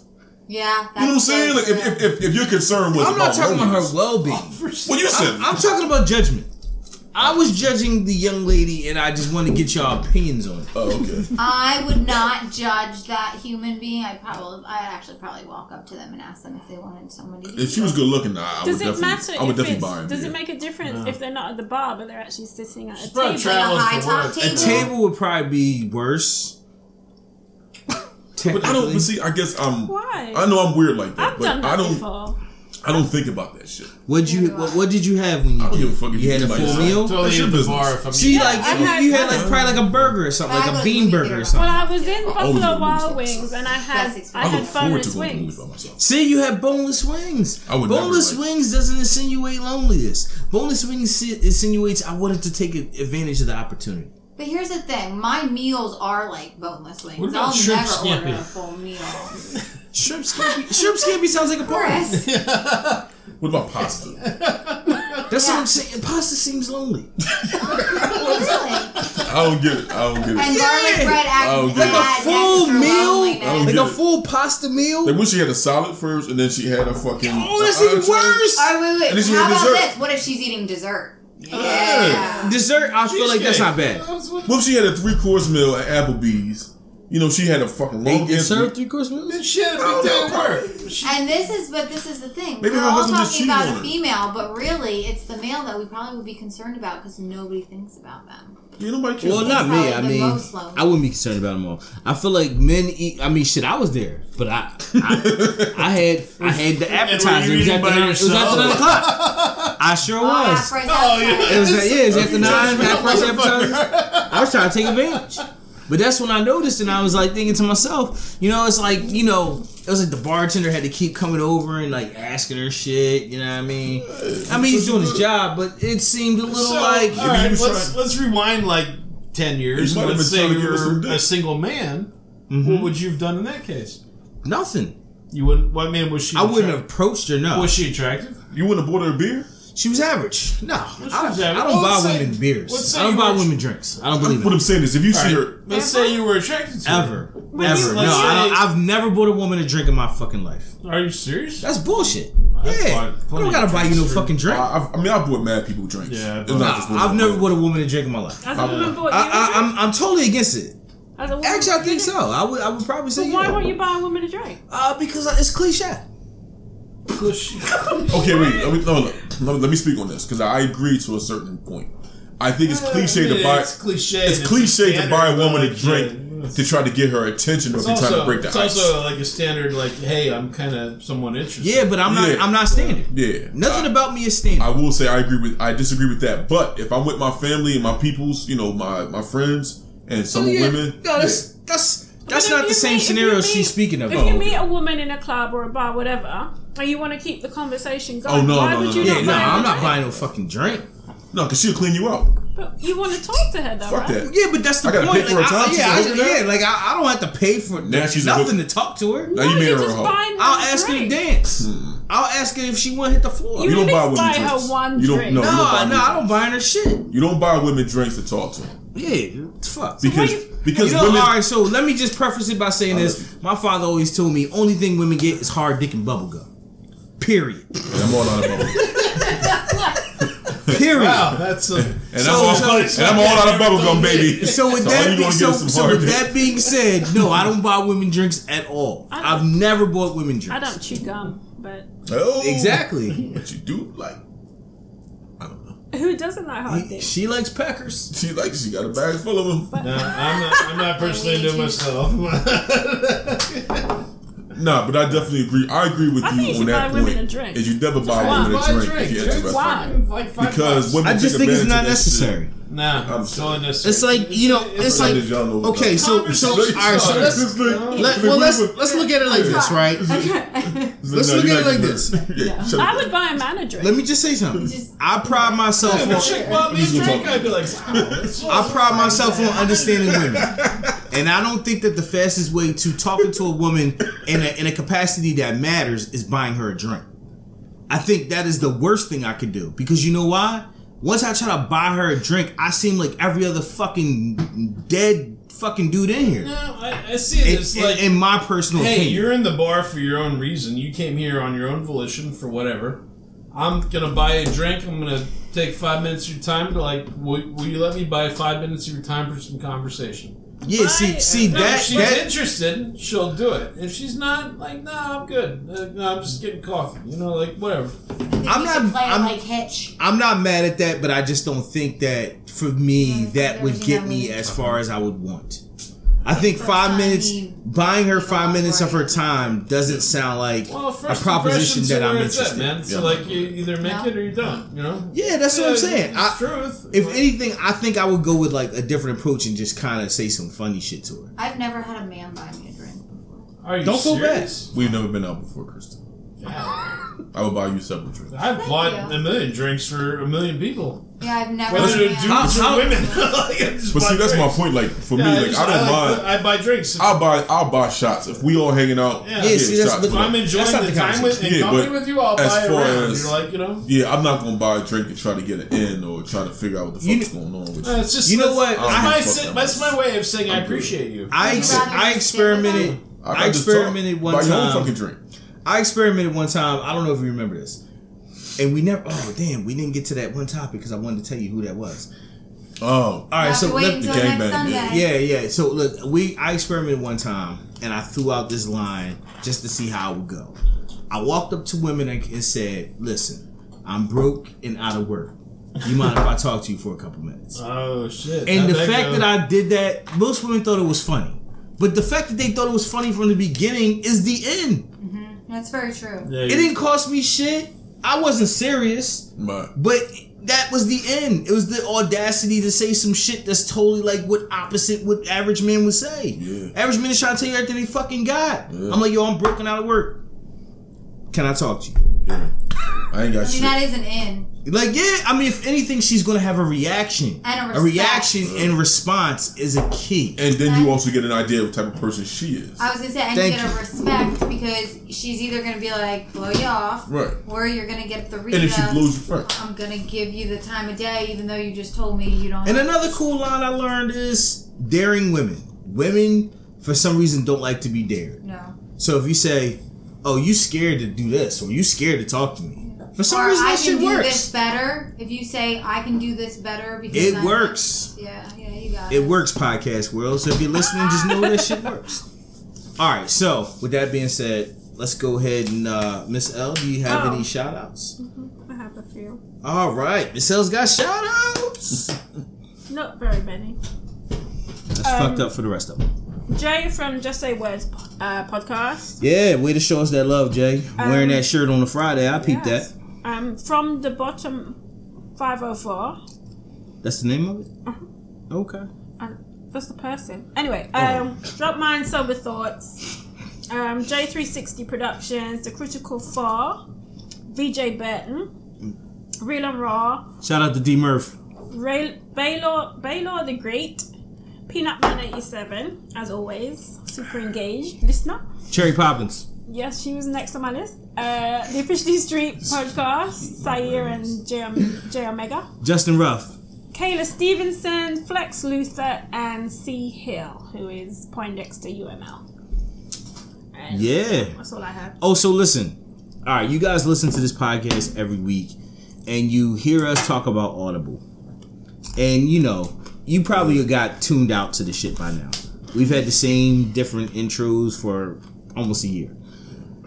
Speaker 3: Yeah.
Speaker 1: You know what I'm saying? Like, if, if, if, if your concern was
Speaker 7: I'm not talking about
Speaker 1: loneliness-
Speaker 7: her well-being.
Speaker 1: Oh, Well, you said
Speaker 7: I'm talking about judgment. I was judging the young lady, and I just want to get y'all opinions on it.
Speaker 1: Oh, okay.
Speaker 3: I would not judge that human being. I probably, I actually probably walk up to them and ask them if they wanted somebody. To
Speaker 1: If she was good looking, nah, I would
Speaker 4: Does it
Speaker 1: definitely,
Speaker 4: matter
Speaker 1: I would
Speaker 4: if
Speaker 1: definitely buy her.
Speaker 4: it's, does
Speaker 1: beer.
Speaker 4: it make a difference if they're not at the bar but they're actually sitting at a
Speaker 5: probably
Speaker 4: table?
Speaker 5: traveling.
Speaker 3: like a
Speaker 5: That
Speaker 3: high top
Speaker 5: was the
Speaker 3: table.
Speaker 7: A table would probably be worse.
Speaker 1: But I don't.
Speaker 7: Technically,
Speaker 1: But see, I guess I'm.
Speaker 4: Why?
Speaker 1: I know I'm weird like that,
Speaker 4: I've
Speaker 1: but
Speaker 4: done that
Speaker 1: I don't.
Speaker 4: before.
Speaker 1: I don't think about that shit.
Speaker 7: what you what, what did you have when you
Speaker 1: I don't
Speaker 7: did?
Speaker 1: give a fuck if you
Speaker 7: you had a
Speaker 1: eat by
Speaker 7: full
Speaker 1: yourself.
Speaker 7: meal.
Speaker 5: Totally
Speaker 1: That's your
Speaker 5: at the
Speaker 1: business.
Speaker 5: bar if I'm
Speaker 7: See,
Speaker 5: eating.
Speaker 7: like
Speaker 4: I
Speaker 7: you,
Speaker 4: had-
Speaker 7: you had like probably like a burger or something,
Speaker 3: I
Speaker 7: like a
Speaker 3: wouldn't
Speaker 7: bean
Speaker 3: eat
Speaker 7: burger
Speaker 3: it.
Speaker 7: or something.
Speaker 4: Well, I was
Speaker 7: Oh,
Speaker 4: in
Speaker 1: always
Speaker 4: Buffalo
Speaker 1: do movies by
Speaker 4: Wild Wings and I had
Speaker 3: That's
Speaker 4: I
Speaker 1: I
Speaker 4: had
Speaker 1: look forward to
Speaker 4: boneless
Speaker 1: going to the movies
Speaker 4: wings.
Speaker 1: by myself.
Speaker 7: See, you have boneless wings.
Speaker 1: I would never
Speaker 7: boneless
Speaker 1: like-
Speaker 7: wings doesn't insinuate loneliness. Boneless wings si- insinuates I wanted to take a- advantage of the opportunity.
Speaker 3: But here's the thing: my meals are like boneless wings.
Speaker 5: What about
Speaker 3: I'll
Speaker 5: shrimp
Speaker 3: never order
Speaker 5: scampi?
Speaker 3: a full meal.
Speaker 7: Shrimp scampi. Shrimp scampi sounds like a party.
Speaker 3: Chris,
Speaker 1: What about pasta?
Speaker 7: That's what I'm saying. Pasta seems lonely.
Speaker 3: really?
Speaker 1: I don't get it. I don't get
Speaker 3: And
Speaker 1: it.
Speaker 3: garlic bread
Speaker 1: Oh,
Speaker 3: adds
Speaker 1: good. Like a
Speaker 3: adds
Speaker 7: full
Speaker 3: extra
Speaker 7: meal?
Speaker 1: Oh,
Speaker 3: loneliness.
Speaker 7: Like
Speaker 1: yeah.
Speaker 7: a full pasta meal.
Speaker 1: Like when she had a salad first, and then she had a fucking.
Speaker 7: Oh, that's
Speaker 1: a
Speaker 7: even
Speaker 1: entree.
Speaker 7: worse.
Speaker 3: Oh, wait, wait,
Speaker 1: And then she
Speaker 3: wait. How
Speaker 1: had
Speaker 3: about
Speaker 1: dessert.
Speaker 3: this? What if she's eating dessert? Yeah.
Speaker 7: Dessert, I feel like that's not bad.
Speaker 1: What if she had a three course meal at Applebee's? You know, she had a fucking long
Speaker 7: They
Speaker 1: ass.
Speaker 7: serve three course meals.
Speaker 5: Shit, a big day at work.
Speaker 3: And this is, but this is the thing.
Speaker 1: Maybe
Speaker 3: We're
Speaker 1: my
Speaker 3: all
Speaker 1: husband just
Speaker 3: talking
Speaker 1: cheated
Speaker 3: about
Speaker 1: on her.
Speaker 3: a female, but really, it's the male that we probably would be concerned about because nobody thinks about them.
Speaker 1: Yeah, nobody cares.
Speaker 7: Well, not me. I
Speaker 3: Probably the
Speaker 7: mean,
Speaker 3: most lonely.
Speaker 7: I wouldn't be concerned about them all. I feel like men eat. I mean, shit, I was there, but I, I, I had, I had the appetizer. It was
Speaker 5: eating
Speaker 7: after
Speaker 5: by
Speaker 7: nine, it was
Speaker 5: yourself?
Speaker 7: after nine o'clock. I sure
Speaker 3: Oh,
Speaker 7: was.
Speaker 3: half-price
Speaker 5: Oh,
Speaker 3: outside.
Speaker 5: yeah.
Speaker 7: It was that yeah, it was after nine, half price
Speaker 5: Motherfucker.
Speaker 7: appetizers. I was trying to take advantage. But that's when I noticed and I was like thinking to myself, you know, it's like, you know, it was like the bartender had to keep coming over and like asking her shit, you know what I mean? I mean he's doing his job, but it seemed a little
Speaker 5: So,
Speaker 7: like
Speaker 5: all right,
Speaker 1: you
Speaker 5: let's,
Speaker 1: tried-
Speaker 5: let's rewind like ten years.
Speaker 1: You might
Speaker 5: and
Speaker 1: have
Speaker 5: Let's
Speaker 1: been
Speaker 5: say
Speaker 1: trying to get us some
Speaker 5: you're
Speaker 1: dick. Mm-hmm.
Speaker 5: a single man. What would you have done in that case?
Speaker 7: nothing.
Speaker 5: You wouldn't. What man was she?
Speaker 7: I wouldn't have
Speaker 5: attract-
Speaker 7: approached her, no.
Speaker 5: Was she attractive?
Speaker 1: You wouldn't have bought her a beer?
Speaker 7: She was average. No. I,
Speaker 5: was
Speaker 7: don't-
Speaker 5: average?
Speaker 7: I don't
Speaker 5: Well,
Speaker 7: buy
Speaker 5: let's say-
Speaker 7: women
Speaker 5: let's
Speaker 7: beers.
Speaker 5: say
Speaker 7: I don't
Speaker 5: you
Speaker 7: buy
Speaker 5: were-
Speaker 7: women drinks. I don't believe
Speaker 1: What
Speaker 7: in
Speaker 1: I'm
Speaker 7: it.
Speaker 1: saying is, if you see
Speaker 5: All
Speaker 1: her,
Speaker 5: right, Let's say you were attracted to her.
Speaker 7: Ever.
Speaker 4: you-
Speaker 7: Ever. No,
Speaker 5: let's
Speaker 7: I don't,
Speaker 5: say-
Speaker 7: I've never bought a woman a drink in my fucking life.
Speaker 5: Are you serious?
Speaker 7: That's bullshit.
Speaker 5: I've bought
Speaker 7: yeah. I
Speaker 5: plenty
Speaker 7: don't
Speaker 5: of
Speaker 7: gotta buy you
Speaker 5: drinks
Speaker 7: no
Speaker 5: for-
Speaker 7: fucking drink.
Speaker 1: I, I've- I mean, I bought mad people drinks.
Speaker 5: Yeah, I
Speaker 1: It's
Speaker 5: bought-
Speaker 1: Uh, not just
Speaker 7: Nah,
Speaker 1: one
Speaker 7: I've
Speaker 1: woman.
Speaker 7: never bought a woman a drink in my life.
Speaker 4: As a woman, boy,
Speaker 7: I, I, I'm, I'm totally against it.
Speaker 4: as a woman,
Speaker 7: Actually, I think so. I would, I would probably say
Speaker 4: Why
Speaker 7: yeah.
Speaker 4: won't you buy a woman a drink?
Speaker 7: Uh, because it's cliche.
Speaker 1: Okay, wait. Let me, no, no, no, let me speak on this because I agree to a certain point. I think it's cliche to buy.
Speaker 5: Uh, It's cliche.
Speaker 1: It's
Speaker 5: and
Speaker 1: cliche to buy a
Speaker 5: standard,
Speaker 1: woman
Speaker 5: uh,
Speaker 1: a drink
Speaker 5: yeah.
Speaker 1: to try to get her attention, but
Speaker 5: It's
Speaker 1: be trying
Speaker 5: also,
Speaker 1: to break the
Speaker 5: it's
Speaker 1: ice.
Speaker 5: also like a standard, like, hey, I'm kind of somewhat interested.
Speaker 7: Yeah, but I'm not.
Speaker 1: Yeah.
Speaker 7: I'm not standing.
Speaker 1: Yeah,
Speaker 7: Nothing
Speaker 1: I,
Speaker 7: about me is standing.
Speaker 1: I will say I agree with. I disagree with that. But if I'm with my family and my peoples, you know, my my friends and some
Speaker 7: Yeah.
Speaker 1: women,
Speaker 7: No, that's that's that's
Speaker 4: But if
Speaker 7: not the
Speaker 4: you
Speaker 7: same
Speaker 4: meet- if you
Speaker 7: scenario
Speaker 4: meet-
Speaker 7: she's speaking of.
Speaker 4: If you meet a woman in a club or a bar, whatever, and you want to keep the conversation going,
Speaker 1: Oh, no,
Speaker 4: why
Speaker 1: no,
Speaker 4: would
Speaker 1: no,
Speaker 4: you
Speaker 1: no.
Speaker 4: not
Speaker 7: yeah, no,
Speaker 4: buy her
Speaker 7: I'm
Speaker 4: a
Speaker 7: not
Speaker 4: drink?
Speaker 7: buying no fucking drink.
Speaker 1: no, because she'll clean you out.
Speaker 4: But you want to talk to her, though,
Speaker 1: Fuck
Speaker 4: right?
Speaker 1: that.
Speaker 7: Yeah, but that's the
Speaker 1: I gotta
Speaker 7: point.
Speaker 1: pay for
Speaker 7: like,
Speaker 1: her
Speaker 7: I-
Speaker 1: time, she's
Speaker 7: yeah,
Speaker 1: over
Speaker 7: I,
Speaker 1: there.
Speaker 7: yeah, like I, I don't have to pay for
Speaker 1: Now she's a
Speaker 7: nothing to
Speaker 1: hook.
Speaker 7: talk to her.
Speaker 1: Now you
Speaker 4: Why
Speaker 1: made
Speaker 4: you
Speaker 1: her a
Speaker 4: just
Speaker 1: hoe.
Speaker 4: buying her
Speaker 7: I'll
Speaker 4: a
Speaker 7: ask her to
Speaker 4: drink?
Speaker 7: dance. I'll ask her if she want to hit the floor.
Speaker 1: You
Speaker 4: You
Speaker 1: don't
Speaker 4: need
Speaker 1: buy
Speaker 4: to
Speaker 1: women
Speaker 4: buy her
Speaker 1: drinks.
Speaker 4: one
Speaker 1: you don't,
Speaker 4: drink.
Speaker 1: No,
Speaker 7: no,
Speaker 1: you don't buy
Speaker 7: no,
Speaker 1: women-
Speaker 7: I don't buying her shit.
Speaker 1: You don't buy women drinks to talk to them
Speaker 7: Yeah, fuck.
Speaker 1: because
Speaker 4: you-
Speaker 1: because
Speaker 7: you know,
Speaker 1: women.
Speaker 7: all right. So let me just preface it by saying this: my father always told me, only thing women get is hard dick and bubble gum. Period.
Speaker 1: Yeah, I'm all out of bubble.
Speaker 7: Period.
Speaker 5: Wow, that's a.
Speaker 1: And
Speaker 7: So-
Speaker 1: I'm all,
Speaker 7: so-
Speaker 1: and I'm all out of bubble gum, baby.
Speaker 7: So with
Speaker 1: So all
Speaker 7: that
Speaker 1: you
Speaker 7: being,
Speaker 1: gonna
Speaker 7: so,
Speaker 1: get is some
Speaker 7: so
Speaker 1: hard
Speaker 7: with
Speaker 1: dick.
Speaker 7: that being said, no, I don't buy women drinks at all.
Speaker 4: don't-
Speaker 7: I've never bought women drinks.
Speaker 4: I don't chew gum, but
Speaker 1: Oh,
Speaker 7: Exactly.
Speaker 1: But you do like. I don't know.
Speaker 4: who doesn't like hard dick?
Speaker 7: She likes peckers.
Speaker 1: She like she got a bag full of them.
Speaker 5: No, I'm not, I'm not personally into it myself.
Speaker 1: Nah, but I definitely agree. I agree with
Speaker 4: I
Speaker 1: you
Speaker 4: think you
Speaker 1: on
Speaker 4: should
Speaker 1: that
Speaker 4: buy women
Speaker 1: point.
Speaker 4: a drink.
Speaker 1: Is you never buy
Speaker 4: Why?
Speaker 1: women a
Speaker 5: Buy
Speaker 1: drink, if you're interested.
Speaker 4: Why?
Speaker 5: Like five
Speaker 1: Because
Speaker 5: bucks.
Speaker 1: women.
Speaker 7: I just
Speaker 1: take
Speaker 7: think it's
Speaker 1: advantage
Speaker 7: not
Speaker 1: of that
Speaker 7: necessary.
Speaker 5: Nah,
Speaker 1: I'm
Speaker 5: I'm still
Speaker 1: sorry.
Speaker 5: unnecessary.
Speaker 7: It's like you know, it's like
Speaker 1: Did y'all know about
Speaker 7: okay.
Speaker 1: that?
Speaker 7: So so all
Speaker 5: Conversation
Speaker 7: right. So let's
Speaker 1: It's like-
Speaker 7: let,
Speaker 1: it's
Speaker 7: well
Speaker 1: like
Speaker 7: let's
Speaker 1: women-
Speaker 7: let's look at it like this, right? Let's
Speaker 1: No,
Speaker 7: look
Speaker 1: you
Speaker 7: at it like
Speaker 1: the-
Speaker 7: this.
Speaker 1: Yeah, shut
Speaker 4: I
Speaker 1: up.
Speaker 4: would buy a man a drink.
Speaker 7: Let me just say something. I pride myself
Speaker 5: If
Speaker 7: on
Speaker 5: a chick bought me a
Speaker 1: Who's gonna
Speaker 5: drink,
Speaker 1: talk?
Speaker 5: I'd be like, wow. that's so-
Speaker 7: I pride myself on understanding women. And I don't think that the fastest way to talking to a woman in a, in a capacity that matters is buying her a drink. I think that is the worst thing I could do because you know why? Once I try to buy her a drink, I seem like every other fucking dead fucking dude in here.
Speaker 5: No, I, I see it.
Speaker 7: In,
Speaker 5: It's
Speaker 7: in-
Speaker 5: like,
Speaker 7: in my personal
Speaker 5: hey,
Speaker 7: opinion.
Speaker 5: you're in the bar for your own reason. You came here on your own volition for whatever. I'm gonna buy a drink. I'm gonna take five minutes of your time to like. Will, will you let me buy five minutes of your time for some conversation?
Speaker 7: yeah, see,
Speaker 4: I-
Speaker 7: see
Speaker 5: No, if
Speaker 7: that
Speaker 5: she's
Speaker 7: that
Speaker 5: interested, she'll do it. If she's not, like, nah, I'm good. Uh, no, I'm just getting coffee. You know, like whatever.
Speaker 7: I'm
Speaker 3: I'm
Speaker 7: not-
Speaker 3: not. Play it
Speaker 7: I'm-
Speaker 3: like Hitch.
Speaker 7: I'm not mad at that, but I just don't think that for me that would
Speaker 3: everything
Speaker 7: get
Speaker 3: I
Speaker 7: me
Speaker 3: need.
Speaker 7: as far as I would want. I think five
Speaker 3: time
Speaker 7: minutes
Speaker 3: you-
Speaker 7: buying her
Speaker 3: you
Speaker 7: five
Speaker 3: know,
Speaker 7: minutes of her
Speaker 3: right.
Speaker 7: time doesn't sound like
Speaker 5: Well,
Speaker 7: a
Speaker 5: first
Speaker 7: proposition
Speaker 5: impressions
Speaker 7: that
Speaker 5: are
Speaker 7: I'm
Speaker 5: where it's
Speaker 7: interested.
Speaker 5: at, man. So
Speaker 1: Yeah.
Speaker 5: like, you either make
Speaker 3: No.
Speaker 5: it or you don't. You know.
Speaker 7: Yeah, that's what I'm
Speaker 5: Yeah,
Speaker 7: saying.
Speaker 5: it's
Speaker 7: I,
Speaker 5: truth.
Speaker 7: if anything, I think I would go with like a different approach and just kind of say some funny shit to her.
Speaker 3: I've never had a man buy me a drink. before.
Speaker 5: Are you
Speaker 7: Don't feel bad.
Speaker 5: serious?
Speaker 1: We've never been out before, Kristen.
Speaker 5: Wow.
Speaker 1: I would buy you separate drinks.
Speaker 5: I've bought
Speaker 3: you.
Speaker 5: a million drinks for a million people.
Speaker 3: Yeah, I've never.
Speaker 5: Whether they're
Speaker 3: yeah.
Speaker 5: dudes
Speaker 1: How-
Speaker 5: or women. Like, I just
Speaker 1: But
Speaker 5: buy
Speaker 1: see, that's my
Speaker 5: drinks.
Speaker 1: point. Like for
Speaker 5: Yeah,
Speaker 1: me, like
Speaker 5: just-
Speaker 1: I don't mind.
Speaker 5: I buy drinks.
Speaker 1: I'll buy I'll buy shots if we all hanging out.
Speaker 5: Yeah.
Speaker 1: Yeah,
Speaker 5: Yeah,
Speaker 7: see, that's
Speaker 1: shots.
Speaker 7: the-
Speaker 5: If I'm enjoying
Speaker 7: That's not
Speaker 5: the
Speaker 7: the
Speaker 5: time with and
Speaker 1: conversation. Yeah,
Speaker 5: company
Speaker 1: but
Speaker 5: with you, I'll
Speaker 1: as
Speaker 5: buy it
Speaker 1: far
Speaker 5: around.
Speaker 1: as-
Speaker 5: You're like, you know,
Speaker 1: yeah, I'm not gonna buy a drink and try to get it in or try to figure out what the
Speaker 7: You
Speaker 1: fuck's going on with
Speaker 5: uh,
Speaker 1: you.
Speaker 5: it's just
Speaker 7: You know what?
Speaker 5: That's,
Speaker 1: I-
Speaker 5: my,
Speaker 1: fuck
Speaker 5: si-
Speaker 1: that.
Speaker 5: that's my way of saying i
Speaker 1: I'm good.
Speaker 5: appreciate you.
Speaker 7: I ex- I experimented. I
Speaker 1: just talk.
Speaker 7: experimented one
Speaker 1: buy Your
Speaker 7: time.
Speaker 1: own fucking drink.
Speaker 7: I experimented one time. I don't know if you remember this. And we never. Oh damn, we didn't get to that one topic because I wanted to tell you who that was.
Speaker 1: Oh,
Speaker 7: All right,
Speaker 3: have
Speaker 7: so
Speaker 3: to wait
Speaker 7: let-
Speaker 3: until
Speaker 1: the
Speaker 3: next
Speaker 1: gangbang,
Speaker 3: Sunday.
Speaker 1: yeah.
Speaker 7: yeah, yeah. So look, we I experimented one time and I threw out this line just to see how it would go. I walked up to women and and said, "Listen, I'm broke and out of work. You mind if I talk to you for a couple minutes?"
Speaker 5: Oh shit!
Speaker 7: And the fact that I did that, most women thought it was funny. But the fact that they thought it was funny from the beginning is the end.
Speaker 3: That's very true.
Speaker 5: yeah,
Speaker 7: It didn't cost me shit. I wasn't serious.
Speaker 1: but
Speaker 7: But that was the end. It was the audacity to say some shit that's totally like what opposite what average men would say.
Speaker 1: Yeah.
Speaker 7: Average men is trying to tell you everything they fucking got.
Speaker 1: Yeah.
Speaker 7: I'm like, yo, I'm broken out of work. Can I talk to you?
Speaker 1: yeah, I ain't got
Speaker 3: I mean,
Speaker 1: shit.
Speaker 3: that is an in.
Speaker 7: Like, yeah, I mean, if anything, she's gonna have a reaction.
Speaker 3: And a
Speaker 7: a
Speaker 3: respect.
Speaker 7: reaction and response is a key.
Speaker 1: and then you also get an idea of what type of person she is.
Speaker 3: I was gonna say, and
Speaker 7: Thank
Speaker 3: you get a respect because she's either gonna be like blow you off,
Speaker 1: Right.
Speaker 3: or you're gonna get the Rita.
Speaker 1: and if she blows you, right?
Speaker 3: I'm gonna give you the time of day, even though you just told me you don't.
Speaker 7: And
Speaker 3: have-
Speaker 7: another cool line I learned is daring women. Women, for some reason, don't like to be dared.
Speaker 3: no.
Speaker 7: So if you say, "Oh, you scared to do this," or "You scared to talk to me," for some
Speaker 3: Or
Speaker 7: reason
Speaker 3: I
Speaker 7: that
Speaker 3: can
Speaker 7: shit
Speaker 3: do
Speaker 7: works.
Speaker 3: this better. If you say I can do this better, because
Speaker 7: It
Speaker 3: I'm-"
Speaker 7: works.
Speaker 3: Yeah, yeah, you got it.
Speaker 7: It works, podcast world. So if you're listening, just know that shit works. All right. So with that being said, let's go ahead and uh, Miss L. Do you have
Speaker 4: Oh.
Speaker 7: any shout outs?
Speaker 4: I have a few.
Speaker 7: All right, Miss L's got shout outs.
Speaker 4: Not very many.
Speaker 7: That's
Speaker 3: Um,
Speaker 7: fucked up for the rest of them.
Speaker 4: Jay from Just Say Words uh, podcast.
Speaker 7: Yeah, way to show us that love, Jay. Wearing
Speaker 4: Um,
Speaker 7: that shirt on a Friday, I peeped
Speaker 4: Yes.
Speaker 7: that.
Speaker 4: Um, from the bottom, 504.
Speaker 7: That's the name of it?
Speaker 3: Uh-huh.
Speaker 7: Okay.
Speaker 4: And that's the person. Anyway, um, Drop Mine Sober Thoughts, um, J360 Productions, The Critical Four, VJ Burton, Real and Raw,
Speaker 7: Shout out to D Murph.
Speaker 4: Ray, Baylor, Baylor the Great, Peanut Man 87, as always, super engaged listener.
Speaker 7: Cherry Poppins.
Speaker 4: Yes, she was next on my list. Uh, the Officially Street podcast, Sayer and J, J Omega.
Speaker 7: Justin Ruff.
Speaker 4: Kayla Stevenson, Flex Luther, and C Hill, who is Poindexter UML. And
Speaker 7: Yeah.
Speaker 4: That's all I have.
Speaker 7: Oh, so listen. All right, you guys listen to this podcast every week, and you hear us talk about Audible. And you know, you probably got tuned out to the shit by now. We've had the same different intros for almost a year.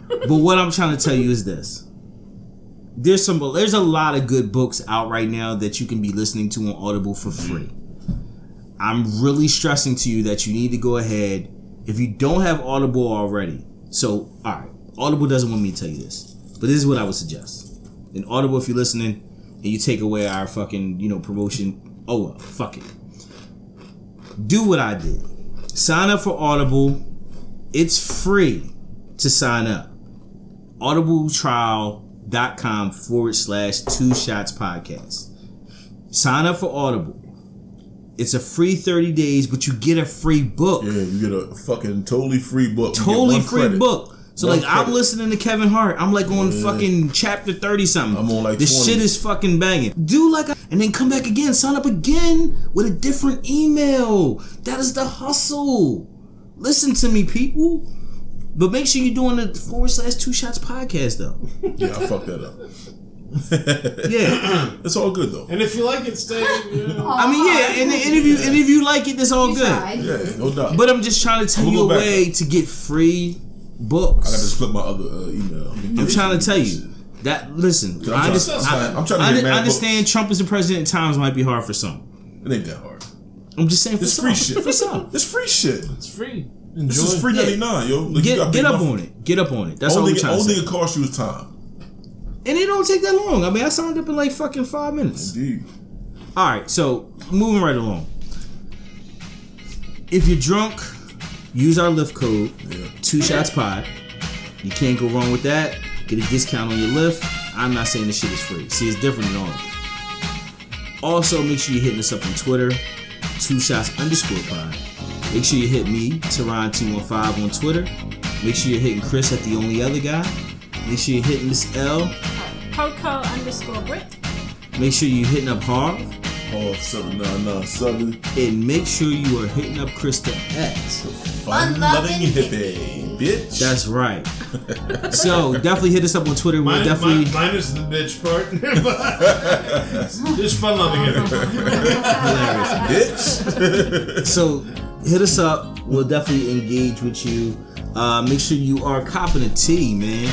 Speaker 7: But what I'm trying to tell you is this. There's some there's a lot of good books out right now that you can be listening to on Audible for free. I'm really stressing to you that you need to go ahead if you don't have Audible already. So, all right, Audible doesn't want me to tell you this, but this is what I would suggest. In Audible, if you're listening and you take away our fucking you know promotion, oh well, fuck it. Do what I did. Sign up for Audible. It's free to sign up. Audibletrial.com forward slash two shots podcast. Sign up for Audible. It's a free 30 days, but you get a free book
Speaker 1: Yeah, you get a fucking totally free book. You get
Speaker 7: totally
Speaker 1: one
Speaker 7: free
Speaker 1: credit.
Speaker 7: book. So
Speaker 1: One
Speaker 7: like I'm
Speaker 1: credit.
Speaker 7: listening to Kevin Hart. I'm like on fucking chapter thirty something.
Speaker 1: I'm on, like,
Speaker 7: this
Speaker 1: 20.
Speaker 7: shit is fucking banging. Do like I, and then come back again, sign up again with a different email. That is the hustle. Listen to me, people. But make sure you're doing the forward slash two shots podcast though.
Speaker 1: Yeah, I fucked that up.
Speaker 7: Yeah,
Speaker 1: it's all good though.
Speaker 5: and if you like it, stay. You know,
Speaker 7: I mean yeah, and, and if you and if you like it, that's all
Speaker 3: You
Speaker 7: good.
Speaker 3: tried.
Speaker 1: Yeah, no doubt.
Speaker 7: But I'm just trying to tell
Speaker 1: We'll
Speaker 7: you
Speaker 1: go
Speaker 7: a
Speaker 1: back.
Speaker 7: way to get free
Speaker 1: I gotta
Speaker 7: books.
Speaker 1: just flip my other uh, email.
Speaker 7: I'm trying to tell you that. Listen,
Speaker 1: I'm
Speaker 7: I,
Speaker 1: trying-
Speaker 7: just, I,
Speaker 1: I'm trying to
Speaker 7: I
Speaker 1: get mad
Speaker 7: understand Trump is the president. At times might be hard for some.
Speaker 1: It ain't that hard.
Speaker 7: I'm just saying for
Speaker 1: It's
Speaker 7: some.
Speaker 1: free shit.
Speaker 7: For some,
Speaker 1: It's free shit.
Speaker 5: it's free.
Speaker 1: This
Speaker 5: Enjoy.
Speaker 1: is free ninety nine, yo. Like, you
Speaker 7: get
Speaker 1: gotta
Speaker 7: get
Speaker 1: pay
Speaker 7: up
Speaker 1: nothing.
Speaker 7: on it. Get up on it. That's all
Speaker 1: Only
Speaker 7: I'm trying to
Speaker 1: only
Speaker 7: say.
Speaker 1: it cost you is time.
Speaker 7: And it don't take that long. I mean, I signed up in like fucking five minutes.
Speaker 1: Dude,
Speaker 7: All right, so moving right along. If you're drunk, use our lift code
Speaker 1: yeah.
Speaker 7: two shots pod. You can't go wrong with that. Get a discount on your lift. I'm not saying this shit is free. See, it's different than all of it. Also, make sure you're hitting us up on Twitter, two shots underscore pod. Make sure you hit me, Teron215 on Twitter. Make sure you're hitting Chris at the only other guy. Make sure you're hitting Miss L.
Speaker 4: Coco underscore Brit.
Speaker 7: Make sure you're hitting up Harv.
Speaker 1: Oh, 7997.
Speaker 7: And make sure you are hitting up Krista at.
Speaker 1: Fun loving hippie, bitch.
Speaker 7: That's right. so definitely hit us up on Twitter. We'll
Speaker 5: Mine,
Speaker 7: definitely
Speaker 5: mine, mine is the bitch part. Just fun loving it.
Speaker 7: hilarious.
Speaker 1: bitch.
Speaker 7: So hit us up. We'll definitely engage with you. Uh, make sure you are copping a tea, man.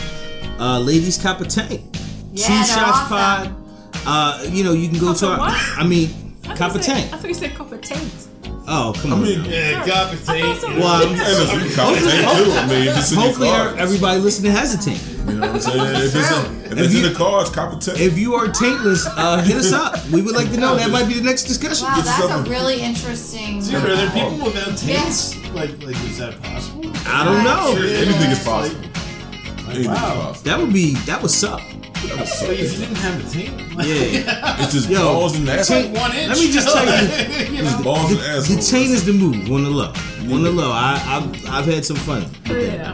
Speaker 7: Uh, ladies, cop a tank.
Speaker 3: Yeah,
Speaker 7: Two
Speaker 3: they're
Speaker 7: shots pod.
Speaker 3: awesome.
Speaker 7: Uh, you know you can go
Speaker 4: Cop
Speaker 7: to
Speaker 4: a
Speaker 7: our.
Speaker 4: what?
Speaker 7: I mean,
Speaker 4: I thought
Speaker 7: cop a
Speaker 4: you said-
Speaker 7: tank.
Speaker 4: I thought you said cop a taint.
Speaker 7: Oh come on.
Speaker 1: mean,
Speaker 7: now.
Speaker 5: Yeah,
Speaker 4: Sorry.
Speaker 5: copy
Speaker 4: I
Speaker 5: tape.
Speaker 4: thought someone-
Speaker 7: Well, I'm-
Speaker 1: And if you cop a tank too, I mean, if it's in
Speaker 7: Hopefully,
Speaker 1: your
Speaker 7: our-
Speaker 1: car,
Speaker 7: everybody listening has a tank.
Speaker 1: you know what I'm saying? If it's, in, if it's
Speaker 7: If you-
Speaker 1: in the car, it's cop a tank.
Speaker 7: If you are tankless, uh, hit us up. We would like to know. That might be the next discussion.
Speaker 3: Wow, that's
Speaker 1: something.
Speaker 3: a really interesting.
Speaker 5: Dude, are there people without taints? Like, like, is that possible?
Speaker 7: I don't know.
Speaker 1: Anything is possible. Anything is
Speaker 5: Wow.
Speaker 1: possible.
Speaker 7: That would be that would suck.
Speaker 5: Like, if you didn't have a taint, like,
Speaker 7: Yeah.
Speaker 1: It's just
Speaker 7: Yo,
Speaker 1: balls and ass.
Speaker 7: tank-
Speaker 5: one inch.
Speaker 7: Let me just tell you.
Speaker 5: you
Speaker 1: It's
Speaker 5: know?
Speaker 1: balls and
Speaker 7: The, the
Speaker 1: ass.
Speaker 7: chain is the move. On the low. On the low. I, I've, I've had some fun.
Speaker 4: Yeah.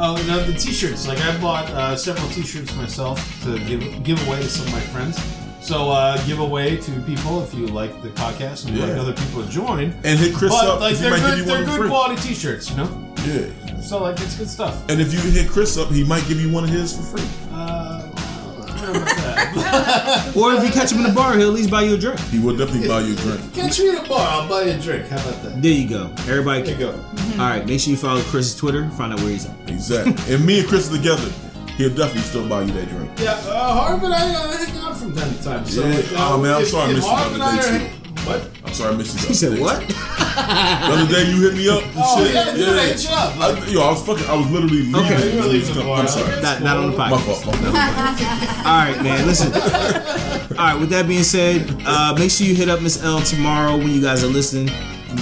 Speaker 5: Oh, no, the t-shirts. Like, I bought uh, several t-shirts myself to give give away to some of my friends. So, uh, give away to people if you like the podcast and you like
Speaker 1: Yeah.
Speaker 5: other people to join.
Speaker 1: And hit Chris
Speaker 5: But
Speaker 1: up.
Speaker 5: like,
Speaker 1: he
Speaker 5: they're
Speaker 1: might give
Speaker 5: good,
Speaker 1: you
Speaker 5: they're
Speaker 1: one for
Speaker 5: good
Speaker 1: free.
Speaker 5: quality t-shirts, you know.
Speaker 1: Yeah.
Speaker 5: So, like, it's good stuff.
Speaker 1: And if you hit Chris up, he might give you one of his for free.
Speaker 5: Uh, I don't know about that.
Speaker 7: Or if you catch him in the bar, he'll at least buy you a drink.
Speaker 1: He will definitely buy you a drink.
Speaker 5: Catch me at a bar. I'll buy you a drink. How about that?
Speaker 7: There you go. Everybody. Mm-hmm.
Speaker 5: There you go.
Speaker 7: All right. Make sure you follow Chris's Twitter. Find out where he's at.
Speaker 1: Exactly. and me and Chris together, he'll definitely still buy you that drink.
Speaker 5: Yeah, uh, Harv and I uh, hang out from time to time. So,
Speaker 1: Yeah.
Speaker 5: like,
Speaker 1: Oh,
Speaker 5: uh,
Speaker 1: man, I'm
Speaker 5: if-
Speaker 1: sorry I
Speaker 5: if
Speaker 1: missed you
Speaker 5: Harv
Speaker 1: the
Speaker 5: and
Speaker 1: other
Speaker 5: I
Speaker 1: day,
Speaker 5: are
Speaker 1: too.
Speaker 5: hang- What?
Speaker 1: I'm sorry I missed you. the
Speaker 7: He
Speaker 1: other
Speaker 7: said
Speaker 1: day.
Speaker 7: what?
Speaker 1: The other day you hit me up. and
Speaker 5: Oh,
Speaker 1: shit.
Speaker 5: yeah, dude, I hit you up. Like,
Speaker 1: I, yo, I was fucking. I was literally leaving.
Speaker 7: Okay.
Speaker 1: when
Speaker 5: Really
Speaker 1: he was coming. I'm
Speaker 5: tomorrow.
Speaker 1: sorry.
Speaker 7: Not, not on the
Speaker 1: My
Speaker 7: podcast.
Speaker 1: fault. my fault.
Speaker 7: All right, man. Listen. All right. With that being said, uh, make sure you hit up Miss L tomorrow when you guys are listening.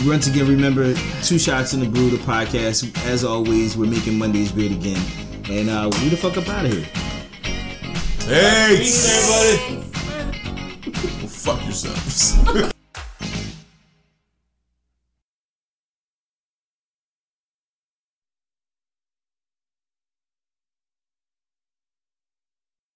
Speaker 7: Once again, remember two shots in the brew, the podcast. As always, we're making Mondays great again, and uh, we the fuck up out of here.
Speaker 1: Hey,
Speaker 5: everybody.
Speaker 1: fuck yourselves.